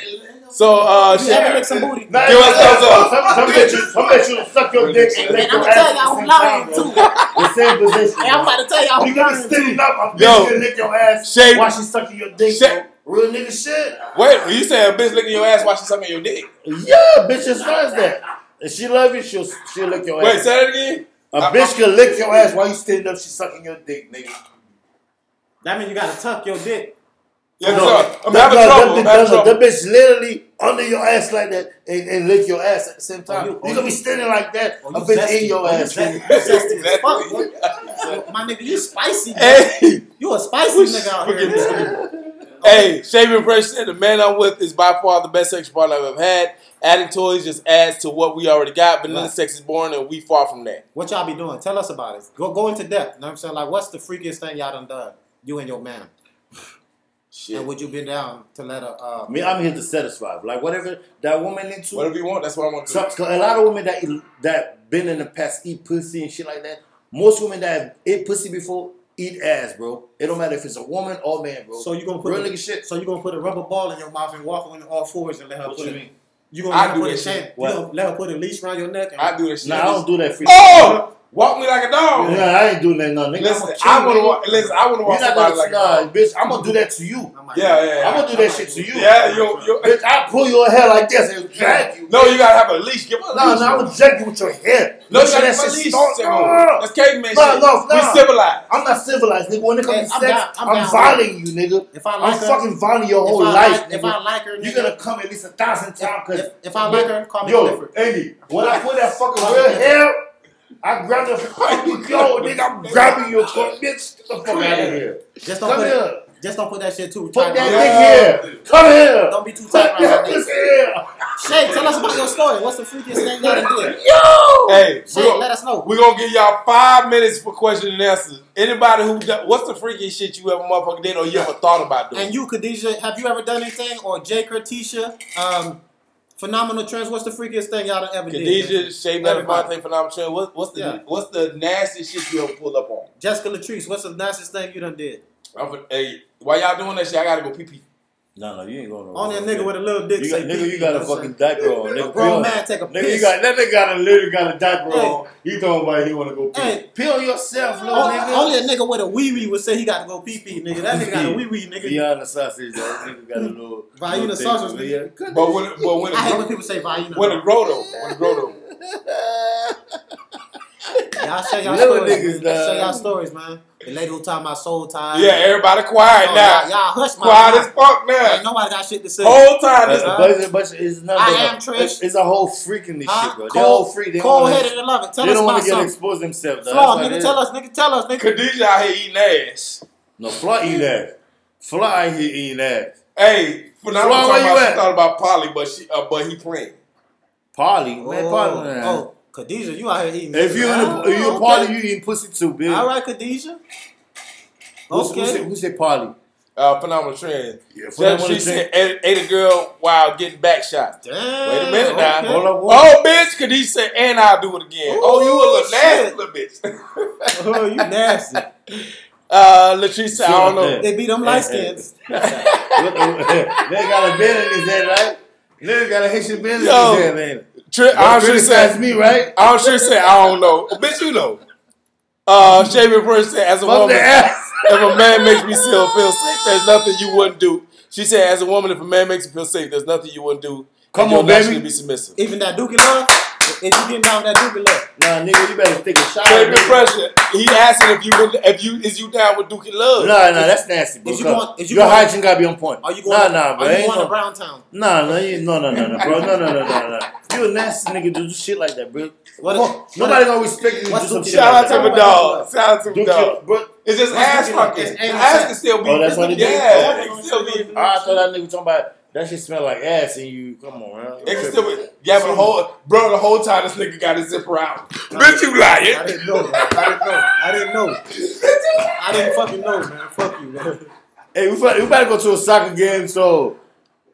Speaker 1: So uh,
Speaker 2: You ever
Speaker 1: shit.
Speaker 2: lick some booty?
Speaker 3: Nah,
Speaker 1: Give us
Speaker 3: nah,
Speaker 1: thumbs
Speaker 3: nah,
Speaker 1: up.
Speaker 3: Some, some bitch, you- some bitch, you suck your dick and lick
Speaker 2: And I'm
Speaker 3: your
Speaker 2: gonna tell
Speaker 3: ass.
Speaker 2: y'all
Speaker 3: at
Speaker 2: who
Speaker 3: the
Speaker 2: lying
Speaker 3: same
Speaker 2: too.
Speaker 3: time, bro. The same position.
Speaker 2: Hey, I'm about to tell y'all
Speaker 3: You
Speaker 2: who
Speaker 3: gotta
Speaker 2: lying too.
Speaker 3: stand up. A
Speaker 1: Yo.
Speaker 3: bitch can lick your ass
Speaker 1: Shave-
Speaker 3: while she sucking your dick.
Speaker 1: Shave-
Speaker 3: bro. Real nigga shit.
Speaker 1: Wait, you said a bitch licking your ass while she sucking your dick.
Speaker 3: Yeah, bitch as far as that. If she love you, she'll she'll lick your
Speaker 1: Wait,
Speaker 3: ass.
Speaker 1: say that again.
Speaker 3: a bitch can lick your ass while you standing up. She sucking your dick, nigga.
Speaker 2: That means you gotta tuck your dick.
Speaker 1: Yes,
Speaker 3: No,
Speaker 1: sir. I'm
Speaker 3: that-
Speaker 1: having
Speaker 3: that-
Speaker 1: trouble. I'm
Speaker 3: That,
Speaker 1: having
Speaker 3: that, that
Speaker 1: trouble.
Speaker 3: bitch literally under your ass like that and, and lick your ass at the same time.
Speaker 2: Oh, you-
Speaker 3: you
Speaker 2: oh,
Speaker 3: gonna
Speaker 2: you-
Speaker 3: be standing like that.
Speaker 2: Oh,
Speaker 3: a
Speaker 2: you
Speaker 3: bitch
Speaker 2: zesty.
Speaker 3: in your
Speaker 2: Oh, you
Speaker 3: ass.
Speaker 2: zesty.
Speaker 3: nigga.
Speaker 2: You zesty as fuck,
Speaker 1: Exactly.
Speaker 2: boy. My nigga, you spicy. boy.
Speaker 1: Hey,
Speaker 2: You a spicy nigga out here. in this game.
Speaker 1: hey, Shaven Fresh said the man I'm with is by far the best sex partner I've ever had. Adding toys just adds to what we already got. Vanilla
Speaker 2: Right.
Speaker 1: sex is boring, and we far from that.
Speaker 2: What y'all be doing? Tell us about it. Go go into depth. You know what I'm saying? Like, what's the freakiest thing y'all done done? You and your man.
Speaker 1: Shit.
Speaker 2: And would you be down to let a uh,
Speaker 3: I mean, I'm here to satisfy. Like whatever that woman into.
Speaker 1: Whatever you want, that's what I want to
Speaker 3: So,
Speaker 1: do.
Speaker 3: 'cause a lot of women that that been in the past eat pussy and shit like that. Most women that have ate pussy before eat ass, bro. It don't matter if it's a woman or man, bro.
Speaker 2: So you gonna put
Speaker 3: real
Speaker 2: the-
Speaker 3: nigga shit.
Speaker 2: so you gonna put a rubber ball in your mouth and walk on all fours and let her
Speaker 3: What
Speaker 2: put
Speaker 3: you
Speaker 2: it-
Speaker 3: mean?
Speaker 2: You gonna
Speaker 1: I
Speaker 2: let her
Speaker 1: do
Speaker 2: put a
Speaker 1: that shit.
Speaker 2: chain? You
Speaker 3: What?
Speaker 2: gonna let her put a leash around your neck? And,
Speaker 1: I do this shit.
Speaker 3: Nah, I don't do that for you.
Speaker 1: Oh, walk me like a dog.
Speaker 3: Yeah, I ain't doing that, no nigga.
Speaker 1: Listen,
Speaker 3: I'm gonna
Speaker 1: I want
Speaker 3: kill
Speaker 1: to
Speaker 3: you.
Speaker 1: walk. Listen, I want to
Speaker 3: You're
Speaker 1: walk
Speaker 3: not
Speaker 1: somebody
Speaker 3: gonna,
Speaker 1: like a
Speaker 3: nah,
Speaker 1: dog.
Speaker 3: bitch. I'm gonna do that to you.
Speaker 2: I'm like,
Speaker 1: Yeah, yeah,
Speaker 3: I'm gonna do that shit to you.
Speaker 1: Yeah, you. you
Speaker 3: Bitch, I pull your hair like this and drag you.
Speaker 1: no, you gotta have a leash. Give her a
Speaker 3: no,
Speaker 1: leash.
Speaker 3: no, I'm gonna drag you with your hair. Make
Speaker 1: No, you
Speaker 3: sure
Speaker 1: gotta
Speaker 3: that
Speaker 1: have a
Speaker 3: shit
Speaker 1: leash.
Speaker 3: staunch. No.
Speaker 1: That's caveman
Speaker 3: No,
Speaker 1: shit.
Speaker 3: no, no.
Speaker 1: We civilized.
Speaker 3: I'm not civilized, nigga. When it comes
Speaker 2: Hey,
Speaker 3: to
Speaker 2: I'm
Speaker 3: sex,
Speaker 2: down- I'm
Speaker 3: I'm,
Speaker 2: down.
Speaker 3: violating you, nigga.
Speaker 2: If I
Speaker 3: I'm
Speaker 2: like her-
Speaker 3: fucking violating your
Speaker 2: If
Speaker 3: whole
Speaker 2: I
Speaker 3: life,
Speaker 2: like-
Speaker 3: nigga.
Speaker 2: if I like her,
Speaker 3: you're
Speaker 2: nigga-
Speaker 3: gonna come at least a thousand times.
Speaker 2: If,
Speaker 3: 'cause-
Speaker 2: if, if I like her, call me
Speaker 3: yo,
Speaker 2: Clifford.
Speaker 3: Andy, when I put that fucking
Speaker 2: Call me
Speaker 3: real
Speaker 2: Clifford.
Speaker 3: hair, I grab the fucking yo, nigga. I'm grabbing your foot, bitch. Get the fuck out of here.
Speaker 2: Just don't
Speaker 3: Come
Speaker 2: put
Speaker 3: here.
Speaker 2: It, just don't put that shit too
Speaker 3: Put
Speaker 2: tight.
Speaker 3: that
Speaker 2: around
Speaker 1: Yeah.
Speaker 2: your-
Speaker 3: dick here. Come here.
Speaker 2: Don't be too tight
Speaker 3: Put
Speaker 2: around your
Speaker 3: that
Speaker 2: dick.
Speaker 3: pussy here.
Speaker 2: Shay, tell us about your story. What's the freakiest thing y'all done did?
Speaker 3: Yo.
Speaker 1: Hey,
Speaker 2: Shay,
Speaker 1: we're,
Speaker 2: let us know.
Speaker 1: we're gonna give y'all five minutes for question and answers. Anybody who, do- what's the freakiest shit you ever motherfucking did or you ever thought about doing?
Speaker 2: and you, Khadija, have you ever done anything? Or Jake or Tisha? Um, phenomenal trends. What's the freakiest thing y'all done ever did?
Speaker 1: Khadijah, Shea Butter,
Speaker 2: Everybody.
Speaker 1: Fonte, Phenomenal Trend. What, what's the
Speaker 2: Yeah.
Speaker 1: what's the nastiest shit you ever pulled up on?
Speaker 2: Jessica Latrice, what's the nicest thing you done did?
Speaker 1: I'm, fin- hey, while y'all doing that shit, I gotta go pee pee.
Speaker 3: No, no, you ain't going to.
Speaker 2: On that nigga with a little dick.
Speaker 3: Oh, you got,
Speaker 2: say
Speaker 3: nigga,
Speaker 2: beat
Speaker 3: you
Speaker 2: me,
Speaker 3: got a
Speaker 2: know what I'm
Speaker 3: fucking
Speaker 2: saying?
Speaker 3: diaper on.
Speaker 2: A
Speaker 3: Nigga,
Speaker 2: grown
Speaker 3: peel-
Speaker 2: man take a
Speaker 3: Nigga, you
Speaker 2: piss.
Speaker 3: got that nigga got a literally got a diaper
Speaker 2: Hey.
Speaker 3: on. You talking about he want to go pee?
Speaker 2: Hey.
Speaker 3: pee on yourself, little
Speaker 2: Only
Speaker 3: nigga.
Speaker 2: only a nigga with a wee wee would say he got to go pee pee, nigga. That nigga got a wee wee, nigga.
Speaker 3: Beyond the sausage, that nigga got a little. little
Speaker 2: Violin Hmm. the
Speaker 3: thing.
Speaker 2: sausage,
Speaker 3: Yeah.
Speaker 1: But when, but when,
Speaker 2: I hate when
Speaker 1: it,
Speaker 2: people say vagina.
Speaker 1: when it grow though, when it grow though,
Speaker 2: Y'all share y'all
Speaker 3: Little
Speaker 2: stories.
Speaker 3: niggas, dog.
Speaker 2: share y'all stories, man. The lady who tied my soul tie.
Speaker 1: yeah, everybody quiet
Speaker 2: Oh,
Speaker 1: now,
Speaker 2: Y'all, y'all hush my
Speaker 1: quiet as
Speaker 2: mouth.
Speaker 1: fuck now.
Speaker 2: Ain't nobody got shit to say.
Speaker 1: Whole time,
Speaker 3: That's
Speaker 1: this,
Speaker 3: a
Speaker 2: Huh?
Speaker 3: bunch of- bunch of- it's not
Speaker 2: I
Speaker 3: that-
Speaker 2: am Trish.
Speaker 3: It's, it's a whole freak in this
Speaker 2: Huh?
Speaker 3: shit, bro. They're all
Speaker 2: Cold,
Speaker 3: freak. They
Speaker 2: cold
Speaker 3: don't wanna-
Speaker 2: headed and love it. Tell
Speaker 3: They
Speaker 2: us
Speaker 3: don't
Speaker 2: about
Speaker 3: want to get
Speaker 2: something.
Speaker 3: exposed themselves. though. That's
Speaker 2: Flaw,
Speaker 3: why
Speaker 2: nigga,
Speaker 3: they-
Speaker 2: tell us, nigga, tell us, nigga.
Speaker 1: Khadijah out here eating ass.
Speaker 3: No, Flaw eat ass. Flaw ain't here eating ass.
Speaker 1: Hey, when I was
Speaker 3: Fly,
Speaker 1: talking
Speaker 3: where
Speaker 1: about,
Speaker 3: you
Speaker 1: she
Speaker 3: at?
Speaker 1: thought about Polly, but she, uh, but he playing.
Speaker 3: Polly, man, Polly. man.
Speaker 2: Oh, oh, Khadija, you out here eating. Oh,
Speaker 3: If you in a, if you a Polly, you eating pussy too, bitch.
Speaker 2: All right, Khadija.
Speaker 3: Who's- Who, said,
Speaker 2: Okay.
Speaker 3: who said Polly?
Speaker 1: Uh, phenomenal trend.
Speaker 3: Yeah,
Speaker 1: Just she said, ate, ate a girl while getting back shot.
Speaker 2: Damn.
Speaker 1: Wait a minute now.
Speaker 2: okay.
Speaker 3: Oh, Hold up, hold up.
Speaker 1: Oh, bitch, Khadijah said, and I'll do it again.
Speaker 2: Ooh,
Speaker 1: oh, you a little nasty
Speaker 2: shit.
Speaker 1: little bitch.
Speaker 2: Oh, you nasty.
Speaker 1: Uh, Latrice said, I don't know.
Speaker 2: They beat them light skins.
Speaker 3: they got a bed in his head, right? Nigga got a Haitian bed in his
Speaker 1: Yo.
Speaker 3: head, man.
Speaker 1: Tri- I'm
Speaker 3: Don't
Speaker 1: sure
Speaker 3: criticize
Speaker 1: said,
Speaker 3: me, right?
Speaker 1: I'm sure said, I don't know. Bitch, you know. Uh, Shaven Prince said, as a
Speaker 3: Fuck
Speaker 1: woman,
Speaker 3: the ass.
Speaker 1: if a man makes me still feel safe, there's nothing you wouldn't do. She said, as a woman, if a man makes you feel safe, there's nothing you wouldn't do.
Speaker 3: Come
Speaker 1: And you'll
Speaker 3: on, baby.
Speaker 1: naturally be submissive.
Speaker 2: Even that Dookie love. If you getting down with that Dookie love.
Speaker 3: Nah, nigga, you better take a shot.
Speaker 1: Shaven
Speaker 3: nigga.
Speaker 1: Prince, he asking if you been, if you is you down with Dookie Love.
Speaker 3: Nah, nah, that's nasty, bro.
Speaker 2: Is you
Speaker 3: Come.
Speaker 2: going- is you
Speaker 3: Your
Speaker 2: going-
Speaker 3: hygiene gotta be on point.
Speaker 2: Are you going?
Speaker 3: nah, nah, bro.
Speaker 2: Are Oh, you
Speaker 3: Ain't
Speaker 2: going to
Speaker 3: no,
Speaker 2: Brown Town?
Speaker 3: nah, no, you, no, no, no, no, bro. No, no, no, no, no. You a nasty nigga to do shit like that, bro.
Speaker 2: What
Speaker 3: Come
Speaker 2: is-
Speaker 3: on, Nobody gonna respect you to do
Speaker 2: what's
Speaker 3: some
Speaker 2: Duke
Speaker 3: shit
Speaker 1: Shout
Speaker 3: like
Speaker 1: out
Speaker 3: that.
Speaker 1: to my dog. Shout out to my
Speaker 3: Duke
Speaker 1: dog.
Speaker 3: your- bro.
Speaker 1: It's just
Speaker 2: That's
Speaker 1: ass
Speaker 2: Duke your-
Speaker 1: fucking.
Speaker 2: it's anal
Speaker 1: Ass
Speaker 2: sex.
Speaker 1: can still be.
Speaker 3: Oh, that's what it is?
Speaker 1: Yeah,
Speaker 3: Oh.
Speaker 1: it can still be.
Speaker 2: Ah,
Speaker 3: I thought that nigga talking about that shit smell like ass and you. Come on, man.
Speaker 1: It can still be. Yeah, but the whole bro, the whole time this nigga got his zipper out. Bitch, you
Speaker 2: I
Speaker 1: lying?
Speaker 2: didn't know. man. I didn't know. I didn't know. I didn't fucking know, man. Fuck you, man.
Speaker 3: Hey, we about, we about to go to a soccer game, so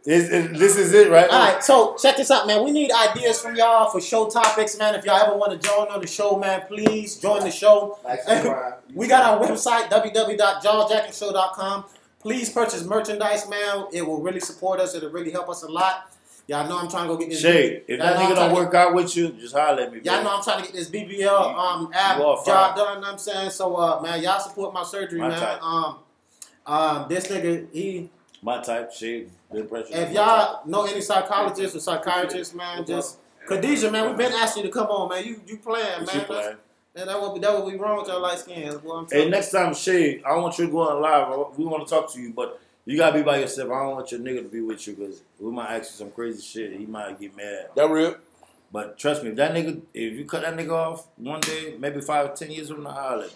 Speaker 3: is, is, this is it, right?
Speaker 2: All right, so check this out, man. We need ideas from y'all for show topics, man. If y'all ever want to join on the show, man, please join the show.
Speaker 4: Like, subscribe.
Speaker 2: We got our website, www.jawjackingshow.com. Please purchase merchandise, man. It will really support us. It'll really help us a lot. Y'all know I'm trying to go get this.
Speaker 3: Shay,
Speaker 2: Y'all
Speaker 3: if that
Speaker 2: know I'm
Speaker 3: nigga
Speaker 2: trying
Speaker 3: don't
Speaker 2: to-
Speaker 3: work out with you, just holler at me.
Speaker 2: Y'all
Speaker 3: bro.
Speaker 2: know I'm trying to get this BBL um app
Speaker 3: you are
Speaker 2: job
Speaker 3: fine.
Speaker 2: done. You know what I'm saying so, uh, man, y'all support my surgery,
Speaker 3: My
Speaker 2: man.
Speaker 3: type.
Speaker 2: Um, um, this nigga, he.
Speaker 3: My type, Shay, blood pressure.
Speaker 2: If
Speaker 3: my type.
Speaker 2: y'all know any psychologists or psychiatrists, man, just Khadija, man, we've been asking you to come on, man. You you playing,
Speaker 3: What
Speaker 2: man.
Speaker 3: you playing?
Speaker 2: And that would be that would be wrong with your light skin. That's what I'm
Speaker 3: Hey,
Speaker 2: telling you.
Speaker 3: next time, Shay, I want you to go on live. I wa- We want to talk to you, but you gotta be by yourself. I don't want your nigga to be with you because we might ask you some crazy shit. He might get mad.
Speaker 1: That real?
Speaker 3: But trust me, if that nigga, if you cut that nigga off one day, maybe five, ten years from now, holler.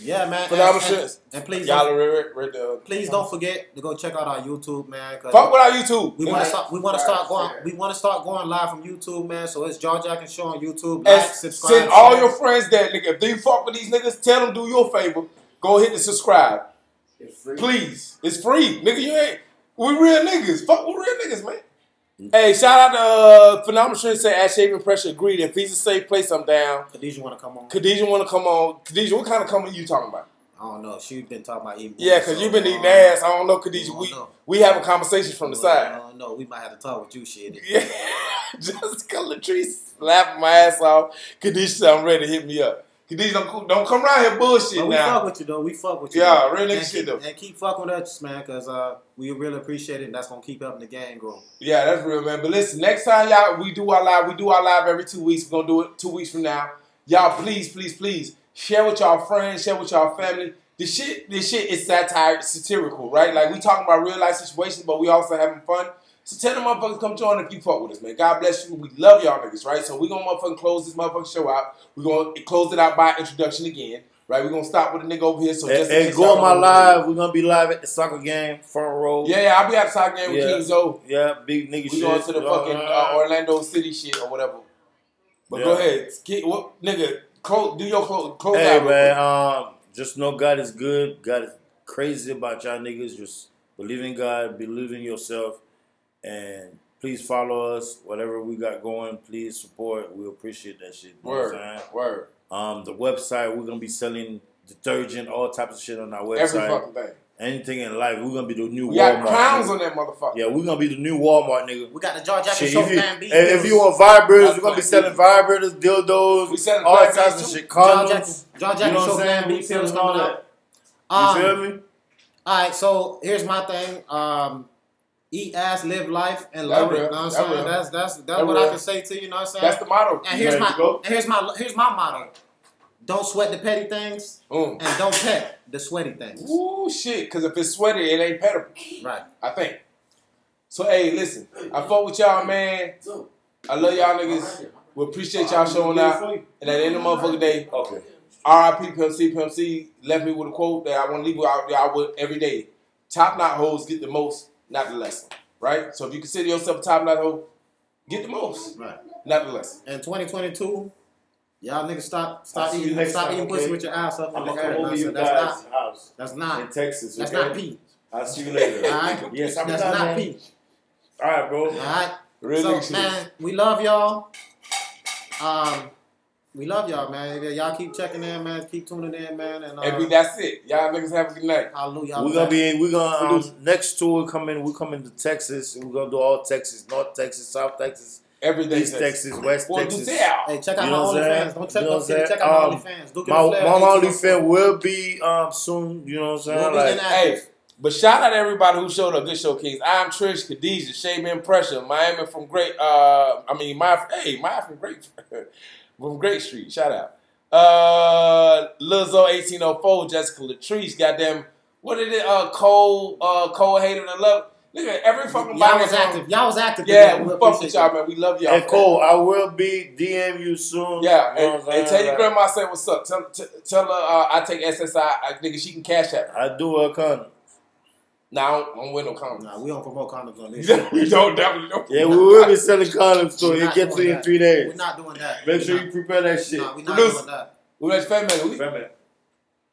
Speaker 2: Yeah, man.
Speaker 1: But I'm
Speaker 2: and,
Speaker 1: sure-
Speaker 2: and, and please,
Speaker 1: Y'all
Speaker 2: don't,
Speaker 1: are real, real, real.
Speaker 2: please don't forget to go check out our YouTube, man. 'cause
Speaker 1: Fuck with our YouTube.
Speaker 2: we want to
Speaker 1: Like,
Speaker 2: start. We want to
Speaker 4: Right,
Speaker 2: start going.
Speaker 4: yeah.
Speaker 2: We want to start going live from YouTube, man. So it's Jaw Jack and Show on YouTube.
Speaker 1: and
Speaker 2: Like, subscribe.
Speaker 1: send all
Speaker 2: share.
Speaker 1: your friends that nigga. If they fuck with these niggas, tell them do you a favor. Go hit the subscribe,
Speaker 4: It's free.
Speaker 1: please. It's free, nigga. You ain't. We real niggas. Fuck with real niggas, man. Hey, shout out to uh, Phenomenal Trend said at Shaving Pressure agreed. If he's a safe place, I'm down.
Speaker 2: Khadija want to come on?
Speaker 1: Khadijah want to come on. Khadijah, what kind of coming you talking about?
Speaker 2: I don't know. She been talking about eating.
Speaker 1: Yeah, because
Speaker 2: so,
Speaker 1: you've been eating
Speaker 2: um,
Speaker 1: ass. I don't know,
Speaker 2: I
Speaker 1: Khadijah.
Speaker 2: don't
Speaker 1: We
Speaker 2: know.
Speaker 1: we having conversations from the
Speaker 2: well, I
Speaker 1: side.
Speaker 2: don't know. We might have to talk with you, shit.
Speaker 1: Yeah, Jessica Latrice laughing my ass off. Khadijah said, I'm ready. Hit me up. Khadijah, don't, co- don't come around here bullshit
Speaker 2: But we
Speaker 1: now.
Speaker 2: fuck with you though. We fuck with you.
Speaker 1: Yeah,
Speaker 2: though.
Speaker 1: real nigga
Speaker 2: And keep-
Speaker 1: shit, though.
Speaker 2: And keep fucking with us, man, because uh, we really appreciate it. And that's gonna keep helping the gang grow.
Speaker 1: Yeah, that's real, man. But listen, next time y'all we do our live, we do our live every two weeks. We're gonna do it two weeks from now. Y'all please, please, please share with y'all friends, share with y'all family. This shit, this shit is satire, satirical, right? Like we talking about real life situations, but we also having fun. So tell them motherfuckers come join if you fuck with us, man. God bless you. We love y'all niggas, right? So we gonna motherfucking close this motherfucking show out. we gonna close it out by introduction again, right? we gonna stop with a nigga over here. So
Speaker 3: And,
Speaker 1: just in
Speaker 3: and
Speaker 1: case
Speaker 3: go on
Speaker 1: y'all
Speaker 3: my
Speaker 1: don't know-
Speaker 3: live. We're gonna be live at the soccer game, front row.
Speaker 1: Yeah, yeah, I'll be at soccer game with
Speaker 3: Yeah.
Speaker 1: King Zoe.
Speaker 3: Yeah, big nigga
Speaker 1: We
Speaker 3: shit.
Speaker 1: going to the fucking uh, Orlando City shit or whatever. But
Speaker 3: Yeah.
Speaker 1: go ahead, Get- what nigga? Close, do your close, close
Speaker 3: Hey
Speaker 1: out.
Speaker 3: man, um, just know God is good. God is crazy about y'all niggas. Just believe in God, believe in yourself, and please follow us. Whatever we got going, please support. We appreciate that shit. you know what I'm
Speaker 1: Word,
Speaker 3: saying?
Speaker 1: word,
Speaker 3: Um, the website we're gonna be selling detergent, all types of shit on our
Speaker 1: every
Speaker 3: website.
Speaker 1: fucking thing.
Speaker 3: anything in life, we're gonna be the new
Speaker 1: We
Speaker 3: Walmart.
Speaker 1: got crowns
Speaker 3: nigga.
Speaker 1: on that motherfucker.
Speaker 3: yeah, we're gonna be the new Walmart, nigga.
Speaker 2: We got the Jar Jar
Speaker 3: Shit,
Speaker 2: Show
Speaker 3: if you,
Speaker 2: Plan B.
Speaker 3: if, if you want vibrators, we're gonna be
Speaker 1: That's
Speaker 3: selling vibrators, dildos,
Speaker 1: We selling
Speaker 3: all
Speaker 1: Plan Bs
Speaker 3: types of
Speaker 1: too.
Speaker 3: shit,
Speaker 2: Jar
Speaker 3: condoms.
Speaker 2: Jar
Speaker 3: You
Speaker 2: Jar
Speaker 3: know
Speaker 2: Show
Speaker 3: what I'm
Speaker 2: Plan
Speaker 3: saying?
Speaker 2: B
Speaker 3: We
Speaker 2: pills
Speaker 3: selling
Speaker 2: and
Speaker 3: all
Speaker 2: all
Speaker 3: that.
Speaker 2: that.
Speaker 3: You
Speaker 2: Um,
Speaker 3: feel me?
Speaker 2: all right, so here's my thing. Um, eat ass, live life, and
Speaker 1: That
Speaker 2: love it.
Speaker 1: real.
Speaker 2: You know what I'm
Speaker 1: That
Speaker 2: saying?
Speaker 1: real.
Speaker 2: That's that's that's
Speaker 1: That
Speaker 2: what
Speaker 1: real.
Speaker 2: I can say to you. You know what I'm saying?
Speaker 1: That's the motto.
Speaker 2: and here's
Speaker 3: ready
Speaker 2: my
Speaker 3: to go?
Speaker 2: and here's my here's my motto. Don't sweat the petty things,
Speaker 1: Mm.
Speaker 2: and don't pet the sweaty things.
Speaker 1: Ooh, shit, because if it's sweaty, it ain't pettable.
Speaker 2: Right.
Speaker 1: I think. So, hey, listen, I fuck with y'all, man. I love y'all niggas. We appreciate y'all showing out. And at the end of the motherfucking day,
Speaker 3: Okay.
Speaker 1: RIP Pimp C, Pimp C left me with a quote that I want to leave y'all y'all with every day. Top knot hoes get the most, not the less. Right? So if you consider yourself a top knot hoe, get the most,
Speaker 2: Right.
Speaker 1: not the less.
Speaker 2: In 2022, y'all niggas stop
Speaker 3: I'll
Speaker 2: stop
Speaker 3: see you
Speaker 2: eating
Speaker 3: next
Speaker 2: stop
Speaker 3: time,
Speaker 2: eating
Speaker 3: okay?
Speaker 2: pussy with your ass up in
Speaker 3: I'm
Speaker 2: the
Speaker 3: gonna
Speaker 2: air.
Speaker 3: come
Speaker 2: You know what
Speaker 3: over
Speaker 2: I'm
Speaker 3: to
Speaker 2: saying?
Speaker 3: you
Speaker 2: That's
Speaker 3: guys'
Speaker 2: not
Speaker 3: house
Speaker 2: that's
Speaker 3: in
Speaker 2: not
Speaker 3: Texas.
Speaker 2: that's
Speaker 3: okay?
Speaker 2: not pee.
Speaker 3: I'll see you later.
Speaker 2: All right.
Speaker 3: Yes, I'm
Speaker 2: That's
Speaker 3: done,
Speaker 2: not
Speaker 3: man.
Speaker 2: pee.
Speaker 3: All right, bro.
Speaker 2: All right.
Speaker 1: Real
Speaker 2: so
Speaker 1: nigga shit.
Speaker 2: man, we love y'all. Um, we love y'all, man. Y'all keep checking in, man. Keep tuning in, man. And uh,
Speaker 1: Every-
Speaker 3: Uh-huh.
Speaker 1: that's it. Y'all niggas have a good night.
Speaker 2: hallelujah.
Speaker 3: We're gonna be we're gonna um, next tour coming. We're coming to Texas. We're gonna do all Texas, North Texas, South Texas,
Speaker 1: Every day.
Speaker 3: East Texas, West
Speaker 1: Well, do
Speaker 3: Texas.
Speaker 1: tell.
Speaker 2: Hey, check out
Speaker 3: You
Speaker 2: my
Speaker 3: know what I'm saying?
Speaker 2: OnlyFans. Don't check
Speaker 3: You know
Speaker 2: don't
Speaker 3: what
Speaker 2: forget to
Speaker 3: I'm
Speaker 2: check out my
Speaker 3: saying? Um,
Speaker 2: OnlyFans. Duke
Speaker 3: My
Speaker 2: and Flair,
Speaker 3: my
Speaker 2: 18
Speaker 3: only fan will be um soon. You know what I'm
Speaker 2: We'll
Speaker 3: saying?
Speaker 2: be in
Speaker 3: Like,
Speaker 2: that-
Speaker 1: Hey, but shout out to everybody who showed up. Good show, Kings. I'm Trish, Khadija, Shaman Pressure, Miami from Great. Uh, I mean, my hey, Maya from Great from Great Street. Shout out. Uh, Lizzo 1804, Jessica Latrice. Goddamn, what is it? Uh, Cole, uh, Cole hated and love. Look at every fucking
Speaker 2: Y'all
Speaker 1: body.
Speaker 2: was active. Y'all was active.
Speaker 1: Yeah,
Speaker 2: today.
Speaker 1: we fuck
Speaker 2: appreciate
Speaker 1: with y'all, man. We love y'all.
Speaker 3: and Cole, oh, I will be DM you soon.
Speaker 1: Yeah,
Speaker 3: You know
Speaker 1: and,
Speaker 3: what I'm
Speaker 1: and tell
Speaker 3: saying?
Speaker 1: your grandma I said what's up. Tell, t- tell her uh, I take SSI. I, uh, nigga, she can cash at me.
Speaker 3: I do a con.
Speaker 1: Nah, I don't, I don't win no
Speaker 2: that.
Speaker 1: comments.
Speaker 2: Nah, we don't promote condoms on this. show.
Speaker 1: we don't definitely don't.
Speaker 3: Yeah, we will be selling condoms, so
Speaker 2: We're
Speaker 3: it
Speaker 2: not
Speaker 3: gets
Speaker 2: doing
Speaker 3: in
Speaker 2: that.
Speaker 3: three
Speaker 2: We're
Speaker 3: days.
Speaker 2: not doing
Speaker 3: Make
Speaker 2: that. We're
Speaker 3: sure
Speaker 2: not-
Speaker 3: you prepare that shit.
Speaker 2: Nah, we're not
Speaker 1: Produce.
Speaker 2: doing that.
Speaker 1: Well, that's family. We,
Speaker 3: Remember.